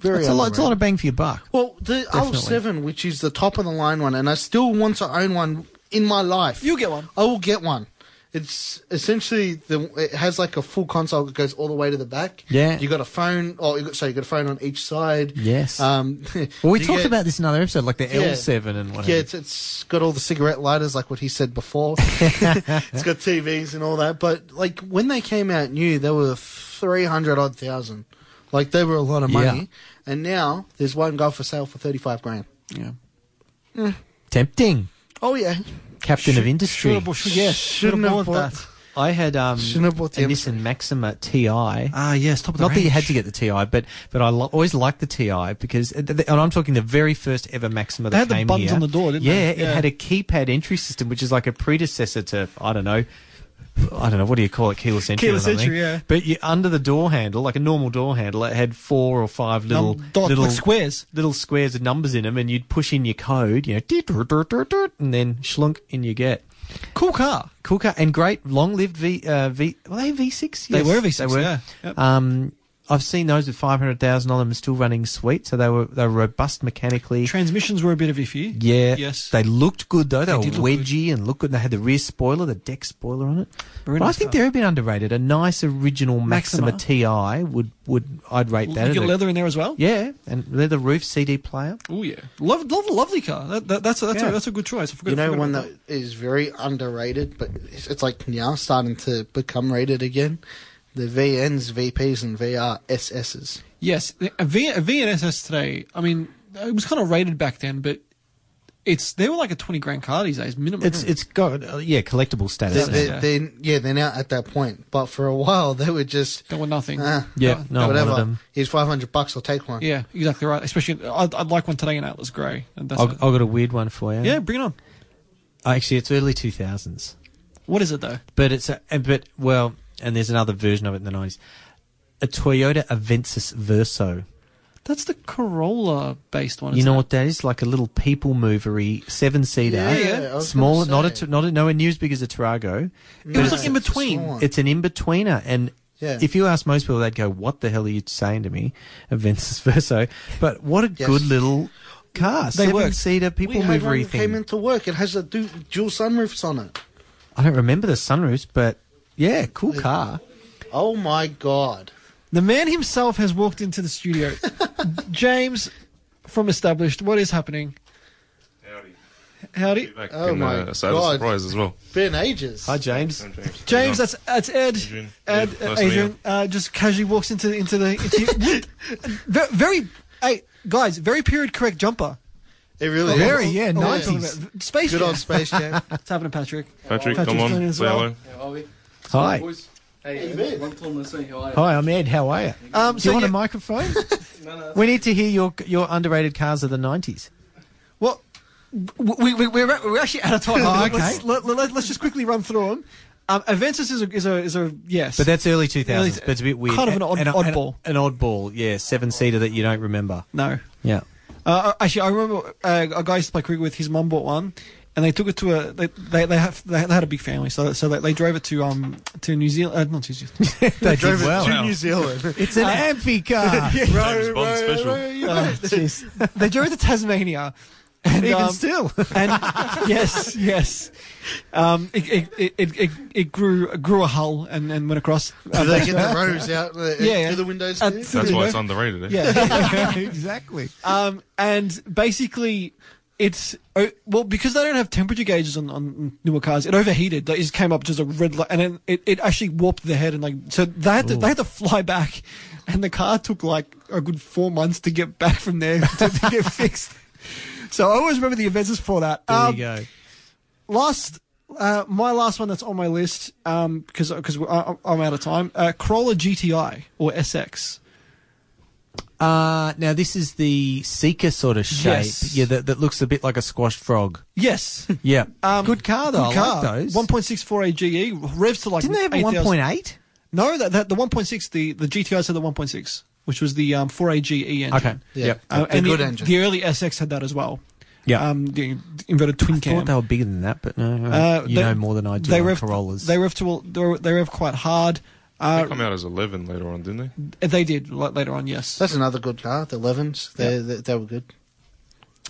[SPEAKER 3] Very
[SPEAKER 2] It's a lot. It's a lot
[SPEAKER 3] underrated.
[SPEAKER 2] of bang for your buck.
[SPEAKER 3] Well, the
[SPEAKER 2] Definitely.
[SPEAKER 3] R7, which is the top of the line one, and I still want to own one in my life.
[SPEAKER 1] You'll get one.
[SPEAKER 3] I will get one. It's essentially the it has like a full console that goes all the way to the back.
[SPEAKER 2] Yeah.
[SPEAKER 3] you got a phone. Oh, you got, sorry, you got a phone on each side.
[SPEAKER 2] Yes.
[SPEAKER 3] Um,
[SPEAKER 2] Well, we
[SPEAKER 3] you
[SPEAKER 2] talked
[SPEAKER 3] get-
[SPEAKER 2] about this in another episode, like the
[SPEAKER 3] Yeah.
[SPEAKER 2] L7 and whatever.
[SPEAKER 3] Yeah, it's, it's got all the cigarette lighters, like what he said before. it's got TVs and all that. But like when they came out new, they were three hundred odd thousand. Like they were a lot of money. And now there's one go for sale for thirty five grand.
[SPEAKER 1] Yeah.
[SPEAKER 2] Tempting,
[SPEAKER 3] Oh yeah,
[SPEAKER 2] captain of industry.
[SPEAKER 1] Should have bought, should, yes, should
[SPEAKER 3] Shouldn't
[SPEAKER 1] have
[SPEAKER 3] have
[SPEAKER 1] bought
[SPEAKER 3] bought-
[SPEAKER 1] that.
[SPEAKER 2] I had um,
[SPEAKER 3] Shouldn't have bought the
[SPEAKER 2] a Nissan Maxima TI.
[SPEAKER 1] Ah, yes, top of the
[SPEAKER 2] Not that you
[SPEAKER 1] range.
[SPEAKER 2] had to get the TI, but but I lo- always liked the TI because, uh, and I'm talking the very first ever Maxima that
[SPEAKER 1] They had the
[SPEAKER 2] came
[SPEAKER 1] buttons
[SPEAKER 2] here.
[SPEAKER 1] on the door, didn't
[SPEAKER 2] yeah,
[SPEAKER 1] they?
[SPEAKER 2] it
[SPEAKER 1] Yeah.
[SPEAKER 2] had a keypad entry system, which is like a predecessor to I don't know, I don't know what do you call it, keyless entry.
[SPEAKER 1] Keyless
[SPEAKER 2] or something.
[SPEAKER 1] entry, yeah.
[SPEAKER 2] But you, under the door handle, like a normal door handle, it had four or five little
[SPEAKER 1] Um, dot,
[SPEAKER 2] little
[SPEAKER 1] like squares.
[SPEAKER 2] little squares of numbers in them, and you'd push in your code, you know, "Dee, dur, dur, dur, dur," and then schlunk in you get.
[SPEAKER 1] Cool car.
[SPEAKER 2] Cool car and great long lived V uh, V were they V six?
[SPEAKER 1] They were V6, yeah. Yep.
[SPEAKER 2] Um, I've seen those with five hundred thousand on them and still running sweet. So they were they were robust mechanically.
[SPEAKER 1] Transmissions were a bit of iffy.
[SPEAKER 2] yeah.
[SPEAKER 1] Yes.
[SPEAKER 2] They looked good though. They,
[SPEAKER 1] did
[SPEAKER 2] were
[SPEAKER 1] look good.
[SPEAKER 2] wedgy and looked good. And they had the rear spoiler, the deck spoiler on it.
[SPEAKER 1] Very
[SPEAKER 2] but I
[SPEAKER 1] nice
[SPEAKER 2] think
[SPEAKER 1] car.
[SPEAKER 2] they're a bit underrated. A nice original Maxima,
[SPEAKER 1] Maxima.
[SPEAKER 2] TI would would I'd rate that.
[SPEAKER 1] you
[SPEAKER 2] at
[SPEAKER 1] get
[SPEAKER 2] a-
[SPEAKER 1] leather in there as well.
[SPEAKER 2] Yeah, and leather roof CD player.
[SPEAKER 1] Oh yeah, love, love, lovely car. That, that, that's a, that's
[SPEAKER 2] Yeah.
[SPEAKER 1] a, that's a good choice. I forgot,
[SPEAKER 3] you know
[SPEAKER 1] forgot
[SPEAKER 3] one
[SPEAKER 1] about
[SPEAKER 3] that is very underrated, but it's, it's like now starting to become rated again. The VNs, VPs, and VRSSs.
[SPEAKER 1] Yes, a, v, a VNSS today. I mean, it was kind of rated back then, but it's they were like a twenty grand car these days minimum.
[SPEAKER 2] It's it's got uh, yeah collectible
[SPEAKER 3] They're,
[SPEAKER 2] status.
[SPEAKER 1] That's Mm-hmm. it,
[SPEAKER 3] they're,
[SPEAKER 1] yeah.
[SPEAKER 3] they're, yeah, they're now at that point. But for a while, they were just
[SPEAKER 1] they were nothing. Uh,
[SPEAKER 3] ah,
[SPEAKER 2] yeah, no, one of
[SPEAKER 3] whatever.
[SPEAKER 2] them.
[SPEAKER 3] Here's five hundred bucks. I'll take one.
[SPEAKER 1] Yeah, exactly right. Especially, I'd, I'd like one today in Atlas Grey. And that's
[SPEAKER 2] I've,
[SPEAKER 1] it.
[SPEAKER 2] I've got a weird one for you. Uh,
[SPEAKER 1] yeah, bring it on.
[SPEAKER 2] Actually, it's early 2000s.
[SPEAKER 1] What is it though?
[SPEAKER 2] But it's a, and- but well, and there's another version of it in the 90s. A Toyota Avensis Verso.
[SPEAKER 1] That's the Corolla based one.
[SPEAKER 2] You
[SPEAKER 1] isn't
[SPEAKER 2] know
[SPEAKER 1] it?
[SPEAKER 2] what that is? Like a little people movery seven seater.
[SPEAKER 3] Yeah, yeah, I was
[SPEAKER 2] Small,
[SPEAKER 3] gonna
[SPEAKER 2] not a,
[SPEAKER 3] say.
[SPEAKER 2] t- not a, nowhere near as big as a Tarago.
[SPEAKER 1] It was
[SPEAKER 3] No,
[SPEAKER 1] like in
[SPEAKER 3] it's a
[SPEAKER 1] between.
[SPEAKER 3] small one.
[SPEAKER 2] It's an in betweener, and
[SPEAKER 3] Yeah.
[SPEAKER 2] if you ask most people, they'd go, "What the hell are you saying to me, Avensis Verso?" But what a good little car, seven
[SPEAKER 1] worked.
[SPEAKER 2] seater people
[SPEAKER 3] we had one
[SPEAKER 2] movery
[SPEAKER 3] that came
[SPEAKER 2] thing.
[SPEAKER 3] into work. It has a du- dual sunroofs on it.
[SPEAKER 2] I don't remember the sunroofs, but yeah, cool car.
[SPEAKER 3] Oh my god!
[SPEAKER 1] The man himself has walked into the studio. James from Established, what is happening?
[SPEAKER 4] Howdy.
[SPEAKER 1] Howdy.
[SPEAKER 4] Back
[SPEAKER 3] Oh
[SPEAKER 4] in,
[SPEAKER 3] my
[SPEAKER 4] uh, Silent
[SPEAKER 3] God.
[SPEAKER 4] Surprise as well.
[SPEAKER 3] Been ages.
[SPEAKER 2] Hi, James.
[SPEAKER 1] James, that's that's Ed.
[SPEAKER 4] Adrian.
[SPEAKER 1] Ed,
[SPEAKER 4] Yeah, nice to meet
[SPEAKER 1] Adrian, uh, just casually walks into into the into, Ve- very. Hey guys, very period correct jumper.
[SPEAKER 3] It really
[SPEAKER 2] Very,
[SPEAKER 3] is.
[SPEAKER 2] yeah,
[SPEAKER 1] Oh, what
[SPEAKER 2] nice.
[SPEAKER 1] are you talking about? Space
[SPEAKER 3] Good
[SPEAKER 1] Jam.
[SPEAKER 3] old Space Jam.
[SPEAKER 1] What's happening, Patrick?
[SPEAKER 4] Patrick,
[SPEAKER 1] Patrick's
[SPEAKER 4] come on,
[SPEAKER 1] joining as
[SPEAKER 4] say
[SPEAKER 1] well.
[SPEAKER 4] hello.
[SPEAKER 5] How are we?
[SPEAKER 2] Hi.
[SPEAKER 5] Boys.
[SPEAKER 3] How
[SPEAKER 5] Hey,
[SPEAKER 3] you been?
[SPEAKER 5] long time no see. How are you?
[SPEAKER 2] Hi, I'm Ed. How are you?
[SPEAKER 1] Um,
[SPEAKER 2] Do
[SPEAKER 1] so
[SPEAKER 2] you want
[SPEAKER 1] yeah,
[SPEAKER 2] a microphone?
[SPEAKER 5] No, no.
[SPEAKER 2] we need to hear your your underrated cars of the nineties.
[SPEAKER 1] well, we, we, we're, at- we're actually out of time.
[SPEAKER 2] Oh, okay.
[SPEAKER 1] Let's, let, let, let's just quickly run through them. Um, Aventus is a, is a is a yes,
[SPEAKER 2] But that's early two thousands.
[SPEAKER 1] Early-
[SPEAKER 2] But it's a bit weird.
[SPEAKER 1] kind of an odd- oddball.
[SPEAKER 2] An, oddball, yeah. Seven seater that you don't remember.
[SPEAKER 1] no.
[SPEAKER 2] Yeah.
[SPEAKER 1] Uh, actually, I remember uh, a guy used to play cricket with. His mum bought one, and they took it to a. They they they, have, they had a big family, so so they, they drove it to um to New Zealand. Uh, not to New Zealand.
[SPEAKER 2] They did
[SPEAKER 3] to
[SPEAKER 2] well.
[SPEAKER 4] Wow.
[SPEAKER 3] New Zealand.
[SPEAKER 2] It's an amphi car.
[SPEAKER 1] Oh,
[SPEAKER 4] James Bond special.
[SPEAKER 1] they drove it to Tasmania, And,
[SPEAKER 2] Even
[SPEAKER 1] um,
[SPEAKER 2] still.
[SPEAKER 1] and yes, yes. Um, it, it, it- it, it, it grew it grew a hull and, and went across.
[SPEAKER 3] Do they get the rose out uh,
[SPEAKER 1] Yeah, yeah.
[SPEAKER 3] through the windows?
[SPEAKER 1] Uh,
[SPEAKER 3] too?
[SPEAKER 1] through
[SPEAKER 4] That's
[SPEAKER 1] you
[SPEAKER 4] why
[SPEAKER 1] know?
[SPEAKER 4] it's eh? on the radio. today.
[SPEAKER 1] Yeah.
[SPEAKER 2] exactly.
[SPEAKER 1] um, and basically, it's oh, well because they don't have temperature gauges on, on newer cars. It overheated. Like, it just came up just a red light, and then it, it actually warped the head, and like so they had to, they had to fly back, and the car took like a good four months to get back from there to, to get fixed. So I always remember the events as for that.
[SPEAKER 2] There
[SPEAKER 1] Um,
[SPEAKER 2] you go.
[SPEAKER 1] last uh, my last one that's on my list um because because I'm out of time uh, Corolla GTI or SX
[SPEAKER 2] Uh, now this is the seeker sort of shape.
[SPEAKER 1] Yes.
[SPEAKER 2] Yeah, that, that looks a bit like a squashed frog.
[SPEAKER 1] yes
[SPEAKER 2] Yeah.
[SPEAKER 1] Um,
[SPEAKER 2] good car though.
[SPEAKER 1] Good
[SPEAKER 2] I
[SPEAKER 1] car.
[SPEAKER 2] like those.
[SPEAKER 1] 1.64 AGE E. revs to like
[SPEAKER 2] Didn't they have a
[SPEAKER 1] 8,000.
[SPEAKER 2] 1.8?
[SPEAKER 1] No, that, that the 1.6 the the GTI had the 1.6 which was the um 4 AGE engine.
[SPEAKER 2] Okay.
[SPEAKER 3] Yeah.
[SPEAKER 2] Yep.
[SPEAKER 1] Uh,
[SPEAKER 3] The
[SPEAKER 1] and
[SPEAKER 3] good
[SPEAKER 1] the,
[SPEAKER 3] engine.
[SPEAKER 1] The early SX had that as well.
[SPEAKER 2] Yeah.
[SPEAKER 1] Um the inverted twin
[SPEAKER 2] I thought
[SPEAKER 1] cam.
[SPEAKER 2] they were bigger than that, but no,
[SPEAKER 1] Uh,
[SPEAKER 2] you
[SPEAKER 1] they-
[SPEAKER 2] know more than I do.
[SPEAKER 1] they
[SPEAKER 2] on
[SPEAKER 1] rev
[SPEAKER 2] Corollas.
[SPEAKER 1] they rev to they rev quite hard.
[SPEAKER 4] They
[SPEAKER 1] Uh,
[SPEAKER 4] come out as 11 later on, didn't they?
[SPEAKER 1] they did like, later on, yes.
[SPEAKER 3] That's another good car. The 11s. They, they, they were good.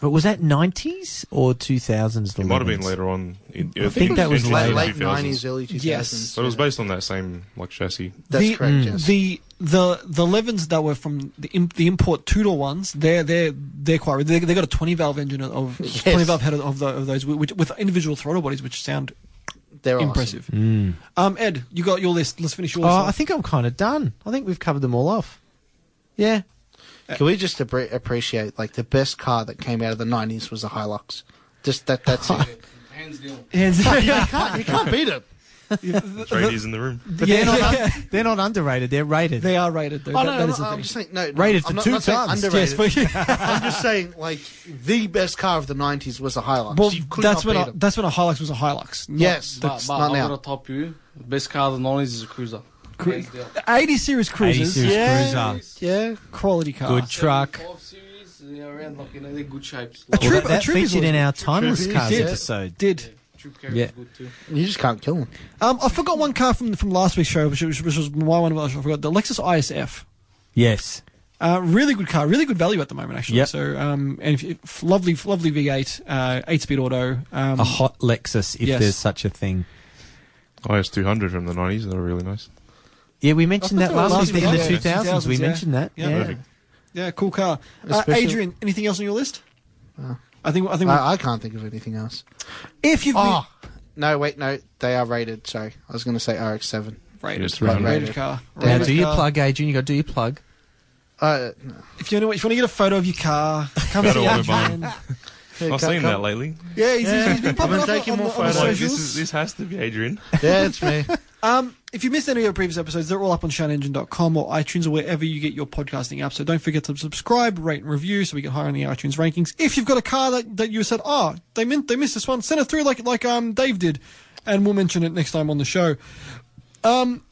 [SPEAKER 2] but was that 90s or 2000s? The
[SPEAKER 4] It might have been
[SPEAKER 2] 11s?
[SPEAKER 4] later on. In,
[SPEAKER 2] I think that was
[SPEAKER 4] in
[SPEAKER 2] late-
[SPEAKER 3] Late,
[SPEAKER 4] the
[SPEAKER 3] late
[SPEAKER 4] 2000s.
[SPEAKER 3] 90s, early 2000s.
[SPEAKER 1] Yes.
[SPEAKER 4] So it was based on that same like chassis.
[SPEAKER 3] That's
[SPEAKER 1] the, mm,
[SPEAKER 3] correct, yes.
[SPEAKER 1] The the the Levens that were from the im- the import two door ones, they're they're they're quite they they got a twenty valve engine of
[SPEAKER 3] Yes.
[SPEAKER 1] twenty valve head of, the, of those which, with individual throttle bodies, which sound
[SPEAKER 3] They're awesome.
[SPEAKER 1] impressive. Um, Ed, you got your list. Let's finish your list.
[SPEAKER 2] Mm. Oh,
[SPEAKER 1] off.
[SPEAKER 2] I think I'm kind of done. I think we've covered them all off. Yeah.
[SPEAKER 3] Can we just appre- appreciate like the best car that came out of the nineties was a Hilux? Just that. That's it.
[SPEAKER 5] Hands down.
[SPEAKER 1] And-
[SPEAKER 3] Can't- you can't beat it.
[SPEAKER 4] Tradies in the room.
[SPEAKER 2] But
[SPEAKER 1] Yeah,
[SPEAKER 2] they're, not
[SPEAKER 1] yeah.
[SPEAKER 2] un- they're not underrated. They're rated.
[SPEAKER 1] they are rated though.
[SPEAKER 3] Oh,
[SPEAKER 1] That- that
[SPEAKER 3] no, no,
[SPEAKER 1] is the
[SPEAKER 3] I'm
[SPEAKER 1] thing.
[SPEAKER 3] just saying. No,
[SPEAKER 2] Rated
[SPEAKER 3] I'm
[SPEAKER 2] for
[SPEAKER 3] not,
[SPEAKER 2] two
[SPEAKER 3] not saying
[SPEAKER 2] times.
[SPEAKER 1] Yes,
[SPEAKER 3] Underrated.
[SPEAKER 1] but-
[SPEAKER 3] I'm just saying, like the best car of the nineties was a Hilux.
[SPEAKER 1] well,
[SPEAKER 3] you could
[SPEAKER 1] that's
[SPEAKER 3] not
[SPEAKER 1] when
[SPEAKER 3] beat
[SPEAKER 1] I,
[SPEAKER 3] it.
[SPEAKER 1] that's when a Hilux was a Hilux. not
[SPEAKER 3] yes,
[SPEAKER 5] But,
[SPEAKER 3] that's
[SPEAKER 5] but
[SPEAKER 3] not
[SPEAKER 5] I'm
[SPEAKER 3] now.
[SPEAKER 5] gonna top you. Best car of the 90s is a cruiser. Hands down.
[SPEAKER 1] the 80 series cruisers,
[SPEAKER 2] series
[SPEAKER 1] yeah,
[SPEAKER 2] cruiser.
[SPEAKER 1] yeah, quality car.
[SPEAKER 2] Good truck.
[SPEAKER 5] 75 series, you know, around like, you know, they're good shapes.
[SPEAKER 1] A
[SPEAKER 5] Like,
[SPEAKER 2] Well,
[SPEAKER 1] Trib-
[SPEAKER 2] that, that
[SPEAKER 1] Trib is
[SPEAKER 2] featured in
[SPEAKER 1] always-
[SPEAKER 2] our timeless
[SPEAKER 3] Trib is,
[SPEAKER 2] cars
[SPEAKER 1] yeah.
[SPEAKER 2] episode.
[SPEAKER 1] Did
[SPEAKER 5] troop carrier's
[SPEAKER 2] Yeah.
[SPEAKER 5] good too.
[SPEAKER 3] You just can't kill them.
[SPEAKER 1] um, I forgot one car from from last week's show, which, which was my one. I forgot the Lexus ISF.
[SPEAKER 2] Yes.
[SPEAKER 1] Uh, really good car, really good value at the moment, actually.
[SPEAKER 2] Yep.
[SPEAKER 1] So, um, and if, if, lovely, lovely V8, uh, eight-speed auto. Um,
[SPEAKER 2] A hot Lexus, if
[SPEAKER 1] Yes.
[SPEAKER 2] there's such a thing.
[SPEAKER 4] IS 200 from the 90s. They were really nice.
[SPEAKER 2] Yeah, we mentioned
[SPEAKER 1] I
[SPEAKER 2] that
[SPEAKER 1] thought that
[SPEAKER 2] last
[SPEAKER 1] was
[SPEAKER 2] week in the
[SPEAKER 1] last week.
[SPEAKER 2] 2000s. We
[SPEAKER 1] 2000s, yeah.
[SPEAKER 2] mentioned that.
[SPEAKER 1] Yeah.
[SPEAKER 2] Yeah.
[SPEAKER 4] Perfect.
[SPEAKER 1] yeah, cool car. Uh,
[SPEAKER 3] Especially-
[SPEAKER 1] Adrian, anything else on your list?
[SPEAKER 3] No.
[SPEAKER 1] I think. I think. Ah.
[SPEAKER 3] I, I can't think of anything else.
[SPEAKER 1] if you've
[SPEAKER 3] Oh no, wait, no, they are rated. Sorry, I was going to say RX seven.
[SPEAKER 1] been rated,
[SPEAKER 4] Yes,
[SPEAKER 1] rated,
[SPEAKER 4] rated.
[SPEAKER 1] car,
[SPEAKER 2] Now,
[SPEAKER 1] rated
[SPEAKER 2] do your
[SPEAKER 1] car.
[SPEAKER 2] plug, Adrian. You got to do your plug.
[SPEAKER 3] Uh,
[SPEAKER 1] If you, know, if you want to get a photo of your car, come
[SPEAKER 4] Go
[SPEAKER 1] see
[SPEAKER 4] to
[SPEAKER 1] Adrian.
[SPEAKER 4] I've seen that lately.
[SPEAKER 1] Yeah, he's, he's been popping
[SPEAKER 3] been
[SPEAKER 1] up on-
[SPEAKER 3] taking
[SPEAKER 1] on,
[SPEAKER 3] more
[SPEAKER 1] the- on the
[SPEAKER 4] I'm like,
[SPEAKER 3] photos.
[SPEAKER 4] this,
[SPEAKER 1] socials.
[SPEAKER 4] is, this has to be Adrian.
[SPEAKER 3] yeah, it's me.
[SPEAKER 1] Um, if you missed any of our previous episodes, they're all up on shoutengine.com or iTunes or wherever you get your podcasting app. So don't forget to subscribe, rate, and review so we get higher in the iTunes rankings. If you've got a car that, that you said, oh, they meant they missed this one, send it through like like um Dave did, and we'll mention it next time on the show. Um,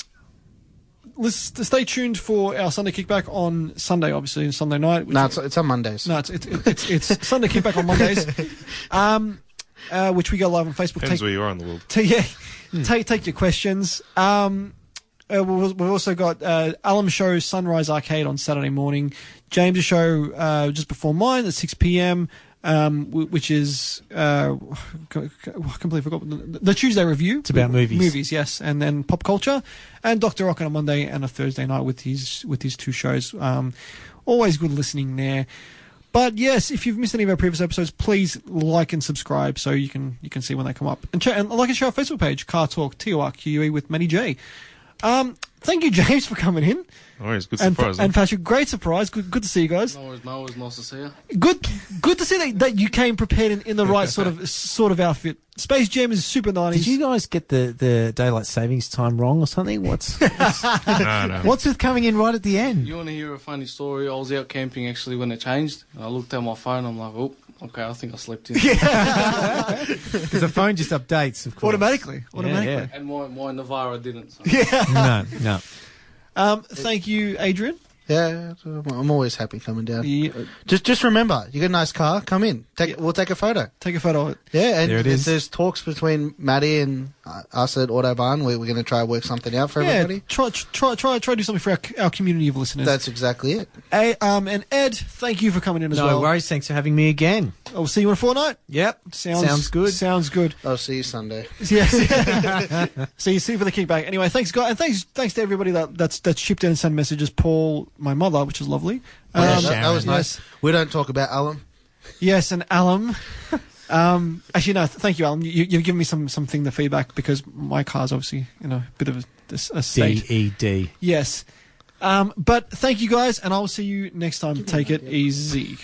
[SPEAKER 1] let's stay tuned for our Sunday kickback on Sunday, obviously, and Sunday night. which-
[SPEAKER 3] no, it's, it's on Mondays.
[SPEAKER 1] no, it's it's it's, it's Sunday kickback on Mondays, um, uh, which we go live on Facebook. Take-
[SPEAKER 4] Depends where you are in the world.
[SPEAKER 1] Ta- yeah, take take your questions. Um, uh, we've we've also got uh, Alum show Sunrise Arcade on Saturday morning. James' show uh, just before mine at six p.m. Um, wh- which is uh, co- co- I completely forgot the, the Tuesday review. It's
[SPEAKER 2] about movies.
[SPEAKER 1] movies, yes, and then pop culture, and Doctor Rock on a Monday and a Thursday night with his with his two shows. Um, always good listening there. But yes, if you've missed any of our previous episodes, please like and subscribe so you can you can see when they come up. And, ch- and like and share our Facebook page, Car Talk T O R Q U E with Manny J. Um, thank you, James, for coming in,
[SPEAKER 4] All right, it's a good
[SPEAKER 1] and
[SPEAKER 4] surprise.
[SPEAKER 2] eh?
[SPEAKER 1] and
[SPEAKER 4] huh?
[SPEAKER 1] Patrick, great surprise. Good, good to see you guys.
[SPEAKER 5] No worries, no worries, nice to see you.
[SPEAKER 1] Good, good to see that, that you came prepared in, in the right sort of sort of outfit. Space Jam is super nineties.
[SPEAKER 2] Did you guys get the, the daylight savings time wrong or something? What's
[SPEAKER 4] no, no.
[SPEAKER 2] what's with coming in right at the end?
[SPEAKER 5] You want to hear a funny story? I was out camping actually when it changed. And I looked at my phone. I'm like, oh, okay, I think I slept in.
[SPEAKER 2] Because the phone just updates, of course.
[SPEAKER 1] automatically? Automatically.
[SPEAKER 2] Yeah,
[SPEAKER 5] And my, my Navara didn't. So.
[SPEAKER 2] yeah. no, no.
[SPEAKER 1] Um, thank you, Adrian.
[SPEAKER 3] Yeah, I'm I'm always happy coming down.
[SPEAKER 1] You-
[SPEAKER 3] Just just remember, you got a nice car. Come in. Take we'll take a photo.
[SPEAKER 1] take a photo of it.
[SPEAKER 3] Yeah, and
[SPEAKER 2] There it
[SPEAKER 3] if
[SPEAKER 2] is.
[SPEAKER 3] there's talks between Maddie and uh, us at Autobahn. We, we're going to try work something out for
[SPEAKER 1] Yeah,
[SPEAKER 3] everybody.
[SPEAKER 1] try try try try to do something for our, our community of listeners.
[SPEAKER 3] That's exactly it.
[SPEAKER 1] A, um, and Ed, thank you for coming in as
[SPEAKER 2] No
[SPEAKER 1] well.
[SPEAKER 2] worries. Thanks for having me again.
[SPEAKER 1] I'll Oh, see you in a fortnight.
[SPEAKER 2] Yep.
[SPEAKER 1] Sounds,
[SPEAKER 2] Sounds good.
[SPEAKER 1] Sounds good.
[SPEAKER 3] I'll see you Sunday.
[SPEAKER 1] Yes. so you see for the kickback. Anyway, thanks, guys, and thanks, thanks to everybody that that's that's chipped in and sent messages. Paul, my mother, which is lovely. Um,
[SPEAKER 2] Oh, yeah,
[SPEAKER 3] Yeah, that, that was
[SPEAKER 2] Sharon.
[SPEAKER 3] nice. We don't talk about alum.
[SPEAKER 1] Yes, and Alum. Um, actually, no. th- Thank you, Alum. You, you've given me some something the feedback because my car's obviously in a bit of a, this, a state.
[SPEAKER 2] D E D.
[SPEAKER 1] Yes. Um, but thank you guys, and I'll see you next time. Take it easy.